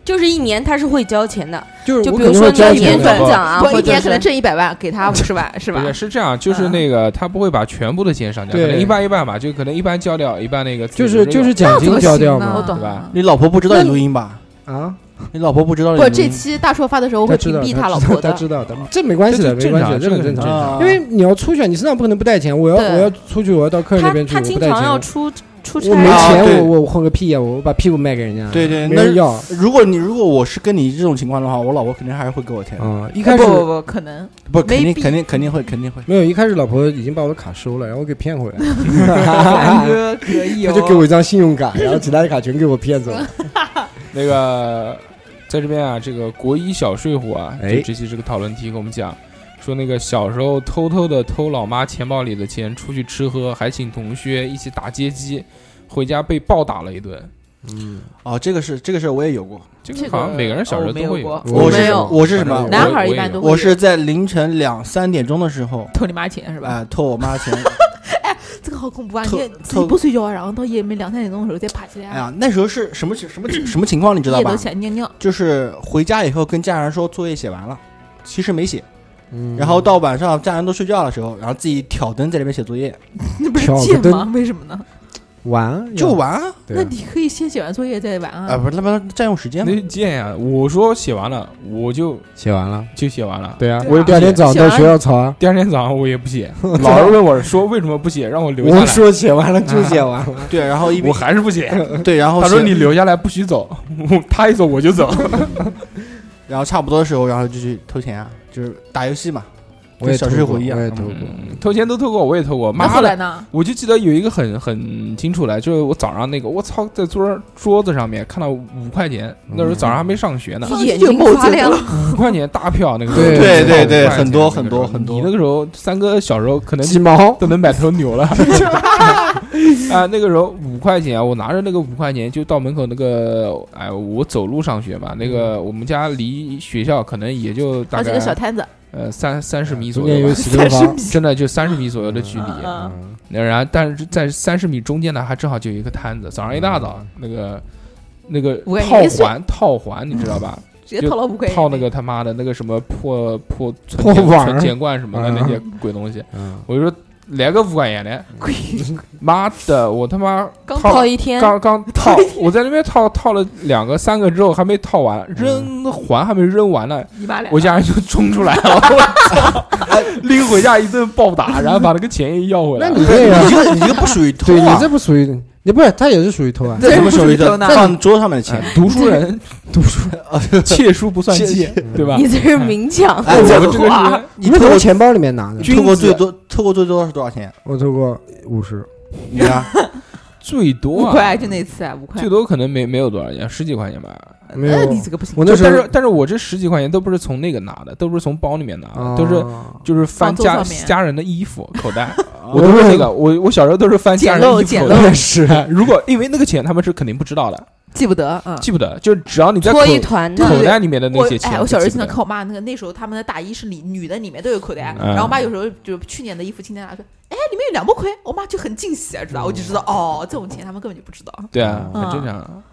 S6: 就是一年他是会交钱的，
S2: 就是
S6: 就
S2: 我
S6: 比
S2: 肯
S6: 如
S2: 定
S6: 说
S2: 会
S6: 你
S2: 交
S6: 要
S1: 一
S6: 年
S1: 部分
S6: 转
S2: 钱
S1: 分
S2: 的。
S6: 账啊，
S3: 我
S6: 或
S3: 一
S6: 者
S3: 年可能
S6: 是
S3: 挣一百万，给他五十万是吧
S1: 不？是是这样，就是那个他不会把全部的钱上交，
S2: 对
S1: 可能一半一半吧，就可能一半交掉，一半那个
S2: 就是就是奖金交掉
S3: 嗯我
S2: 嘛
S3: 懂
S1: 对吧
S5: 你老婆不知道你录音吧？
S2: 啊！
S5: 你老婆不知道你录
S3: 不，
S5: 音。
S3: 这期大硕发的时候我
S2: 他
S3: 会
S2: 知
S3: 屏
S2: 道，
S3: 蔽
S2: 他
S3: 老
S2: 知道
S3: 婆的
S2: 他。知道的，这没关系的，
S1: 这
S2: 没
S1: 正
S2: 关系的，
S1: 常，
S2: 这
S1: 这
S2: 个
S1: 个
S2: 很正常。
S5: 啊
S2: 因为你要出去，你身上不可能不带钱。我要
S6: 对
S2: 我要出去，我要到客人那
S6: 他
S2: 边去，
S6: 他
S2: 我不
S6: 经
S2: 带
S6: 常要
S2: 钱。
S6: 出出差
S2: 我没
S5: 啊对
S2: 钱，我我混个屁呀！我把屁股卖给人家，
S5: 对对
S2: 没
S5: 那
S2: 人要。
S5: 如果你如果我是跟你这种情况的话，我老婆肯定还是会给 <laughs> 我钱的，
S2: 啊，一开始
S3: 不不不，
S5: <laughs>
S3: 可能
S5: 不肯定
S3: Maybe
S5: 肯定肯定会肯定会。
S2: 没有，一开始老婆已经把我的卡收了，然后我给骗回来，
S5: 啊
S2: <laughs>
S3: 三哥可以
S2: 他
S3: 哦。
S2: 就给我一张信用卡，然后其他的卡全给我骗走了。
S1: 那个在这边啊，这个国一小睡虎啊，
S2: 哎
S1: 就这期这个讨论题给我们讲，说那个小时候偷偷的偷老妈钱包里的钱出去吃喝，还请同学一起打街机，回家被暴打了一顿。
S2: 嗯，
S5: 哦，这个是这个事儿我也有过，
S1: 这
S3: 这
S1: 个
S3: 个
S1: 好像每个人小时候
S3: 哦
S1: 都会
S3: 没有过
S5: 我
S6: 没
S5: 是
S6: 有
S5: 我是什么？
S3: 男
S1: 我
S3: 孩儿
S1: 我
S3: 一
S1: 也
S3: 般
S1: 有
S3: 都会
S5: 我是在凌晨两三点钟的时候，
S3: 偷你妈钱是吧？
S5: 啊，偷我妈钱。
S3: 这个好恐怖啊！
S5: 偷
S3: 你自己不睡觉，然后到夜里面两三点钟的时候再爬起来啊
S5: 哎，呀，那时候是什么情什么情什么情况，你知道
S3: 夜
S5: 吧
S3: 都？起来尿尿。
S5: 就是回家以后跟家人说作业写完了，其实没写。
S2: 嗯
S5: 然后到晚上家人都睡觉的时候，然后自己挑灯在那边写作业，
S3: 那不是
S2: 挑个
S3: 贱吗
S2: 灯？
S3: 为什么呢？
S2: 玩
S5: 就
S2: 要
S5: 玩啊，
S2: 对
S3: 那你可以先写完作业再玩
S5: 啊
S3: 啊。
S5: 不是那不占用时间
S1: 那
S5: 吗？
S1: 就贱呀！我说写完了，我就
S2: 写完了，
S1: 就写完了。
S2: 对啊
S3: 对啊
S2: 我第二天早上到学校吵啊，
S1: 第二天早上我也不
S2: <laughs>
S1: 写，老师问我说为什么不写，让我留下
S2: 我
S1: 来，
S2: 说哦写完了就写完了，
S5: 对，然后一
S1: 我还是不
S2: <laughs>
S1: 写。
S5: 对，然后
S1: 他说
S5: 写
S1: 你留下来不许走，他一走我就走。
S5: 然后差不多的时候，然后就去偷钱啊，就是打游戏嘛，
S2: 我
S5: <laughs>
S2: 也
S5: 小
S2: 偷
S5: 时候
S2: 过
S5: 回忆啊
S2: 我也偷过。
S1: 嗯偷钱都偷过，我也偷过。
S3: 那
S1: 妈
S3: 后来
S1: 的，
S3: 呢？
S1: 我就记得有一个很很清楚来，就是我早上那个，我操，在桌桌子上面看到五块钱，
S8: 嗯
S1: 那时候早上还没上学
S8: <laughs>
S1: 呢，
S7: 眼
S6: 睛
S7: 睛
S6: 发
S7: 发亮
S6: 亮了
S7: 了，
S1: 五块钱大票那个时候。
S2: 对对
S1: 五块
S8: 对
S1: 钱那个
S8: 很多
S1: 时候
S8: 很多很多
S1: 你那个时候三哥小时候可能
S2: 鸡毛，
S1: 都能买头牛了。
S3: <laughs>
S1: 啊，那个时候五块钱，啊我拿着那个五块钱就到门口那个，哎，我走路上学嘛，啊那个我们家离学校可能也就大
S3: 好几
S1: 概
S3: 个小摊子，
S1: 呃三三十米
S2: 中
S1: 左
S2: 间
S1: 右
S2: 有
S1: 吧，
S2: 洗头房，
S1: 真的就三十米左右的距离。
S3: 嗯
S1: 那然后，但是在三十米中间呢，还正好就有一个摊子。早上一大早，
S2: 嗯
S1: 那个那个
S3: 五块钱
S1: 套
S3: 一碎
S1: 环套环，你知道吧？
S7: 直接掏了五块钱。
S1: 套那个他妈的那个什么破破存
S2: 破
S1: 钱
S2: 碗儿
S1: 存钱罐什么的
S2: 嗯
S1: 那些鬼东西。
S2: 嗯，
S1: 我就说来个五块钱的，妈的，我他妈
S6: 刚
S1: 套
S6: 泡一天，
S1: 刚刚套，我在那边套套了两个三个之后还没套完，扔
S2: 嗯
S1: 环还没扔完呢，
S7: 你妈俩，
S1: 我家人就冲出来了，我
S2: <laughs>
S1: 操，拎回家一顿暴打，然后把那个钱也要回
S2: 那
S1: 来。
S2: 你这
S8: 你
S2: 个，
S8: 这个你这个不属于偷
S2: 对你
S8: 啊，
S2: 这不属于，你不是他也是属于偷啊。
S8: 这怎么属于
S7: 这不属于偷呢
S8: 放桌上面的
S1: 哎
S8: 钱，
S6: <laughs>
S1: 读书人，读书 <laughs> 人窃书不算窃，对吧
S6: 你？这是明讲，
S8: 哎，我们这个
S6: 啊
S1: 哇，
S2: 你们
S8: 偷
S2: 从
S8: 过
S2: 钱包里面拿的？
S1: 君
S8: 偷过
S1: 子
S8: 最多偷过最多是多少钱？
S2: 我偷过五十，
S8: 你啊，
S1: 最多
S7: 五
S1: 啊
S7: 块就那次啊，五块
S1: 最。多可能没没有多少钱，十几块钱吧。
S2: 没
S7: 那
S2: 有。
S7: 你这个不行，
S2: 我
S1: 就
S2: 那
S1: 但
S2: 时候
S1: 是但是我这十几块钱都不是从那个拿的，都不是从包里面拿
S2: 啊
S1: 的，都是就是翻
S3: 放桌
S1: 家
S3: 上面
S1: 家人的衣服口袋，我
S2: <laughs> 我
S1: 都
S2: 都
S1: 是
S2: 是
S1: 那个，我我小时候都是翻家人的衣服
S7: 捡
S1: 口
S7: 漏
S2: 我
S1: 袋。
S2: 也是，
S1: <laughs> 如果因为那个钱他们是肯定不知
S3: 啊
S1: 道的，
S7: 记不得，
S6: <laughs>
S7: 嗯，
S1: 记不得，就是只要你在口
S6: 搓一团呢。
S1: 口袋里面的
S3: 我
S1: 那些钱，
S3: 哎，我小时候经常
S1: 就记
S3: 看我妈那个，那时候他们的大衣是里女的里面都有口袋，
S1: 嗯
S3: 然后我妈有时候就去年的衣服今年拿出来，哎，里面有两毛块，我妈就很惊喜啊，知道？我就知道哦，这种钱他们根本就不知道。
S1: 不得对啊，
S3: 嗯
S1: 很正常。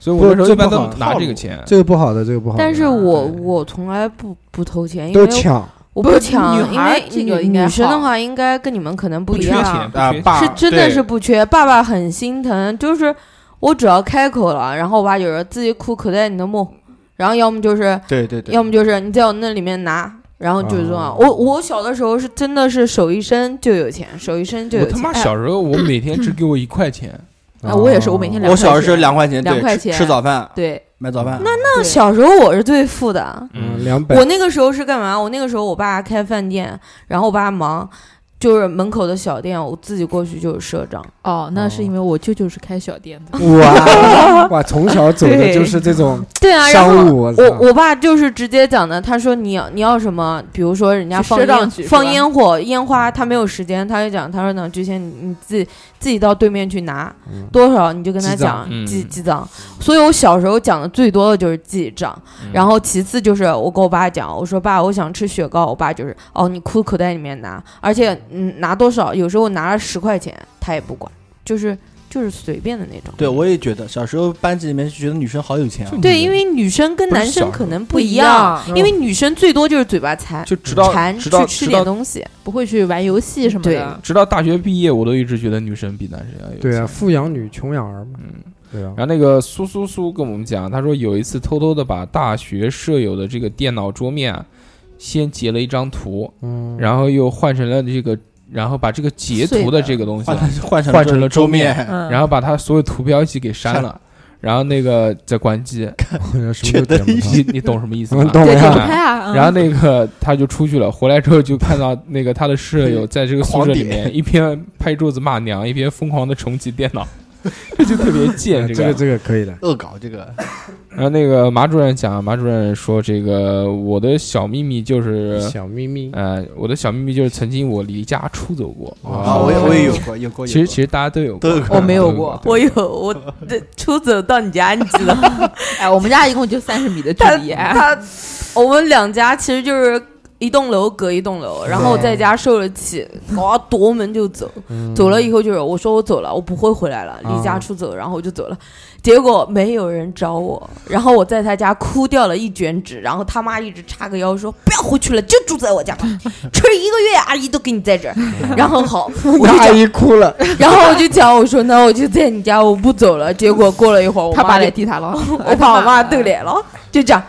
S1: 所以我那时候一般都拿这个钱，
S2: 这个不好的，这个不好的。
S6: 但是我我从来不不偷钱，因
S2: 都
S6: 为
S2: 抢，
S6: 我
S3: 不
S6: 不
S3: 是
S6: 抢，
S3: 女
S6: 因
S3: 孩
S6: 为
S3: 这
S6: 女
S3: 个应该
S6: 女生的
S3: 好
S6: 话应该跟你们可能不
S1: 不
S6: 一
S1: 缺钱，
S6: 样，
S1: 不
S8: 啊
S1: 缺，钱。
S8: 爸
S6: 是真的
S8: 对
S6: 是不缺。爸爸很心疼，就是我只要开口了，然后我爸有时候自己哭口袋里的梦，然后要么就是
S8: 对对对
S6: 要，么就是你在我那里面拿，然后就是这
S2: 啊
S6: 样。我我小的时候是真的是手一伸就有钱，手一伸就
S1: 我
S6: 有
S1: 他
S6: 钱。
S1: 妈
S6: 哎
S1: 小时候，我每天只给我一块钱，
S3: 啊，我也是，我每天两
S8: 我
S3: 块
S8: 小的时候
S3: 钱
S8: 两块钱，对
S6: 两块
S8: 吃
S6: 钱
S8: 吃早饭
S3: 对，
S8: 买早饭，
S6: 那小时候我是最富的，
S2: 嗯两百
S6: 我那个时候是干嘛？我那个时候我爸开饭店，然后我爸忙，就是门口的小店，我自己过去就是赊账。
S3: 哦，
S2: 那
S3: 那
S2: 是
S3: 是
S2: 因
S3: 因为我舅舅是开小店的，
S2: 哇哇，从小走的就是这种
S6: 对啊，然
S2: 商
S6: 后
S2: 务，我操
S6: 我我爸就是直接讲的，他说你要你要什么，比如说人家
S3: 去
S6: 放
S3: 赊账
S6: 烟
S3: 去是
S6: 放
S3: 吧
S6: 烟火烟花，他没有时间，他就讲，他说呢，之前你你自己自己到对面去拿、
S2: 嗯
S6: 多少，你就跟他
S8: 记账
S6: 讲
S1: 嗯
S6: 记记账。所以我小时候讲的最多的就是记账，
S8: 嗯
S6: 然后其次就是我跟我爸讲，我说爸，我想吃雪糕，我爸就是哦，你裤口袋里面拿，而且嗯拿多少，有时候拿了十块钱他也不管，就是就是随便的那种。
S8: 对我也觉得小时候班级里面就觉得女生好有钱啊，
S6: 对，因为女生跟
S1: 不是
S6: 男
S1: 小
S6: 生
S1: 时
S6: 可
S1: 候
S6: 能不一样，，
S3: 嗯
S6: 因为女生最多就是嘴巴馋，
S1: 就直到
S6: 馋
S1: 直到
S6: 去吃
S1: 直
S6: 点
S1: 到
S6: 东
S7: 啊
S6: 西。
S3: 不会去玩游戏什么的。
S1: 直到大学毕业，我都一直觉得女生比男生要有
S2: 对啊，
S1: 钱
S2: 富养女穷养儿嘛，
S1: 嗯
S2: 对 <laughs> 啊
S1: 然，后那个苏苏苏跟我们讲，他说有一次偷偷的把大学舍友的这个电脑桌面啊，先截了一张图，
S2: 嗯，
S1: 然后又换成了这个，然后把这个截图的这个东西
S8: 换
S1: 啊，
S8: 成换成
S1: 换成了
S8: 桌
S1: 桌面，
S3: 嗯，
S1: 然后把他所有图标一起给删了，然后那个再关机，
S2: 好像什
S8: 觉
S2: 么都
S8: 得
S2: 点不
S1: 你
S2: 上，
S1: 你懂什么意思
S2: 嗯
S1: 吗？
S2: 懂
S3: 对，
S1: 呀
S3: 点
S1: 就
S3: 不
S1: 是
S2: 呀，
S3: 开啊。嗯
S1: 然后那
S6: <laughs>
S1: 个 <laughs> 他就出去了，回来之后就看到那个他的舍友在这个宿舍里
S8: 狂
S1: 面
S6: <laughs>
S1: 一边拍桌子骂娘，一边疯狂的重启电脑， <laughs> 这就特
S6: <laughs>
S1: 别
S2: 啊
S1: 贱。
S2: 这个这个可以的，
S8: 恶搞这个
S1: 然后那个马主任讲，马主任说这个我的小秘密就是，
S2: 小秘密，
S1: 呃，我的小秘密就是曾经我离家出走过
S8: 啊，我也我也有过有过，有
S1: 其实
S8: 过
S1: 其实大家都有
S8: 都有
S1: 过，
S8: 过我
S3: 没有
S1: 都
S3: 过
S1: 对
S6: 有我这出走到你家，你知道？
S3: 哎，我们家一共就三十米的
S6: <laughs>
S3: 距
S6: 他
S3: 离，哎
S6: 他我们两家其实就是。一栋楼隔一栋楼，然后我在家受了气，我夺门就走。
S2: 嗯
S6: 走了以后就是我说我走了，我不会回来了，离家
S2: 啊
S6: 出走，然后我就走了。结果没有人找我，然后我在他家哭掉了一卷纸，然后他妈一直叉个腰说不要回去了，就住在我家吧，吃一个月阿姨都给你在这儿。然后好，我就
S2: 那阿
S6: 讲，
S2: 姨哭了，
S6: 然后我就讲，我说那我就在你家，我不走了。结果过了一会儿，我
S3: 他
S6: 妈
S3: 爸来
S6: 来，
S3: 地他了，
S6: 我把我妈逗来了，就讲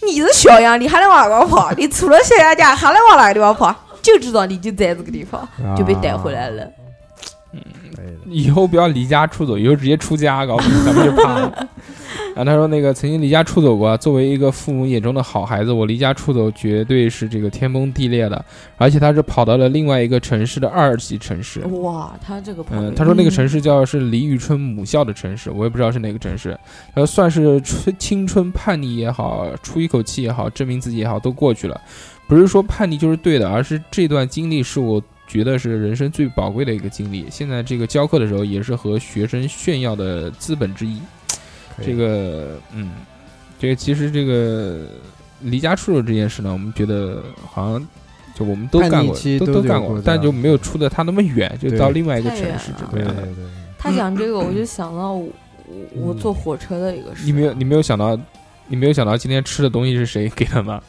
S6: 你是小样，你还能往哪跑？你除了小样家还能往哪个地方跑？就知道你就在这个地方，
S2: 啊
S6: 就被带回来了。
S2: 啊，可以的
S1: 以后不要离家出走，以后直接出家，搞不好咱们就怕了。啊，他说那个曾经离家出走过，啊，作为一个父母眼中的好孩子，我离家出走绝对是这个天崩地裂的，而且他是跑到了另外一个城市的二级城市。
S6: 哇，他这个朋友，
S1: 嗯，他说那个城市叫是李宇春母校的城市，我也不知道是哪个城市。呃，算是春青春叛逆也好，出一口气也好，证明自己也好，都过去了。不是说叛逆就是对的，而是这段经历是我觉得是人生最宝贵的一个经历。现在这个教课的时候，也是和学生炫耀的资本之一。
S2: 哎
S1: 这个，嗯，这个其实这个离家出走这件事呢，我们觉得好像就我们都
S2: 叛逆
S1: 干过，
S2: 期
S1: 都
S2: 都
S1: 都
S2: 有
S1: 干
S2: 过
S1: 过
S2: 的，
S1: 但就没有出的他那么远，就
S2: 对
S1: 到另外一个
S6: 太
S1: 城
S6: 远
S1: 市
S6: 了
S1: 这
S2: 对
S1: 样
S2: 对
S1: 的。
S2: 对，
S6: 他讲这个，我就想到我我坐火车的一个事。
S1: 你没有，你没有想到，你没有想到今天吃的东西是谁给的吗？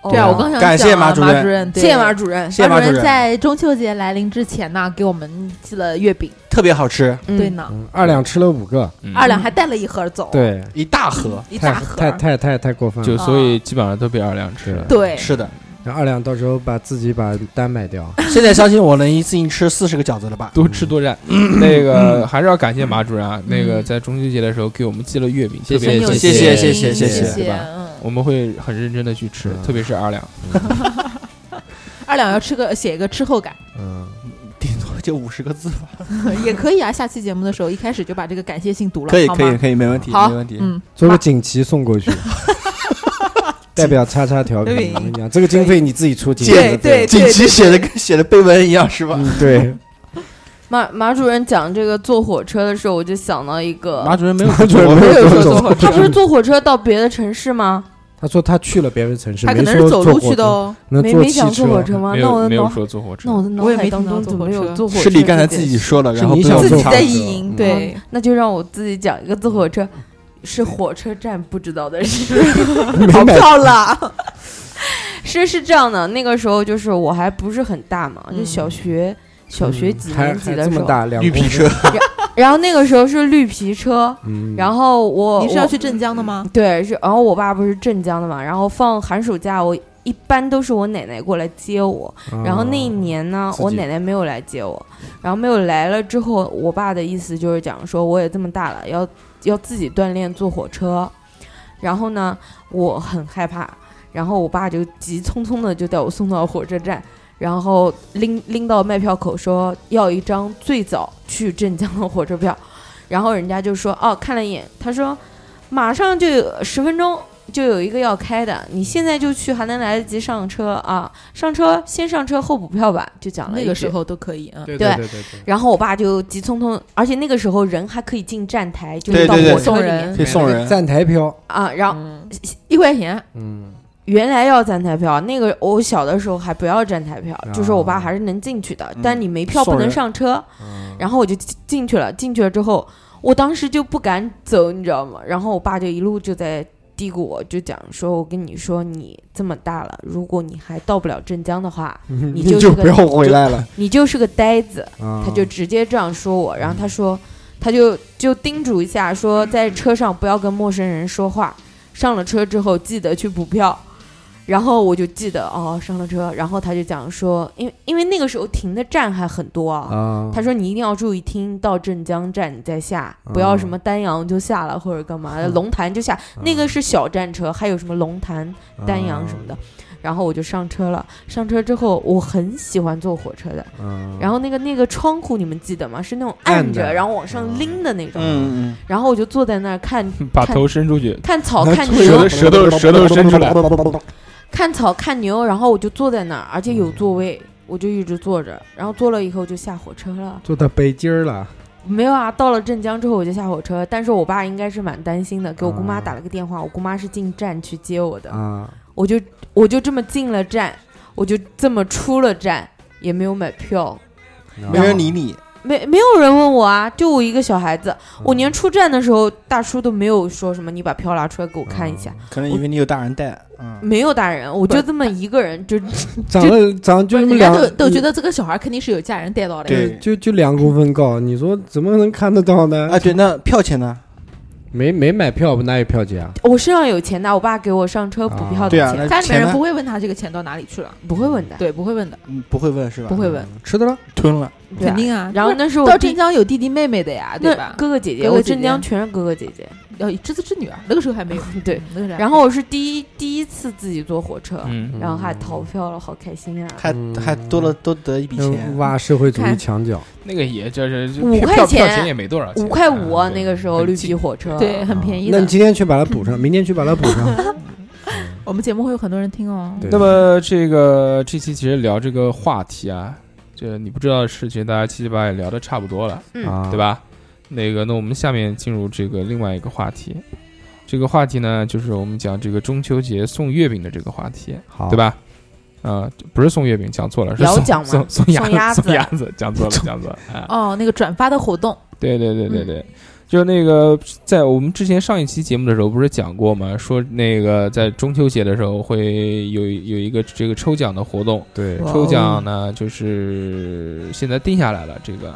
S6: 哦
S3: 对啊，我刚想
S5: 感谢
S3: 讲啊
S5: 马
S3: 马
S5: 主任
S3: 主任，对
S6: 谢谢马主任，
S5: 谢谢马主任，
S3: 在中秋节来临之前呢，给我们寄了月饼，
S5: 特别好吃，
S3: 对
S6: 对
S3: 呢，嗯
S2: 嗯二两吃了五个，
S1: 嗯
S3: 二两还带了一盒走，
S2: 对，
S5: 一大盒。
S3: 一
S2: 太
S3: 大盒
S2: 太
S3: 儿，
S2: 太太太过分
S1: 就
S2: 了。
S1: 所以基本上都被二两吃了。
S3: 对，
S5: 是的，
S2: 然后二两到时候把自己把单买掉，
S5: 现在相信我能一次性吃四十个饺子了吧？
S1: 多吃多
S5: <clears throat>
S1: 占，那个
S5: 嗯
S1: 还是要感谢马主任啊！那个在中秋节的时候给我们寄了月饼，特别
S3: 很有
S5: 谢
S1: 谢
S5: 谢
S3: 心
S5: 谢谢谢
S3: 谢
S5: 谢
S1: 对吧
S3: 嗯，
S1: 我们会很认真的去吃，
S2: 嗯
S1: 特别是二两。
S3: 二两要吃个写一个吃后感
S2: 嗯，
S5: 顶多就五十个字吧。
S3: 也可以啊，下期节目的时候一开始就把这个感谢信读了，
S5: 可以
S3: 好
S5: 可以
S3: 吗？
S5: 可以，没问题
S3: 好
S5: 没问题。
S3: 嗯，
S2: 做个锦旗送过去，代表叉叉调
S3: 对
S2: 频。我跟你讲，这个经费你自己出，锦旗
S5: 对
S2: 的
S3: 对
S2: 费用
S5: 锦旗写的跟写的碑文一样是吧？
S2: 嗯，对， <laughs>
S6: 马马主任讲这个坐火车的时候，我就想到一个，
S5: 嗯马主任没 <laughs> 有
S2: 他主任
S5: 我
S2: 没
S5: 们
S2: 有
S3: 没有
S2: 走走，
S3: 说
S6: 他不是坐火车到别的城市吗？
S2: 他说他去了别的城市，
S3: 他可
S2: 没
S3: 能是
S2: 说
S3: 走
S2: 坐
S3: 路
S2: 火
S3: 去的
S2: 车，
S3: 哦，
S2: 能
S6: 没
S2: 坐
S6: 没
S2: 汽
S6: 想坐火
S2: 车
S6: 车吗？
S1: 没
S6: 啊那我
S1: 有
S6: 的
S1: 没有
S6: 脑海，
S1: 说坐火车
S6: 那，我的脑
S3: 我也
S6: 海
S3: 没
S6: 当
S3: 听到
S6: 中
S3: 坐
S6: 怎么
S3: 火
S6: 没有
S3: 车
S6: 坐火车？
S5: 是你刚才自己。说了，
S2: 是
S5: 然后
S2: 你
S5: 不
S2: 想
S5: 要
S3: 自己
S2: 坐火
S3: 在
S2: 车
S3: 意淫，
S2: 嗯
S3: 对，
S6: 那就让我自己讲一个坐火车，是火车站不知道的事。
S3: <laughs>
S2: 没 <laughs> 买
S3: 到 <laughs> 了，
S6: 是是这样的，那个时候就是我还不是很大嘛，就
S3: 嗯
S6: 小学小学
S5: 嗯
S6: 几
S2: 嗯还
S6: 年级
S2: 还
S6: 的
S2: 这
S6: 时
S2: 么
S6: 候，
S2: 大，两
S5: 绿皮
S2: 公
S5: 车
S2: 分，
S6: 然后那个时候是绿皮车，
S2: 嗯，
S6: 然后我
S3: 你是要
S6: 我
S3: 去镇江的吗？
S6: 对是，然后我爸不是镇江的嘛，然后放寒暑假我。一般都是我奶奶过来接我，
S2: 啊
S6: 然后那一年呢，
S5: 自己
S6: 我奶奶没有来接我，然后没有来了之后，我爸的意思就是讲说我也这么大了，要要自己锻炼坐火车，然后呢，我很害怕，然后我爸就急匆匆的就带我送到火车站，然后拎拎到卖票口说要一张最早去镇江的火车票，然后人家就说哦看了一眼，他说马上就有十分钟。就有一个要开的，你现在就去还能来得及上车啊！上车先上车后补票吧，就讲了
S3: 那
S6: 一
S3: 个
S6: 句
S3: 时候都可以，嗯，
S2: 对
S6: 对
S2: 对对对，
S6: 然后我爸就急匆匆，而且那个时候人还可以进站台，就
S5: 对
S6: 是到
S5: 对对
S6: 火车
S3: 送
S6: 里面
S3: 人
S5: 可以送人。
S2: 站台票，
S6: 啊。然后
S3: 嗯
S6: 一块钱，
S2: <laughs> 嗯，
S6: 原来要站台票，那个我小的时候还不要站台票，就是我爸还是能进去的，但你没票不
S5: 送
S6: 能
S5: 人
S6: 上车。
S2: 嗯
S6: 然后我就进去了，进去了之后，我当时就不敢走，你知道吗？然后我爸就一路就在嘀咕我，就讲说：“我跟你说，你这么大了，如果你还到不了镇江的话，你
S2: 你
S6: 就是
S2: 就
S6: 个
S2: 不要回来了，啊
S6: 你就是个呆子。”
S2: 他
S6: 他就直接这样说我，然后他说，他就就叮嘱一下，说在车上不要跟陌生人说话，上了车之后记得去补票。然后我就记得哦，上了车，然后他就讲说，因为因为那个时候停的站还很多啊，
S2: 啊，
S6: 他说你一定要注意听，到镇江站你再下，不要
S2: 啊
S6: 什么丹阳就下了或者干嘛的，龙潭就下，那个是小站车，还有什么龙潭、丹阳什么的。然后我就上车了，上车之后我很喜欢坐火车的，
S2: 嗯，
S6: 然后那个那个窗户你们记得吗？是那种按着
S2: 按的
S6: 然后往上拎的那种。
S5: 嗯嗯，
S6: 然后我就坐在那儿看
S1: <laughs> 把头伸出去，
S6: 看草看
S1: 舌
S6: 牛
S1: 头，舌头舌头伸出来，
S6: 看草看牛，然后我就坐在那儿，而且有座位，我就一直坐着。然后坐了以后就下火车了。
S2: <laughs> 坐到北京儿了，
S6: 没有啊，到了镇江之后我就下火车，但是我爸应该是蛮担心的，给我姑妈打了个电话，我姑妈是进站去接我的。
S2: 啊，
S6: 我就我就这么进了站，我就这么出了站，也没有买票，
S5: 没人理你，
S6: 没没有人问我啊，就我一个小孩子，
S1: 嗯
S6: 我连出站的时候，大叔都没有说什么，你把票拿出来给我看一下，
S1: 哦
S5: 可能以为你有大人带。嗯，
S6: 没有大人，我就这么一个人，就
S2: 长了长就那么
S3: 人家
S2: 两
S3: 都都觉得这个小孩肯定是有家人带到的，
S5: 对
S2: 就就两公分高，你说怎么能看得到呢？
S5: 啊，对，那票钱呢？
S2: 没没买票不哪有票价？
S6: 我身上有钱的，我爸给我上车补票的
S1: 哦
S5: 对啊，
S6: 钱，
S3: 家
S5: 那
S3: 里面
S5: 钱
S3: 人不
S5: 呢？
S3: 会问他这个钱到哪里去了，
S6: 不会问的，
S3: 对，不会问的，
S5: 嗯不会问是吧？
S3: 不会问，
S2: 吃的了，
S5: 吞了。
S6: 对啊
S3: 肯定啊。
S6: 然后那是我
S3: 到
S6: 弟
S3: 镇江有弟弟妹妹的呀，对
S6: 那
S3: 吧？
S6: 哥哥姐姐，
S3: 哥哥
S6: 我
S3: 姐姐
S6: 镇江全是哥哥姐姐，
S3: 要知子之女啊，那个时候还没有。
S6: 对
S3: 嗯，那个时候还没有
S6: 然后我是第一第一次自己坐火车，
S1: 嗯，
S6: 然后还逃票了，好开心啊！
S8: 还
S2: 嗯
S8: 还多了多得一笔钱，
S2: 挖社会主义墙角，
S1: 那个也就是就
S6: 五
S1: 票
S6: 块
S1: 票
S6: 钱
S1: 票钱也没多少钱，
S6: 五块五啊，
S1: 嗯
S6: 那个时候绿皮，火车，
S3: 对，很便宜
S2: 哦啊那
S3: 的
S2: 你。今天去把它补上，明天去把它补
S6: <laughs>
S2: 上。啊
S3: 我们节目会有很多人听哦。
S2: 对
S1: 那么这个这期其实聊这个话题啊，这你不知道的事情，大家七七八八也聊的差不多了，
S2: 啊，
S5: 嗯
S1: 对？
S6: 嗯
S1: 吧？那个，那我们下面进入这个另外一个话题，这个话题呢，就是我们讲这个中秋节送月饼的这个话题，
S2: 好，
S1: 对？吧？啊，不是送月饼，讲错了，是
S6: 摇
S1: 送
S6: 奖吗
S1: 送送
S6: 送鸭
S1: 鸭
S6: 子
S1: 送鸭子， <laughs> 讲
S3: <laughs>
S1: 错了，讲错了啊。
S3: 哦，那个转发的活动，
S1: 对对对对
S3: 嗯
S1: 对，就是那个在我们之前上一期节目的时候不是讲过吗？说那个在中秋节的时候会有有一个这个抽奖的活动，
S2: 对，
S1: 抽奖呢就是现在定下来了，这个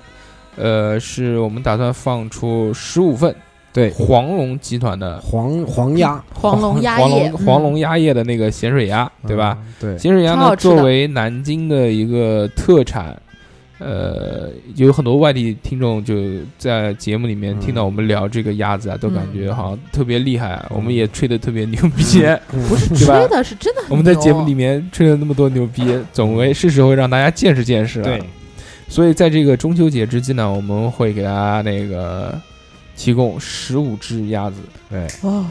S1: 呃是我们打算放出十五份
S2: 对
S1: 黄龙集团的
S2: 黄黄鸭，
S3: 黄龙鸭
S1: 黄
S3: 业，
S1: 龙黄
S3: 嗯
S1: 龙鸭业的那个咸水鸭，对吧？
S2: 嗯？对，
S1: 咸水鸭
S3: 超好
S1: 呢，
S3: 吃的
S1: 作为南京的一个特产，呃，有很多外地听众就在节目里面
S2: 嗯
S1: 听到我们聊这个鸭子啊，都感觉好像特别厉害，啊我们也吹得特别牛逼。 <laughs>
S3: 不是
S1: 对吧
S3: 吹的，是真的很
S1: 我
S3: 牛。
S1: 们在节目里面吹了那么多牛逼，总为是时候让大家见识见识了。，所以在这个中秋节之际呢，我们会给大家那个提供十五只鸭子，
S2: 对
S3: 哦，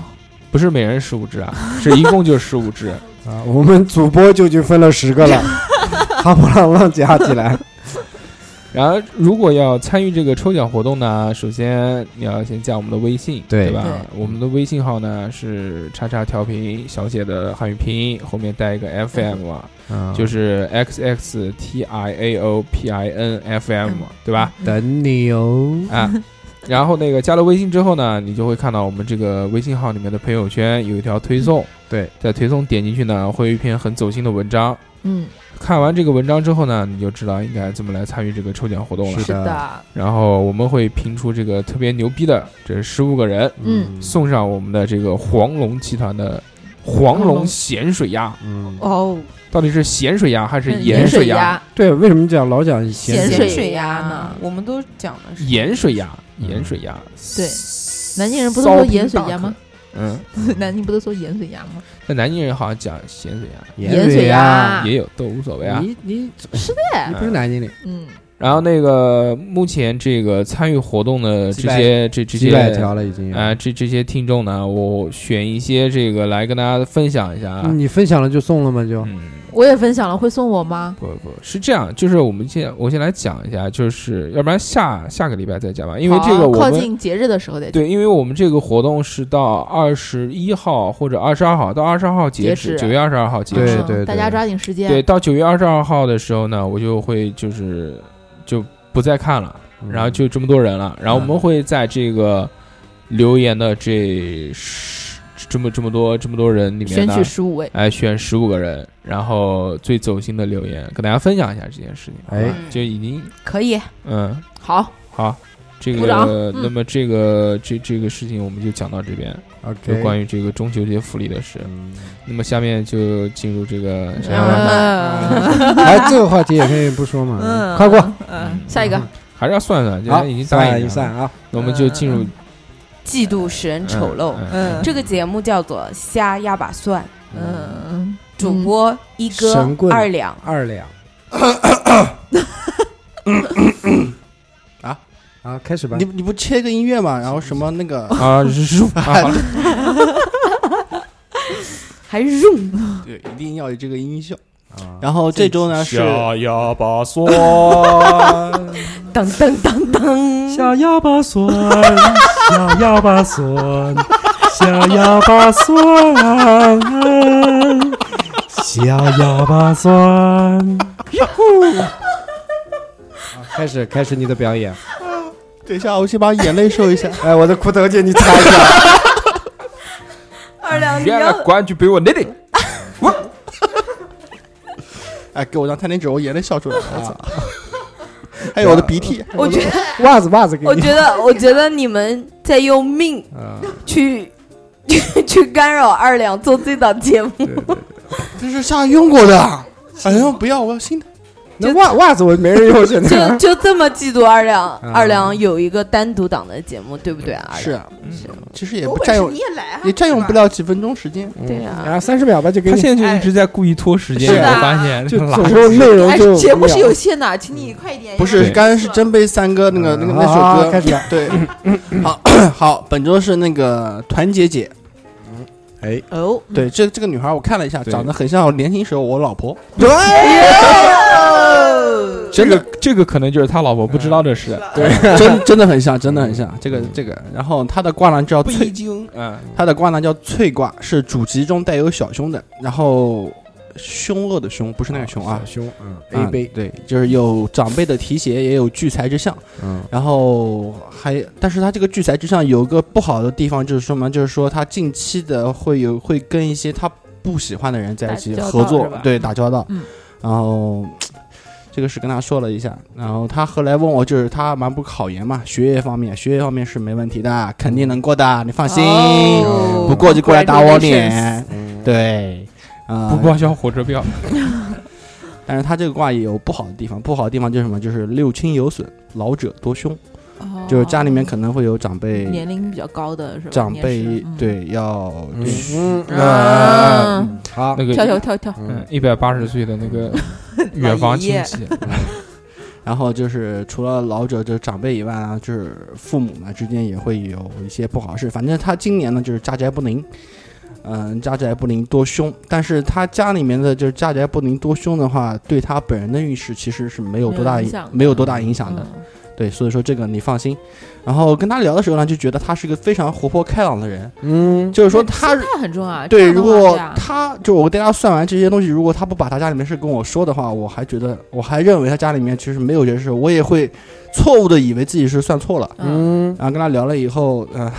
S1: 不是每人十五只
S2: <laughs>
S1: 啊，是一共就十五只。
S2: 啊，我们主播就已经分了十个了， <laughs> 哈不浪浪加起来，
S1: 然后，如果要参与这个抽奖活动呢，首先你要先加我们的微信，
S2: 对
S1: 吧
S3: 对
S1: 我们的微信号呢是叉叉调频小写的汉语拼音，后面带一个 FM 啊，
S2: 嗯
S1: 就是 X X T I A O P I N F M，、
S3: 嗯
S1: 对吧？
S2: 等你哦。
S1: 啊，然后那个加了微信之后呢，你就会看到我们这个微信号里面的朋友圈有一条推送，
S2: 对，
S1: 在推送点进去呢，会有一篇很走心的文章。
S3: 嗯，
S1: 看完这个文章之后呢，你就知道应该怎么来参与这个抽奖活动了。
S2: 是
S3: 是
S2: 的
S3: 的，
S1: 然后我们会评出这个特别牛逼的这十五个人，
S3: 嗯
S1: 送上我们的这个黄龙集团的黄龙咸水鸭，
S2: 嗯，
S3: 哦，
S1: 到底是咸水鸭还是
S3: 嗯
S1: 盐
S3: 水
S1: 鸭？
S3: 鸭，
S2: 对，为什么讲老讲
S3: 咸
S2: 咸
S3: 水
S6: 鸭
S3: 鸭
S6: 呢？我们都讲的是
S1: 盐水鸭，
S2: 嗯
S1: 盐水鸭。
S3: 对南京人不都说盐水鸭吗？
S1: 嗯，
S3: 南京不都说盐水鸭吗？
S1: 那南京人好像讲咸水鸭
S3: 盐水
S2: 鸭？
S3: 鸭
S1: 也有，都无所谓啊。
S2: 你你
S3: 是的，
S2: 你不是南京的，
S3: 嗯，
S1: 然后那个目前这个参与活动的
S2: 几
S1: 这
S2: 百
S1: 些这这
S2: 几百
S1: 些
S2: 条了已
S3: 嗯
S2: 经。
S1: 啊、这这些听众呢，我选一些这个来跟大家分享一下
S3: 嗯
S1: 啊。
S2: 你分享了就送了吗？就
S1: 嗯
S3: 我也分享了，会送我吗？
S1: 不不是这样，就是我们先我先来讲一下，就是要不然下下个礼拜再讲吧，因为
S3: 好
S1: 这个我
S3: 靠
S1: 们
S3: 近节日的时候再
S1: 对，因为我们这个活动是到二十一号或者二十二号到二十二号截
S3: 截
S1: 止，
S3: 止
S1: 九月二十二号截
S2: 对
S1: 止。
S3: 嗯
S2: 对对
S3: 大家抓紧时间。
S1: 对，到九月二十二号的时候呢，我就会就是就不再看了，然后就这么多人了，然后我们会在这个留言的这十这么这么多这么多人里面
S3: 选
S1: 呢
S3: 取，十五位，
S1: 哎，选十五个人，然后最走心的留言，跟大家分享一下这件事情。
S2: 哎
S1: 好吧
S3: 嗯
S1: 就已经
S6: 可以，
S1: 嗯
S3: 好，
S1: 好，这
S3: 鼓掌
S1: 个
S3: 嗯
S1: 那么这个这这个事情我们就讲到这边，就
S2: OK，
S1: 关于这个中秋节福利的事。
S2: 嗯
S1: 那么下面就进入这个
S2: 哎呀
S3: 嗯
S2: 哎，这个话题也可以不说嘛，
S3: 嗯，
S2: 快过，
S3: 嗯，下一个，
S1: 还是要算算，既
S2: 好，
S1: 然已经答
S2: 散
S1: 应
S2: 一
S1: 了
S2: 散，啊，
S1: 那我们就进入
S6: 嫉妒使人丑陋。
S3: 嗯，
S6: 这个节目叫做《瞎压把蒜》，
S3: 嗯，
S6: 主播一哥
S2: 神棍
S6: 二两，
S2: 二 <laughs> 两。 <coughs>
S8: 啊
S2: 啊，开始吧
S8: 你。你不切个音乐嘛？然后什么那个
S1: 啊，是啊，好了，
S6: 还是 room
S8: 对，一定要有这个音效。
S2: 啊
S8: 然后这周呢是
S1: 哑巴蒜，
S6: 当当当当，
S10: 小哑巴酸，小哑巴酸，小哑巴酸，
S3: 嗯
S10: 小哑巴酸。
S2: 开始，开始你的表演。
S8: 等一下，我先把眼泪收
S5: <laughs>
S8: 一下。
S2: 哎，我的裤头借你擦一下。
S6: 二两你
S1: <laughs>
S6: 啊
S1: 原来
S6: 要
S1: 冠军被我内定。
S8: 哎，给我张探针纸，我眼泪笑出来了。我操！还有我的鼻涕，
S6: 我觉得，
S2: 袜子，袜子给
S6: 我
S2: 你。
S6: 觉得，我觉得你们在用命
S2: 啊，
S6: 去 <laughs> 去干扰二两做这档节目。
S2: 对对，
S8: 这是下用过的。哎呦，不要，我要新的。
S2: 那袜袜子我没人用，现
S6: 就
S2: 在
S6: 就这么嫉妒二两，
S2: 嗯
S6: 二两有一个单独档的节目，对不对啊？
S5: 是啊，其实也
S3: 有
S5: 不
S3: 本
S5: 占
S3: 事
S5: 用
S3: 你，也来啊，
S5: 也占用不了几分钟时间。
S2: 嗯
S6: 对啊
S2: 然后 <laughs> 三十秒吧，就给
S8: 他 <laughs>
S2: 你，
S8: 现在就一直在故意拖时间，
S5: 是的
S8: 我发现
S2: 就
S1: <laughs>
S8: 这个
S2: 总
S8: 垃圾
S2: 共内容
S7: <laughs>
S3: 哎
S2: 就，
S3: 节目是
S2: 五秒
S3: 有限的，请你快一点。
S5: 不是，
S8: 对
S5: 刚才是真被三哥那个那个那首歌
S2: 啊开始了
S5: 对，好 <coughs> 好，本周是那个团结姐，
S2: 哎，
S3: 哦，
S5: 对，这这个女孩我看了一下，
S8: 对
S5: 长得很像我年轻时候我老婆，
S7: 哎
S8: 这个这个可能就是他老婆不知道这事，
S5: 真真的很像，真的很像，这个这个，然后她的挂囊叫翠，
S8: 经，嗯，
S5: 她的挂囊叫翠挂，是主集中带有小胸的，然后凶恶的凶，不是那个凶啊
S2: 小。胸，嗯
S5: 啊
S2: ，A 杯，
S5: 对，就是有长辈的提携，也有聚财之相。
S2: 嗯，
S5: 然后还，但是他这个聚财之上有个不好的地方，就是什么？就是说他近期的会有会跟一些他不喜欢的人在一起
S7: 打交道
S5: 合作
S7: 是吧，
S5: 对，打交道。
S7: 嗯
S5: 然后这个是跟他说了一下，然后他后来问我，就是他蛮不考研嘛，学业方面，学业方面是没问题的，肯定能过的，你放心。
S2: 嗯
S3: 哦
S5: 不过就过来打我
S3: Congratulations
S5: 脸，对，啊、
S8: 不报销火车票，
S5: 但是他这个卦也有不好的地方，不好的地方就是什么？就是六亲有损，老者多凶。就是家里面可能会有长辈，
S7: 哦年龄比较高的是吧？
S5: 长
S7: 也
S5: 辈
S7: 是嗯
S5: 对要去
S2: 嗯，
S7: 啊
S2: 嗯好
S8: 那，个
S7: 跳跳跳跳，
S8: 嗯，一百八十岁的那个远房亲戚，
S5: 然后就是除了老者就是长辈以外啊，就是父母呢之间也会有一些不好事。反正他今年呢就是家宅不宁，嗯，家宅不宁多凶。但是他家里面的就是家宅不宁多凶的话，对他本人的运势其实是没有多大
S7: 没有影
S5: 影
S7: 响的
S5: 没有多大影响的。
S7: 嗯
S5: 对，所以说这个你放心。然后跟他聊的时候呢，就觉得他是个非常活泼开朗的人，
S2: 嗯，
S5: 就是说他
S7: 心态很重要啊。
S5: 对，
S7: 这样的
S5: 如
S7: 话
S5: 果
S7: 对啊
S5: 他就我给大家算完这些东西，如果他不把他家里面事跟我说的话，我还觉得我还认为他家里面其实没有这些事，我也会错误的以为自己是算错了。
S7: 嗯
S2: 嗯，
S5: 然后跟他聊了以后，呃，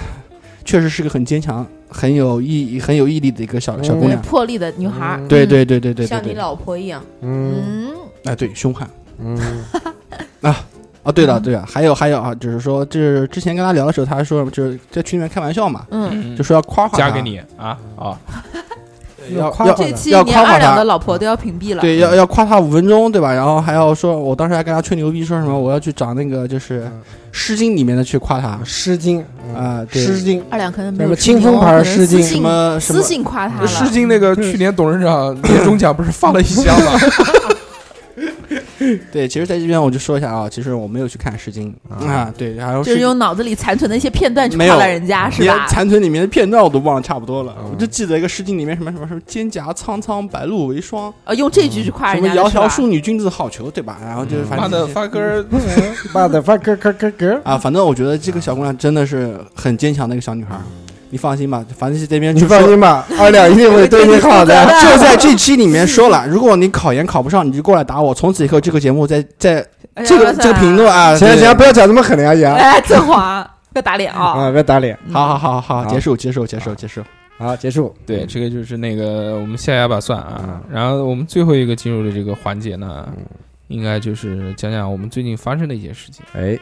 S5: 确实是个很坚强、很有毅、很有毅力的一个小小姑
S7: 有
S5: 娘。
S7: 魄力的女孩儿，
S5: 对对对对对对
S6: 像你
S5: 对，
S6: 老婆一样，
S2: 嗯
S7: 嗯，
S5: 哎对，凶悍
S2: <laughs> 嗯，
S5: 啊！对了对了，还有还有啊，就是说，就是之前跟他聊的时候，他还说就是在群里面开玩笑嘛，
S7: 嗯，
S5: 就说要夸夸他，
S8: 嫁给你啊啊，
S5: 对要
S2: 夸
S5: 要
S2: 夸
S7: 这
S2: 的
S7: 期
S5: 要
S7: 连
S5: 夸夸
S7: 二两
S5: 他
S7: 的老婆都要屏蔽了。
S5: 对，要要夸他五分钟，对吧？然后还要说，我当时还跟他吹牛逼，说什么我要去找那个就是《
S2: 嗯
S5: 诗经》里面的去夸他
S2: 《诗经》
S5: 啊、
S2: 嗯
S5: 对，
S2: 诗
S5: 什
S2: 经
S7: 二两可能没
S2: 什
S7: 有
S2: 么
S7: 吃牛
S2: 清风牌
S7: 可能
S2: 诗
S7: 私
S2: 经
S7: 信
S5: 么什么
S7: 私，信夸他了。
S8: 诗经
S7: <laughs>
S8: 那个去年董事长年终奖不是发了一箱吗？
S5: 对，其实在这边我就说一下啊，其实我没有去看《诗经》啊，对，然后
S7: 就是
S5: 诗经
S7: 用脑子里残存的一些片段去
S5: 没有
S7: 夸了人家，是
S5: 连
S7: 吧？
S5: 残存里面的片段我都忘了差不多了，
S2: 嗯
S5: 我就记得一个《诗经》里面什么什么什么“蒹葭苍苍，白露为霜
S7: 呃，用这句去”，
S5: 什
S7: 夸人
S5: 么
S7: 家
S5: “
S7: 的
S5: 窈
S7: 是吧
S5: 窕淑女，君子好逑”，对吧？然后就是反
S8: 妈
S5: 正
S8: 的
S5: 这些
S8: 发根儿，
S2: <laughs> 把的发咯咯咯咯，
S5: 啊，反正我觉得这个小姑娘真的是很坚强的一个小女孩儿，你放心吧，反正这边
S2: <laughs> 你
S5: 就
S2: 放
S5: 说
S2: 心吧， <laughs> 二两一定会对你
S5: <laughs>
S2: 好的。
S5: 就在这期里面说了，如果你考研考不上，你就过来打我。从此以后，这个节目在在
S7: 哎呀
S5: 这个
S7: 哇
S5: 嗯
S7: 塞
S5: 这个评论啊，
S2: 行
S5: 对
S2: 了行了，不要讲这么狠了呀，姐
S7: 哎，振华，不要打脸啊！
S2: 啊，别打脸。
S5: 嗯好好好好，
S2: 好
S5: 结束结束结束结束。
S2: 好，结束。
S8: 对，这个就是那个我们下牙把算啊。然后我们最后一个进入的这个环节呢， <laughs> 应该就是讲讲我们最近发生的一些事情
S2: 哎，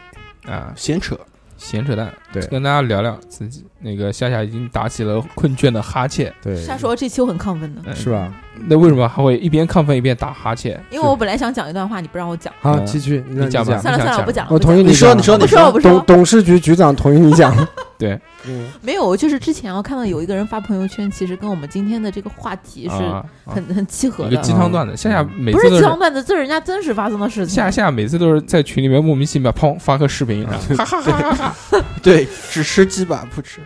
S8: 啊，
S5: 闲扯，
S8: 闲扯淡，
S2: 对
S8: 跟大家聊聊自己。那个夏夏已经打起了困倦的哈欠，
S2: 对，
S7: 瞎说，这期我很亢奋的，
S8: 嗯
S2: 是？吧？
S8: 那为什么还会一边亢奋一边打哈欠？
S7: 因为我本来想讲一段话，你不让我讲，
S2: 好，
S8: 嗯
S2: 继续，
S8: 你讲吧
S7: 算了
S8: 你想
S7: 算了，
S8: 讲
S7: 我不讲了。
S2: 我同意
S7: 不
S5: 你说
S2: 讲
S5: 你说
S7: 讲
S5: <laughs> 你
S7: 了，不说我
S5: 说，
S7: 不
S2: 董
S7: 说，
S2: 董事局局长同意你讲。
S8: <laughs> 对，
S2: 嗯，
S7: 没有，就是之前我看到有一个人发朋友圈，其实跟我们今天的这个话题是
S8: 啊，啊
S7: 很 <laughs> 很契合
S8: 一个鸡
S7: 的，
S8: 汤段子。夏夏每
S7: 不
S8: 次
S7: 是
S8: 都
S7: 鸡
S8: 是
S7: 汤段子，这是人家真实发生的事情
S8: 夏。夏每次都是在群里面莫名其妙砰发个视频，然后哈哈哈哈哈。
S5: 对，只吃鸡吧，不吃。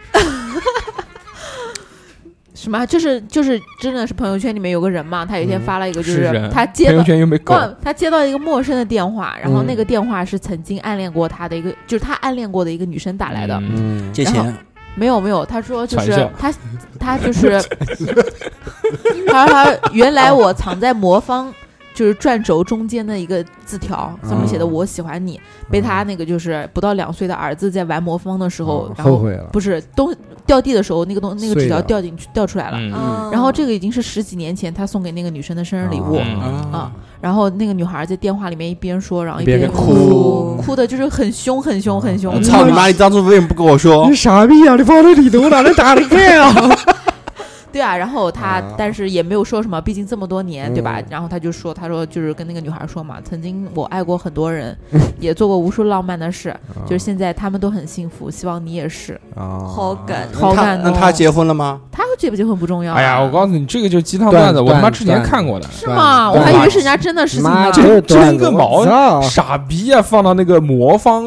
S7: 什么？啊就是就是，真的是朋友圈里面有个人嘛，他有一天
S2: 嗯
S7: 发了一个，就是
S8: 人
S7: 他接
S8: 朋友
S7: 到
S8: 圈又没狗，
S7: 哦，他接到一个陌生的电话，然后
S2: 嗯
S7: 那个电话是曾经暗恋过他的一个，就是他暗恋过的一个女生打来的。
S8: 嗯
S2: 嗯，
S5: 借
S7: 然后
S5: 钱，
S7: 没有没有，他说就
S8: 传
S7: 是
S8: 销
S7: 他他就是，他说他原来我藏在魔方。就是转轴中间的一个字条，上面写的“
S2: 嗯
S7: 我喜欢你”，被他那个就是不到两岁的儿子在玩魔方的时候，然
S2: 啊嗯后
S7: 后
S2: 悔了。
S7: 不是东掉地的时候，那个东那个纸
S2: 碎
S7: 条
S2: 了
S7: 掉进去掉出来了。
S8: 嗯
S6: 嗯
S7: 然后这个已经是十几年前他送给那个女生的生日礼物，
S8: 嗯
S7: 啊，然后那个女孩在电话里面一边说，然后一边
S2: 一边
S7: 哭
S2: 哭，
S7: 哭的就是很凶、很凶、很凶。
S5: 我啊操你妈！你当初为什么不跟我说
S8: <laughs>
S2: 你？傻逼啊！你放在里头，我哪能打得开啊？
S7: 对啊，然后他
S2: 啊
S7: 但是也没有说什么，毕竟这么多年，对吧
S2: 嗯？
S7: 然后他就说，他说就是跟那个女孩说嘛，曾经我爱过很多人， <laughs> 也做过无数浪漫的事，就是现在他们都很幸福，希望你也是。
S2: 啊，
S6: 好感
S11: 那
S7: 好
S11: 他
S5: 啊
S7: 感哦
S11: 那
S7: 动
S11: 他结婚了吗？
S7: 他结不结婚不重要啊。
S1: 哎呀，我告诉你，这个就是鸡汤段子，
S2: 段
S1: 我他妈
S2: 段
S1: 之前
S2: 段
S1: 看过的，
S7: 是吗？我
S2: 对
S7: 还以为是人家真的事情呢
S2: 妈，。这
S1: 真个毛傻逼啊！放到那个魔方，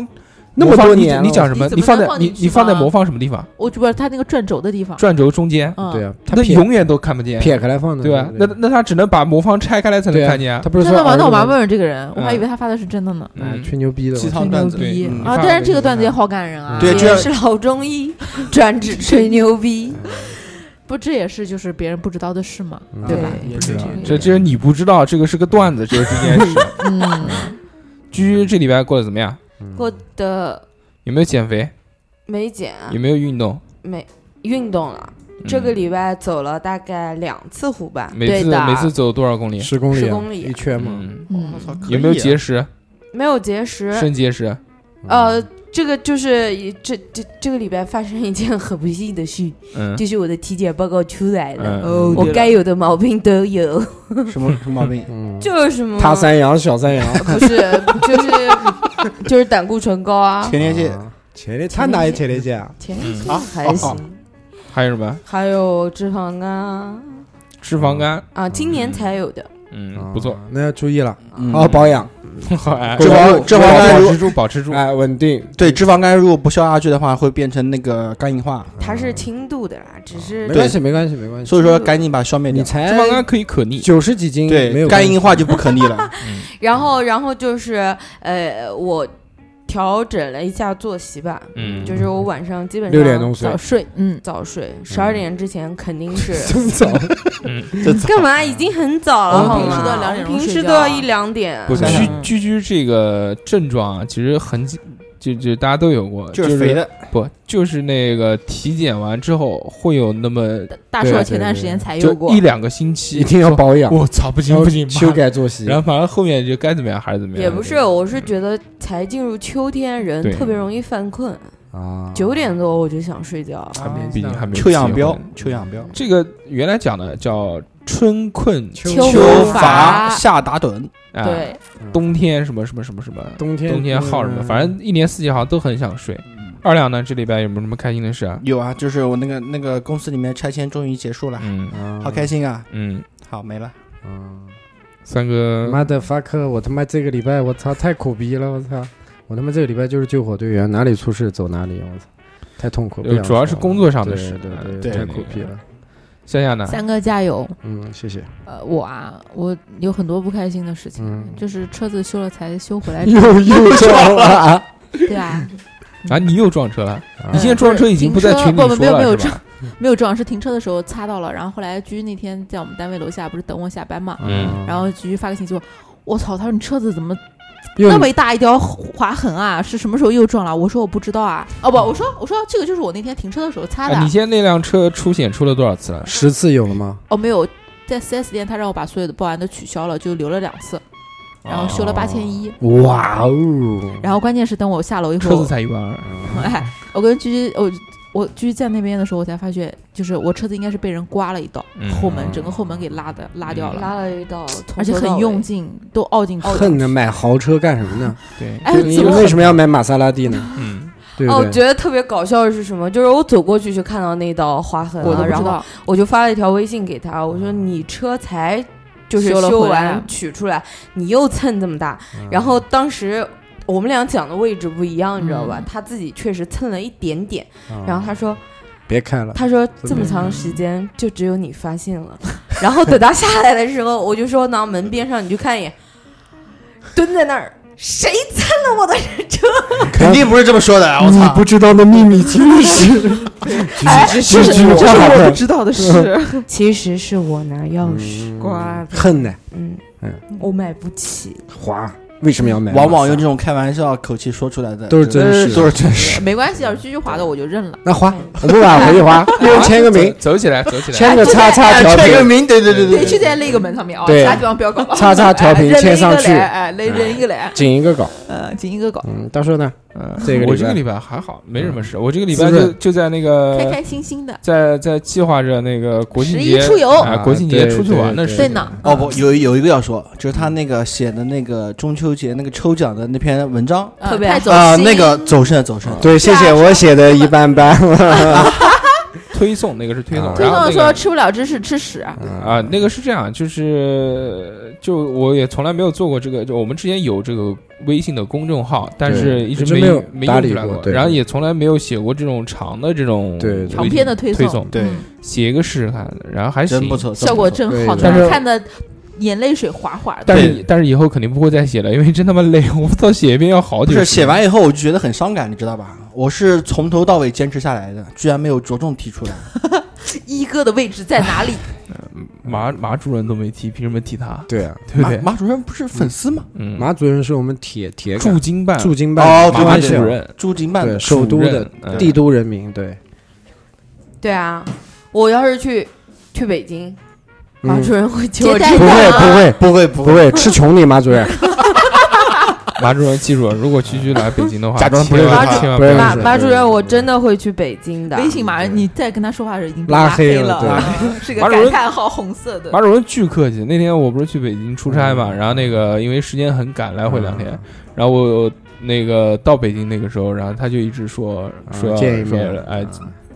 S2: 那么
S1: 魔方
S2: 多
S1: 你
S2: 年
S1: 你
S2: 了
S1: 讲什么？
S7: 你怎么
S1: 你放
S7: 能
S1: 在
S7: 放
S1: 你
S7: 进去
S1: 你放在
S7: 吗
S1: 魔方什么地方？
S7: 我就不是他那个转轴的地方。
S1: 转轴中间，
S7: 嗯，
S2: 对啊，他
S1: 那
S2: 撇
S1: 永远都看不见，
S2: 撇开来放的，
S1: 对吧？那那他只能把魔方拆开来才能
S2: 嗯对啊
S1: 看见啊。
S2: 他不是
S7: 真
S2: 说啊
S7: 的吗？
S2: 儿
S7: 那我
S2: 子
S7: 妈
S2: 吗
S7: 问问这个人，我还以
S1: 嗯
S7: 为他发的是真的呢。
S2: 哎
S1: 嗯，
S2: 吹牛逼的，
S11: 鸡
S2: 我
S11: 汤
S7: 吹
S11: 段
S7: 牛
S11: 子，
S1: 对
S7: 逼
S11: 嗯
S7: 啊！
S2: 发
S7: 但是
S2: 的
S7: 这
S2: 就
S7: 个段
S2: 是
S7: 子也
S2: 那
S7: 好感人啊！
S11: 对
S7: 也
S11: 这样
S6: 是老中医，专治吹牛逼。
S7: 不，这也是就是别人不知道的事嘛，
S2: 嗯
S7: 对吧？
S2: 对
S11: 也是
S1: 对啊这这是你不知道，这个是个段子，这是这件
S2: <laughs>
S1: 事。
S7: 嗯，
S1: 居这礼拜过得怎么样？
S2: 嗯
S6: 我的
S1: 有没有减肥？
S6: 没减啊，
S1: 有没有运动？
S6: 没运动了，这个礼拜走了大概两次湖吧
S1: 嗯，每次
S7: 对的
S1: 每
S2: 啊
S1: 次走多少公里？
S2: 十公里啊，
S6: 10公里
S2: 一圈嘛，
S1: 嗯，
S7: 嗯
S11: 我操，可以
S1: 有没有
S11: 啊
S1: 节食？
S6: 没有节食，
S1: 肾结石？
S2: 嗯
S6: 呃，这个就是一这这这个礼拜发生一件很不幸的事，
S1: 嗯，
S6: 就是我的体检报告出来了，
S1: 嗯
S7: 哦，
S6: 我该有的毛病都有，
S5: 什么什么毛病？
S2: 嗯，
S6: 就是嘛，
S2: 大三阳
S7: <laughs>
S2: 小三阳，
S6: 不是就是就是胆固醇高啊，
S5: <laughs> 前列腺
S2: 啊前列他哪有前列腺啊？
S6: 前列腺
S5: 啊
S6: 还行，
S1: 还有什么？
S6: 还有脂肪肝啊
S1: 脂肪肝？
S6: 啊，今年才有的，
S1: 嗯，不错。
S2: 啊，那要注意了，
S5: 嗯
S2: 好好保养，
S1: 好哎
S2: 脂
S5: 脂肪脂肪肝
S1: 保
S5: 如
S1: 持住，保持住。
S2: 哎，稳定，
S5: 对脂肪肝如果不消下去的话，会变成那个肝硬化，
S6: 它是轻度的啦，只是
S2: 没关系，没关系，没关系，
S5: 所以说赶紧把它消灭掉。
S2: 你
S1: 脂
S2: 才
S1: 肪肝可以可逆。
S2: 九十几斤，没
S5: 对，
S2: 有
S5: 肝
S2: 关系
S5: 硬化就不可逆了。
S6: 然后，然后就是呃，我调整了一下作息吧，
S1: 嗯
S6: 就是我晚上基本上
S2: 六点钟睡
S7: 早，睡，嗯，嗯
S6: 早睡，十二点之前肯定是
S2: 这么早，
S6: 干嘛？已经很早
S7: 我
S6: 了，
S7: 们
S6: 好
S7: 平时都
S6: 吗？
S7: 两点钟
S6: 平时
S7: 睡
S6: 都
S7: 觉啊
S6: 要一两点。
S1: 不是
S5: 想
S1: 居
S5: 想
S1: 居居这个症状啊，其实很就就大家都有过，
S5: 就
S1: 就是
S5: 肥的，
S1: 不就是那个体检完之后会有那么
S7: 大
S2: 对啊
S7: 硕
S2: 对
S7: 前段
S2: 对
S7: 时间才有
S1: 就
S7: 过
S1: 一，两个星期，
S2: 一定要
S1: 说
S2: 保养，
S1: 我操，不行
S2: 然后
S1: 不行，
S2: 修
S1: 妈的。
S2: 改作
S1: <laughs>
S2: 息
S1: 然，后反正后面就该怎么样还是怎么样。
S6: 也不是，我是觉得才进入秋天，人
S1: 对
S6: 特别容易犯困。
S2: 啊，
S6: 九点多我就想睡觉，
S2: 还没
S1: 嗯毕竟还没
S5: 臭氧标
S1: 结婚，
S5: 臭氧标，
S1: 这个原来讲的叫春困
S2: 秋
S5: 秋乏
S6: 乏
S5: 夏打盹，
S1: 啊，
S7: 对，
S1: 冬天什么什么什么什么，
S2: 冬天
S1: 冬天耗什么，反
S3: 嗯
S1: 正一年四季好像都很想睡。二两呢，这礼拜有没有什么开心的事啊？
S5: 有啊，就是我那个那个公司里面拆迁终于结束了，
S1: 嗯
S2: 正
S5: 好开心啊！
S1: 嗯，
S5: 好没了，
S2: 嗯，
S1: 三哥，
S2: 妈的 fuck，我他妈这个礼拜我操太苦逼了，我操，我他妈这个礼拜就是救火队员，哪里出事走哪里，我操，太痛苦，
S1: 呃
S2: 不想
S1: 主要是
S2: 说了
S1: 工作上的事
S2: 对对
S5: 对
S2: 太
S1: 那
S2: 苦
S1: 个
S2: 逼了，
S1: 夏夏
S2: 啊
S1: 呢？
S7: 三哥加油。
S2: 嗯，谢谢，
S7: 呃，我啊，我有很多不开心的事情，
S2: 嗯，
S7: 就是车子修了才修回来
S1: <laughs>
S2: 嗯
S5: <laughs>
S2: 又又撞了啊，
S7: 对吧？
S1: 啊，你又撞车了？
S2: 啊
S1: 你现在撞车已经不在群里
S7: 不是停
S1: 说
S7: 车不没有没有
S1: 了是吧？
S7: 没有撞，是停车的时候擦到了。然后后来居那天在我们单位楼下不是等我下班嘛，
S1: 嗯
S7: 然后居发个信息我，我操，他说你车子怎么
S2: 又
S7: 那么一大一条划痕啊？是什么时候又撞了？我说我不知道啊。哦不，我说我说这个就是我那天停车的时候擦
S1: 嗯
S7: 的
S1: 啊，
S7: 啊。
S1: 你现在那辆车出险出了多少次了？
S2: 十次有了吗？
S7: 哦没有，在 4S 店他让我把所有的报案都取消了，就留了两次，然后修了八千一。
S2: 哇哦，
S7: 然后关键是等我下楼以后，
S1: 车子才一啊万二。
S7: <laughs> 哎，我跟居居，我我居居在那边的时候，我才发觉，就是我车子应该是被人刮了一道，
S1: 嗯
S7: 后门整个后门给拉的拉掉了，
S6: 拉了一道，从
S7: 而且
S6: 头到
S7: 很
S6: 尾
S7: 用。劲，都凹进去了。
S2: 恨呢，买豪车干什么呢？
S1: 对，
S7: 哦哎，
S2: 你
S7: 怎么
S2: 为什么要买玛莎拉蒂呢？
S1: 嗯，
S2: 对
S6: 哦，
S2: 不
S6: 我
S2: 对？
S6: 觉得特别搞笑的是什么？就是我走过去就看到那道划痕
S7: 我都
S6: 了，
S7: 不
S6: 然
S7: 知
S6: 后
S7: 道？
S6: 我就发了一条微信给他，我说你车才就是
S7: 修了
S6: 嗯修
S7: 回来
S6: 完取出来，嗯你又蹭这么大。
S2: 嗯
S6: 然后当时我们俩讲的位置不一样，你知道吧
S7: 嗯？
S6: 他自己确实蹭了一点点，
S2: 啊
S6: 然后他说
S2: 别看了，
S6: 他说
S2: 么
S6: 这么长时间就只有你发现 <laughs> 了。然后等他下来的时候，我就说呢门边上你去看一眼，蹲在那儿。谁蹭了我的车？
S5: 肯定不是这么说的啊，我
S2: 你
S5: 操！
S2: 不知道的秘密其实是， <laughs> 其实是我
S3: 我
S2: 好
S3: 不知道的事，
S6: 其实是我拿钥匙，
S2: 的，
S3: 瓜
S2: 恨呢，
S6: 嗯
S2: 嗯，
S6: 我买不起。
S2: 花为什么要买？
S5: 往往用这种开玩笑口气说出来的
S2: 都是真实的
S5: 都是真实。
S7: 没关系，要是居居划的我就认了。
S2: 那花，我们俩回去花，一人签个
S1: <laughs>
S2: 名，
S1: 走走起来，走起
S3: <laughs>
S1: 来。
S2: 签个叉叉调
S5: 签个
S2: 频，
S5: 名，对对对
S7: 对，
S5: 对
S7: 就
S5: 对，
S7: 在那个门上面啊，
S2: 对
S7: 其他地方不要搞。
S2: 叉叉调频
S7: <laughs> 哎扔一个
S2: 签上去 <laughs>
S7: 来哎，扔扔一个来，
S2: 紧一个搞。
S7: 呃，仅一个搞。
S2: 嗯，大硕呢？
S1: 呃
S2: 这个礼拜
S1: 我这个礼拜还好，没什么
S3: 嗯
S1: 事。我这个礼
S2: 滋
S1: 拜就
S2: 润
S1: 就在那
S3: 开
S1: 个
S3: 开心心的，
S1: 在在计划着那个国庆
S3: 十一
S1: 节
S3: 出游，
S1: 啊，国庆节出去玩的事
S3: 对
S1: 情。
S3: 呢，
S8: 哦不，有有一个要说，就是他那个写的那个中秋节那个抽奖的那篇文章
S3: 呃
S6: 特别
S3: 太走
S8: 啊，
S3: 心
S8: 那个走肾走肾，
S2: 对，谢谢我写的一般般。
S1: 推送那个是推送
S2: 啊，
S3: 推
S1: 然后那
S3: 送说
S1: 个
S3: 吃不了芝士吃屎，
S1: 啊，那个是这样，就是就我也从来没有做过这个，就我们之前有这个微信的公众号，但是一直
S2: 一直
S1: 没
S2: 没有
S1: 没
S2: 搭
S1: 用
S2: 理
S1: 出来
S2: 过对
S1: 然后也从来没有写过这种长的这种
S2: 对对
S3: 长篇的推
S1: 推
S3: 送
S1: 送，
S8: 对，
S1: 写一个试试看，然后还行
S8: 真不。错，
S3: 嗯效果
S8: 真
S3: 真
S2: 对
S3: 好，
S7: <laughs>
S2: 对
S3: 当时
S1: 对
S3: 看的眼泪水哗哗的。
S1: 但
S8: 对
S1: 是但是以后肯定不会再写了，因为真他妈累， <laughs> 我操，写一遍要好
S8: 不
S1: 久。
S8: 错不是写完以后我就觉得很伤感，你知道吧？我是从头到尾坚持下来的，居然没有着重提出来。
S3: 一哥的位置在哪里？
S1: 马马主任都没提，凭什么提他？
S2: 对啊，
S1: 对不对？
S8: 马马主任不是粉丝吗？
S1: 嗯，
S2: 马主任是我们铁铁杆
S1: 驻京办
S2: 驻京
S8: 哦
S2: 办
S8: 对
S1: 马
S2: 马
S8: 对
S1: 主
S8: 对
S2: 嗯主任，
S1: 任
S8: 驻京办
S2: 对，
S8: 的
S2: 首都的
S1: 主任嗯啊
S2: 帝都人民，对，
S6: 对啊，我要是去去北京，马
S2: 嗯
S6: 主任会接我
S3: 接
S6: 去
S3: 待
S2: 不会
S6: 啊
S2: 不会
S8: 不会不
S2: 不会，吃穷你马主任，
S1: 马主任记住，如果区区来北京的话，
S8: 嗯假啊装不认识
S1: 千万
S8: 他
S1: 千万
S2: 不认识
S6: 马
S2: 对
S6: 马主任，我真的会去北京的。
S3: 微信马上你再跟他说话的时候已经被
S2: 拉
S3: 黑
S2: 黑了对
S3: 嗯是个
S1: 马主
S3: 感
S1: 任
S3: 叹号红色的。
S1: 马主任巨客气，那天我不是去北京出差嘛，然后那个因为时间很赶，来回两
S2: 嗯啊
S1: 天，然后我我那个到北京那个时候，然后他就一直说说
S2: 见一
S1: 说
S2: 面，
S1: 哎，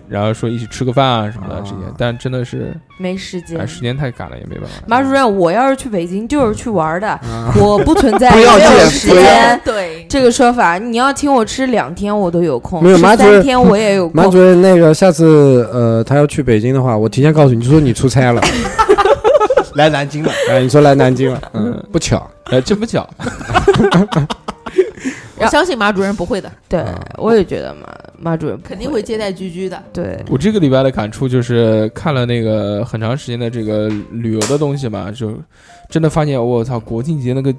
S1: 然后说一起吃个饭啊什么的
S2: 啊
S1: 这些，但真的是
S6: 没时间
S1: 哎。时间太赶了，也没办
S6: <laughs>
S1: 法。
S6: 马主任，我要是去北京就是去玩的，
S2: 啊
S6: 我不存在
S2: <laughs>
S8: 不
S6: 没
S8: 要见
S6: 有
S8: 不
S6: 时
S8: 要
S6: 间
S3: 对，
S6: 这个说法。你要请我吃两天我都有空，
S2: 没有
S6: 吃
S2: 马主任
S6: 三天我也有
S2: 马
S6: 空
S2: 主。任，那个下次呃，他要去北京的话，我提前告诉你，就说你出差了，
S8: <laughs> 来南京了，
S2: 哎，你说来南京了，嗯，不巧，
S1: 哎，真不巧，
S3: 我相信马主任不会的，
S6: 对，我也觉得马马主任不
S3: 肯定会接待居居的。
S6: 对。
S1: 我这个礼拜的感触就是看了那个很长时间的这个旅游的东西嘛，就真的发现我操，国庆节那个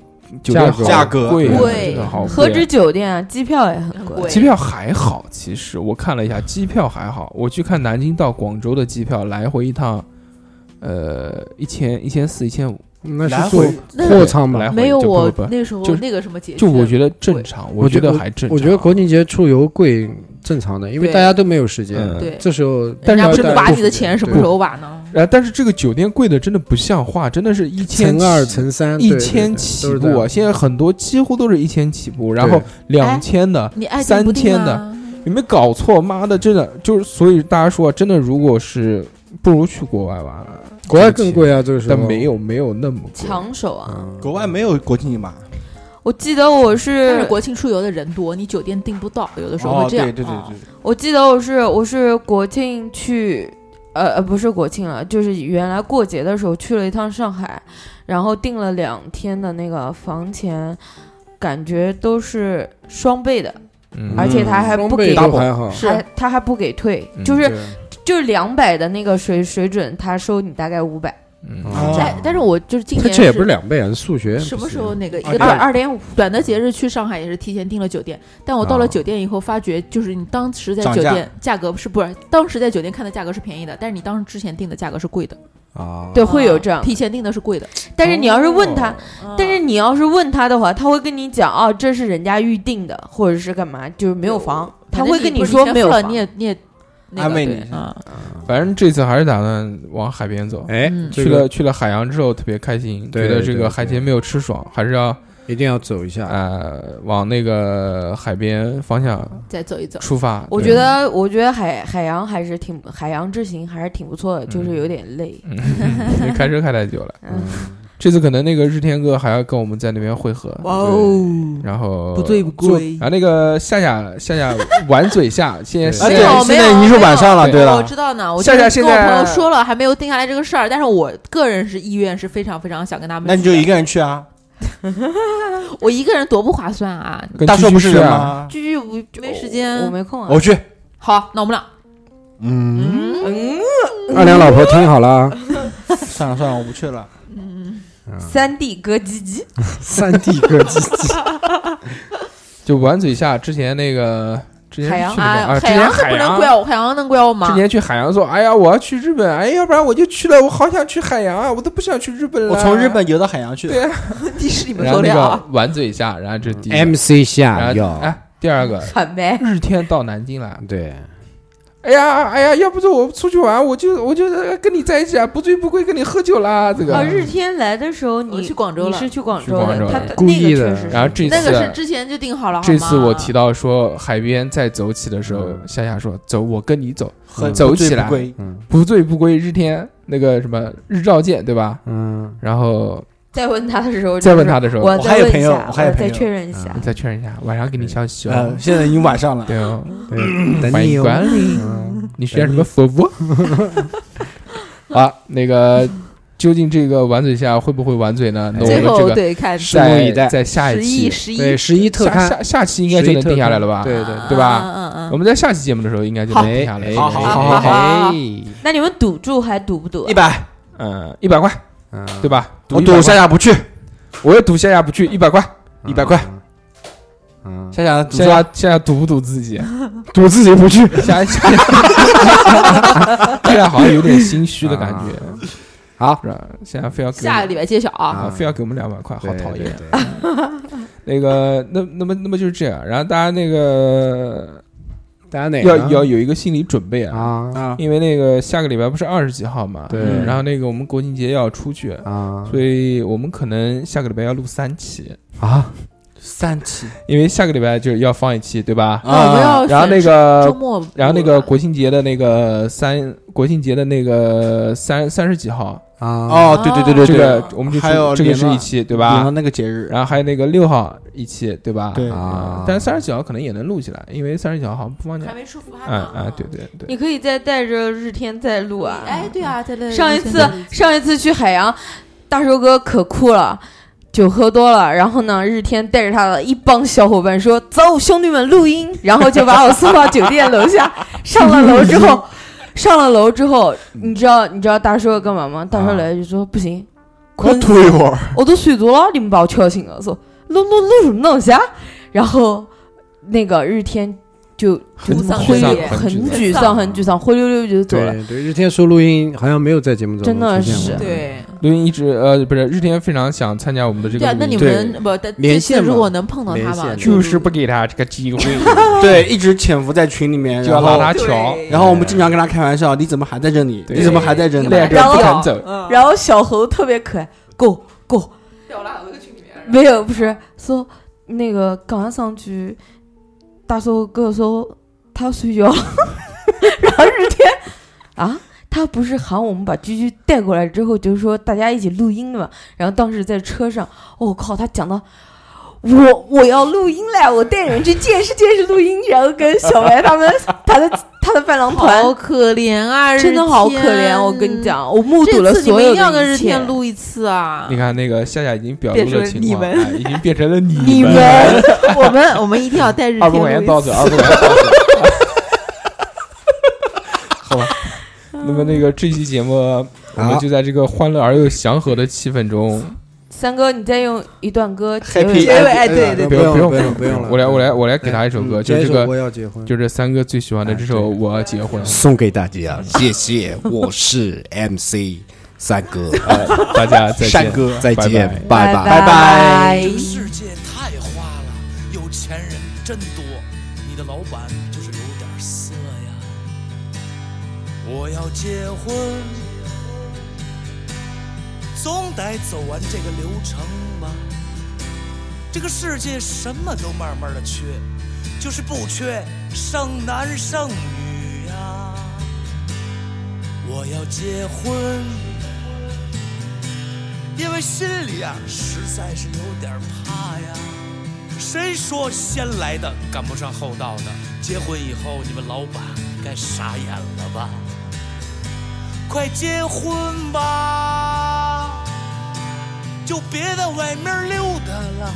S1: 酒店好
S8: 价格
S1: 贵啊，
S3: 贵
S1: 真的好贵啊，
S6: 何止酒店啊，机票也很贵。
S1: 机票还好，其实我看了一下，机票还好。我去看南京到广州的机票，来回一趟，呃，一千一千四、一千五，
S2: 那
S8: 来
S2: 是坐
S8: 回
S2: 货舱吧
S1: 来？回
S3: 没有
S1: 就不
S3: 我
S1: 不不
S3: 哦那时候
S1: 就
S3: 那个什么节制，
S1: 就我觉得正常，
S2: 我
S1: 觉
S2: 觉
S1: 得
S2: 得
S1: 还正常。
S2: 我觉得国庆节出游贵正常的，因为
S3: 对
S2: 大家都没有时间
S1: 嗯，
S3: 对
S2: 这时候
S3: 人家不是
S2: 大家
S3: 挖
S2: 都
S3: 你的钱，什么
S2: 对
S3: 时候挖呢？
S1: 呃，但是这个酒店贵的真的不像话，真的是一千
S2: 乘二乘三
S1: 一
S2: 对
S1: 千
S2: 对
S1: 起
S2: 都是这
S1: 步
S2: 样
S1: 啊！现在很多几乎都是一千起步，然后两千的，
S3: 哎你爱
S1: 三
S3: 定不定
S1: 天的
S3: 啊？
S1: 有没有搞错？妈的，真的就是，所以大家说，啊真的如果是不如去国外玩了，
S2: 国外更贵
S1: 啊，
S2: 啊，这个时候
S1: 但没有没有那么贵。
S6: 抢手啊！
S2: 嗯
S8: 国外没有国庆吧？
S6: 我记得我
S3: 但
S6: 是
S3: 是国庆出游的人多，你酒店订不到，有的时候
S8: 哦，
S3: 会
S8: 对
S3: 这样。
S8: 对对
S3: 啊
S8: 对，
S6: 我记得我是我是国庆去，呃呃不是国庆了，就是原来过节的时候去了一趟上海，然后订了两天的那个房钱，感觉都是双倍的，
S1: 嗯
S6: 而且他还不
S2: 装
S6: 给
S2: 备都还好，
S6: 还他还不给退，
S1: 嗯
S6: 就是
S2: 对
S6: 就是两百的那个水水准，他收你大概五百，
S1: 嗯
S2: 嗯
S8: 哦
S3: 但但是我就是今
S2: 他
S3: 年
S2: 这也不是两倍啊，是数学
S3: 什么时候那个一
S8: 二
S3: 个
S8: 点
S3: 短
S6: 二二点五，
S3: 短的节日去上海也是提前订了酒店，但我到了
S2: 啊
S3: 酒店以后发觉，就是你当时在
S8: 涨
S3: 酒
S8: 价
S3: 店价格是不是当时在酒店看的价格是便宜的，但是你当时之前订的价格是贵的，
S2: 啊？
S6: 对，会有这样。
S3: 提前订的是贵的，
S6: 但是你要是问他，但是
S3: 嗯
S6: 你要是问他的话，他会跟你讲啊，这是人家预定的，或者是干嘛，就是没有房，他
S3: 反正
S6: 会跟
S3: 不是
S6: 说
S3: 先
S6: 没有
S3: 付了，
S6: 房
S3: 你也你也那
S8: 安
S3: 个
S8: 慰
S3: 对
S8: 你一下
S3: 啊，
S1: 反正这次还是打算往海边走。
S2: 哎
S3: 嗯，
S2: 这
S1: 去
S2: 个
S1: 了去了海洋之后特别开心，
S2: 对
S1: 觉得这
S2: 对
S1: 个海
S2: 对
S1: 鲜没有吃爽，还是要
S2: 一定要走一下。
S1: 呃往那个海边方向
S3: 再走一走，
S1: 出发。
S6: 我
S1: 对
S6: 觉得，我觉得海海洋还是挺海洋之行还是挺不错的，就是
S1: 嗯
S6: 有点累。
S1: 嗯因为开车开太久了，
S6: 嗯，
S1: 这次可能那个日天哥还要跟我们在那边会合，
S7: 哇哦，
S1: 然后啊
S7: 不醉不归
S1: 然后那个夏夏夏夏玩嘴夏，现在
S2: 对
S1: 夏
S8: 啊对，
S3: 没有
S8: 现在已经是晚上了，
S1: 没有
S8: 对
S3: 我
S8: 了，
S3: 知道呢，我
S1: 夏夏
S3: 就是
S1: 现
S3: 跟我朋友
S1: 在
S3: 说了，还没有定下来这个事儿，但是我个人是意愿是非常非常想跟他们去的，
S8: 那你就一个人去啊？
S3: 我一个人多不划算啊，
S1: 跟
S8: 大
S1: 蛐
S8: 硕
S1: 蛐
S8: 不是
S1: 去
S8: 人
S1: 啊？
S7: <laughs>
S8: 吗？
S3: 居居不没时间
S7: 嗯
S6: 我，没空啊
S5: 哦 <laughs>
S8: 我。去，
S3: 好，那我们俩。
S8: 嗯，
S6: 嗯，
S2: 二两老婆听好了啊，
S8: 算了算了，我不去了。
S6: 三弟哥唧唧，
S2: 三 D 科技 <laughs>
S1: 就玩嘴夏之前那个之前
S6: 海洋
S1: 去那边
S3: 啊，
S1: 啊，之
S3: 海
S1: 前
S3: 洋可
S1: 海
S3: 不能
S1: 洋
S3: 怪我，海洋能怪我
S1: 之
S3: 吗？
S1: 前去海洋说，哎呀，我要去日本，哎，要不然我就去了，我好想去海洋啊，我都不想去日本了。
S8: 我从日本游到海洋去。
S1: 啊对
S3: 迪士尼
S1: 然后那个玩嘴一下，然后这第一个，
S2: MC 下
S1: 然后
S2: 药，
S1: 哎，
S8: 第二个，
S6: 很呗。
S8: 日天到南京来，
S2: 对，
S8: 哎呀哎呀，要不是我出去玩，我就我就
S1: 哎
S8: 呃跟你在一起啊，不醉不归，跟你喝酒啦，这个。
S6: 啊，日天来的时 <laughs> 候你
S7: 我去广州
S6: 你
S7: 了
S6: 是去广
S8: 去
S6: 州
S8: 广州
S6: 的，他
S8: 了
S6: 那
S2: 故
S6: 个
S2: 意
S6: 确
S2: 的
S6: 实
S8: 然后
S6: 是
S8: 这
S7: 那个是
S8: 次
S7: 之前就定好了，好
S8: 这次
S7: 吗
S8: 我提到说海边在走起的时候，
S1: 嗯
S8: 夏夏说走，我跟你走，
S5: 喝
S8: 走
S5: 不醉
S8: 起来
S5: 不归
S2: 嗯
S8: 不醉不归。日天那个什么日照见，对吧？
S2: 嗯，
S8: 然后
S6: 再问他的时候，
S8: 再问他，的时候，
S6: 我
S5: 我还
S6: 再
S5: 有
S6: 问
S5: 朋
S6: 一
S5: 友
S6: 下，
S5: 我还有朋
S6: 再
S5: 友
S6: 确认一下
S1: 嗯
S8: 我，再确认一下，晚上给你消息哦
S5: 呃，。现在已经晚上了，
S8: 对哦，
S2: 对，
S8: 欢
S2: 等你
S8: 迎
S2: 哦
S8: 光临。
S2: 嗯
S8: 你学点什么佛佛？ <laughs> 啊，那个究竟这个玩嘴下会不会玩嘴呢？那我
S7: 最
S3: 哦
S8: 们
S7: 后
S8: 这个
S7: 对看
S2: 拭目以
S8: 在
S2: 待
S8: 在下
S7: 十
S8: 一
S7: 一
S8: 期，
S7: 十一
S2: 对，十一特
S8: 下
S2: 刊，
S8: 下下期应该就能定下来了吧？
S2: 十一特刊对对
S7: 啊
S8: 对吧
S7: 嗯嗯
S8: 我
S7: 嗯，
S8: 们在下期节目的时候应该就能定
S2: 哎
S8: 下来
S2: 哎
S8: 了。
S5: 好好
S2: 哎
S5: 好好好
S2: 哎
S6: 那你们赌注还赌不赌啊？
S5: 一百，
S8: 嗯，一百块，
S2: 嗯，
S8: 对吧？
S5: <laughs> 我
S8: 赌
S5: 赌夏
S8: 下，
S5: 夏不去，
S8: 我也赌下下不去，一百块，一百块。
S2: 嗯，嗯，
S5: 夏夏赌
S8: 现
S5: 说
S8: 在现在赌不赌自
S1: 啊
S8: 己？
S2: 赌自己不去，
S8: <laughs> 下下现在好像有点心虚的感觉。
S2: 好，
S8: 啊是吧？现在非要给我
S7: 下个礼拜揭晓啊，
S8: 啊，非要给我们两百块，好
S2: 对
S8: 讨厌。，
S2: 对对
S8: 那个，那那么那么就是这样，然后大家那个
S2: 大家哪个
S8: 要要有一个心理准备哎啊，
S2: 啊
S5: 啊，
S8: 因为那个下个礼拜不是二十几号嘛，嗯
S2: 对
S8: 然后那个我们国庆节要出去，
S2: 啊
S8: 所以我们可能下个礼拜要录三期，
S2: 啊，
S5: 三期
S8: 因为下个礼拜就要放一期，对吧？
S5: 啊
S7: 那
S3: 哦
S7: 我们要
S8: 然后那
S7: 选周
S8: 个，
S7: 末，
S8: 然后那个国庆节的那个三，国庆节的那个三三十几号，
S2: 啊
S5: 哦，对对对对
S8: 这个
S5: 对，
S8: 我们就
S5: 还有
S8: 出这个
S5: 联
S8: 是
S5: 络
S8: 一期，对
S5: 比
S8: 吧
S5: 方？那个节日，
S8: 然后还有那个六号一期，对吧？
S5: 对
S2: 啊，
S8: 但是三十九号可能也能录起来，因为三十九号好像不放假
S7: 还。没出伏案
S8: 嗯啊，对对对，
S6: 你可以再带着日天再录啊。
S7: 哎，对啊，在那
S6: 上一次上一次去海洋，大寿哥可酷了。酒喝多了，然后呢，日天带着他的一帮小伙伴说：“走，兄弟们，录音！”然后就把我送到酒店楼下。上了楼之后，上了楼之后，你知道你知道大寿哥干嘛吗？大寿来就说：“不行，
S5: 我
S6: 困死
S5: 吐一会儿，
S6: 我都睡着了，你们把我敲醒了，说录录录什么东西啊？然后那个日天就就
S8: 很
S6: 这么
S8: 沮
S6: 灰
S8: 丧
S6: 脸，
S8: 很
S6: 很
S8: 沮
S6: 沮
S7: 丧
S6: 丧，很沮丧，灰溜溜就走了。
S2: 对对，日天说录音好像没有在节目中
S6: 真的
S2: 出现
S6: 是
S2: 过
S7: 对。
S8: 录音一直呃不是日天非常想参加我们的这
S7: 对
S8: 个
S7: 啊，那
S8: 录
S7: 你
S8: 音，
S7: 们不但
S2: 连
S7: 这次
S2: 线嘛
S7: 如果能碰到
S2: 连
S7: 他
S2: 线
S7: 嘛，
S2: 的
S8: 就是不给他这个 <laughs> 机会，
S5: 对，一直潜伏在群里面，
S8: 就要
S5: 然后
S8: 拉他瞧，
S5: 然后我们经常跟他开玩笑，你怎么还在这里？
S8: 对
S5: 你怎么还在这里？
S8: 赖着
S6: 然后
S8: 不肯走。
S6: 然后小猴特别可爱，go go，没有不是说那个刚刚上去，大寿哥说他睡觉了， <laughs> 然后日天啊。他不是喊我们把居居带过来之后，就是说大家一起录音的嘛。然后当时在车上，哦我、靠，他讲到我我要录音嘞，我带人去见识见识录音，然后跟小白他们他的他的伴郎团
S7: 好可怜啊，
S6: 真的好可
S7: 日天
S6: 怜，我跟你，讲，我目睹了
S7: 这次你
S6: 所
S7: 们
S6: 有
S7: 一定要跟
S6: 的一
S7: 日
S6: 切
S7: 天。录一次啊
S8: 你！看那个夏夏已经表露了情况，
S7: 变成
S8: 哎已经变成了你
S7: 你们
S8: 们，
S7: 我们我们一定要带日
S8: 二
S7: 天
S8: 百块
S7: 录
S8: 钱到
S7: 一次
S8: 手，二百块钱到手。好吧，那么那个这期节目，我们就在这个欢乐而又祥和的气氛中，
S6: 三哥，你再用一段歌结
S5: Happy
S6: 尾。
S5: 结尾
S2: 哎
S5: 对对
S8: 不
S2: 不
S8: 用
S2: 用
S8: 用
S2: 不
S8: 不
S2: 用不用了，嗯
S8: 我来我来我来给他一
S2: 一
S8: 首歌，就是这个
S2: 我要结婚，
S8: 就是三哥最喜欢的这首《我要结婚》。
S2: 送给大家，谢谢，我是 MC 三哥，
S8: 哎，大家再
S5: 善
S8: 见。
S5: 哥，
S2: 再见，
S6: 拜
S2: 拜
S5: 拜拜
S6: 拜
S3: 世界太花了，有钱人真多，你的老板就是有点色呀。我要结婚，总得走完这个流程吧。这个世界什么都慢慢的缺，就是不缺剩男剩女呀。我要结婚。因为心里啊实在是有点怕呀。谁说先来的赶不上后到的？结婚以后，你们老板该傻眼了吧？快结婚吧，就别在外面溜达了。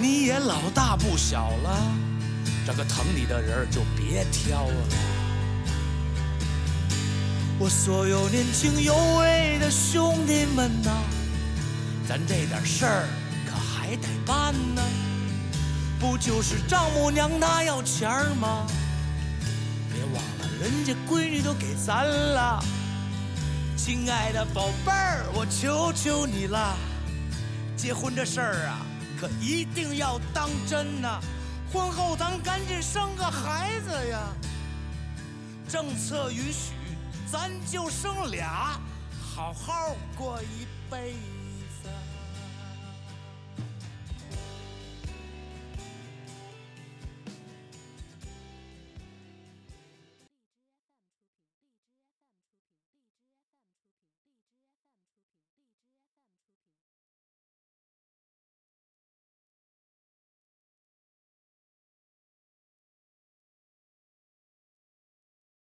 S3: 你也老大不小了，这个疼你的人儿就别挑了。我所有年轻有为的兄弟们呐、咱这点事儿可还得办呢。不就是丈母娘她要钱儿吗？别忘了，人家闺女都给咱了。亲爱的宝贝儿，我求求你啦，结婚这事儿啊，可一定要当真呐、婚后咱赶紧生个孩子呀！政策允许，咱就生俩，好好过一辈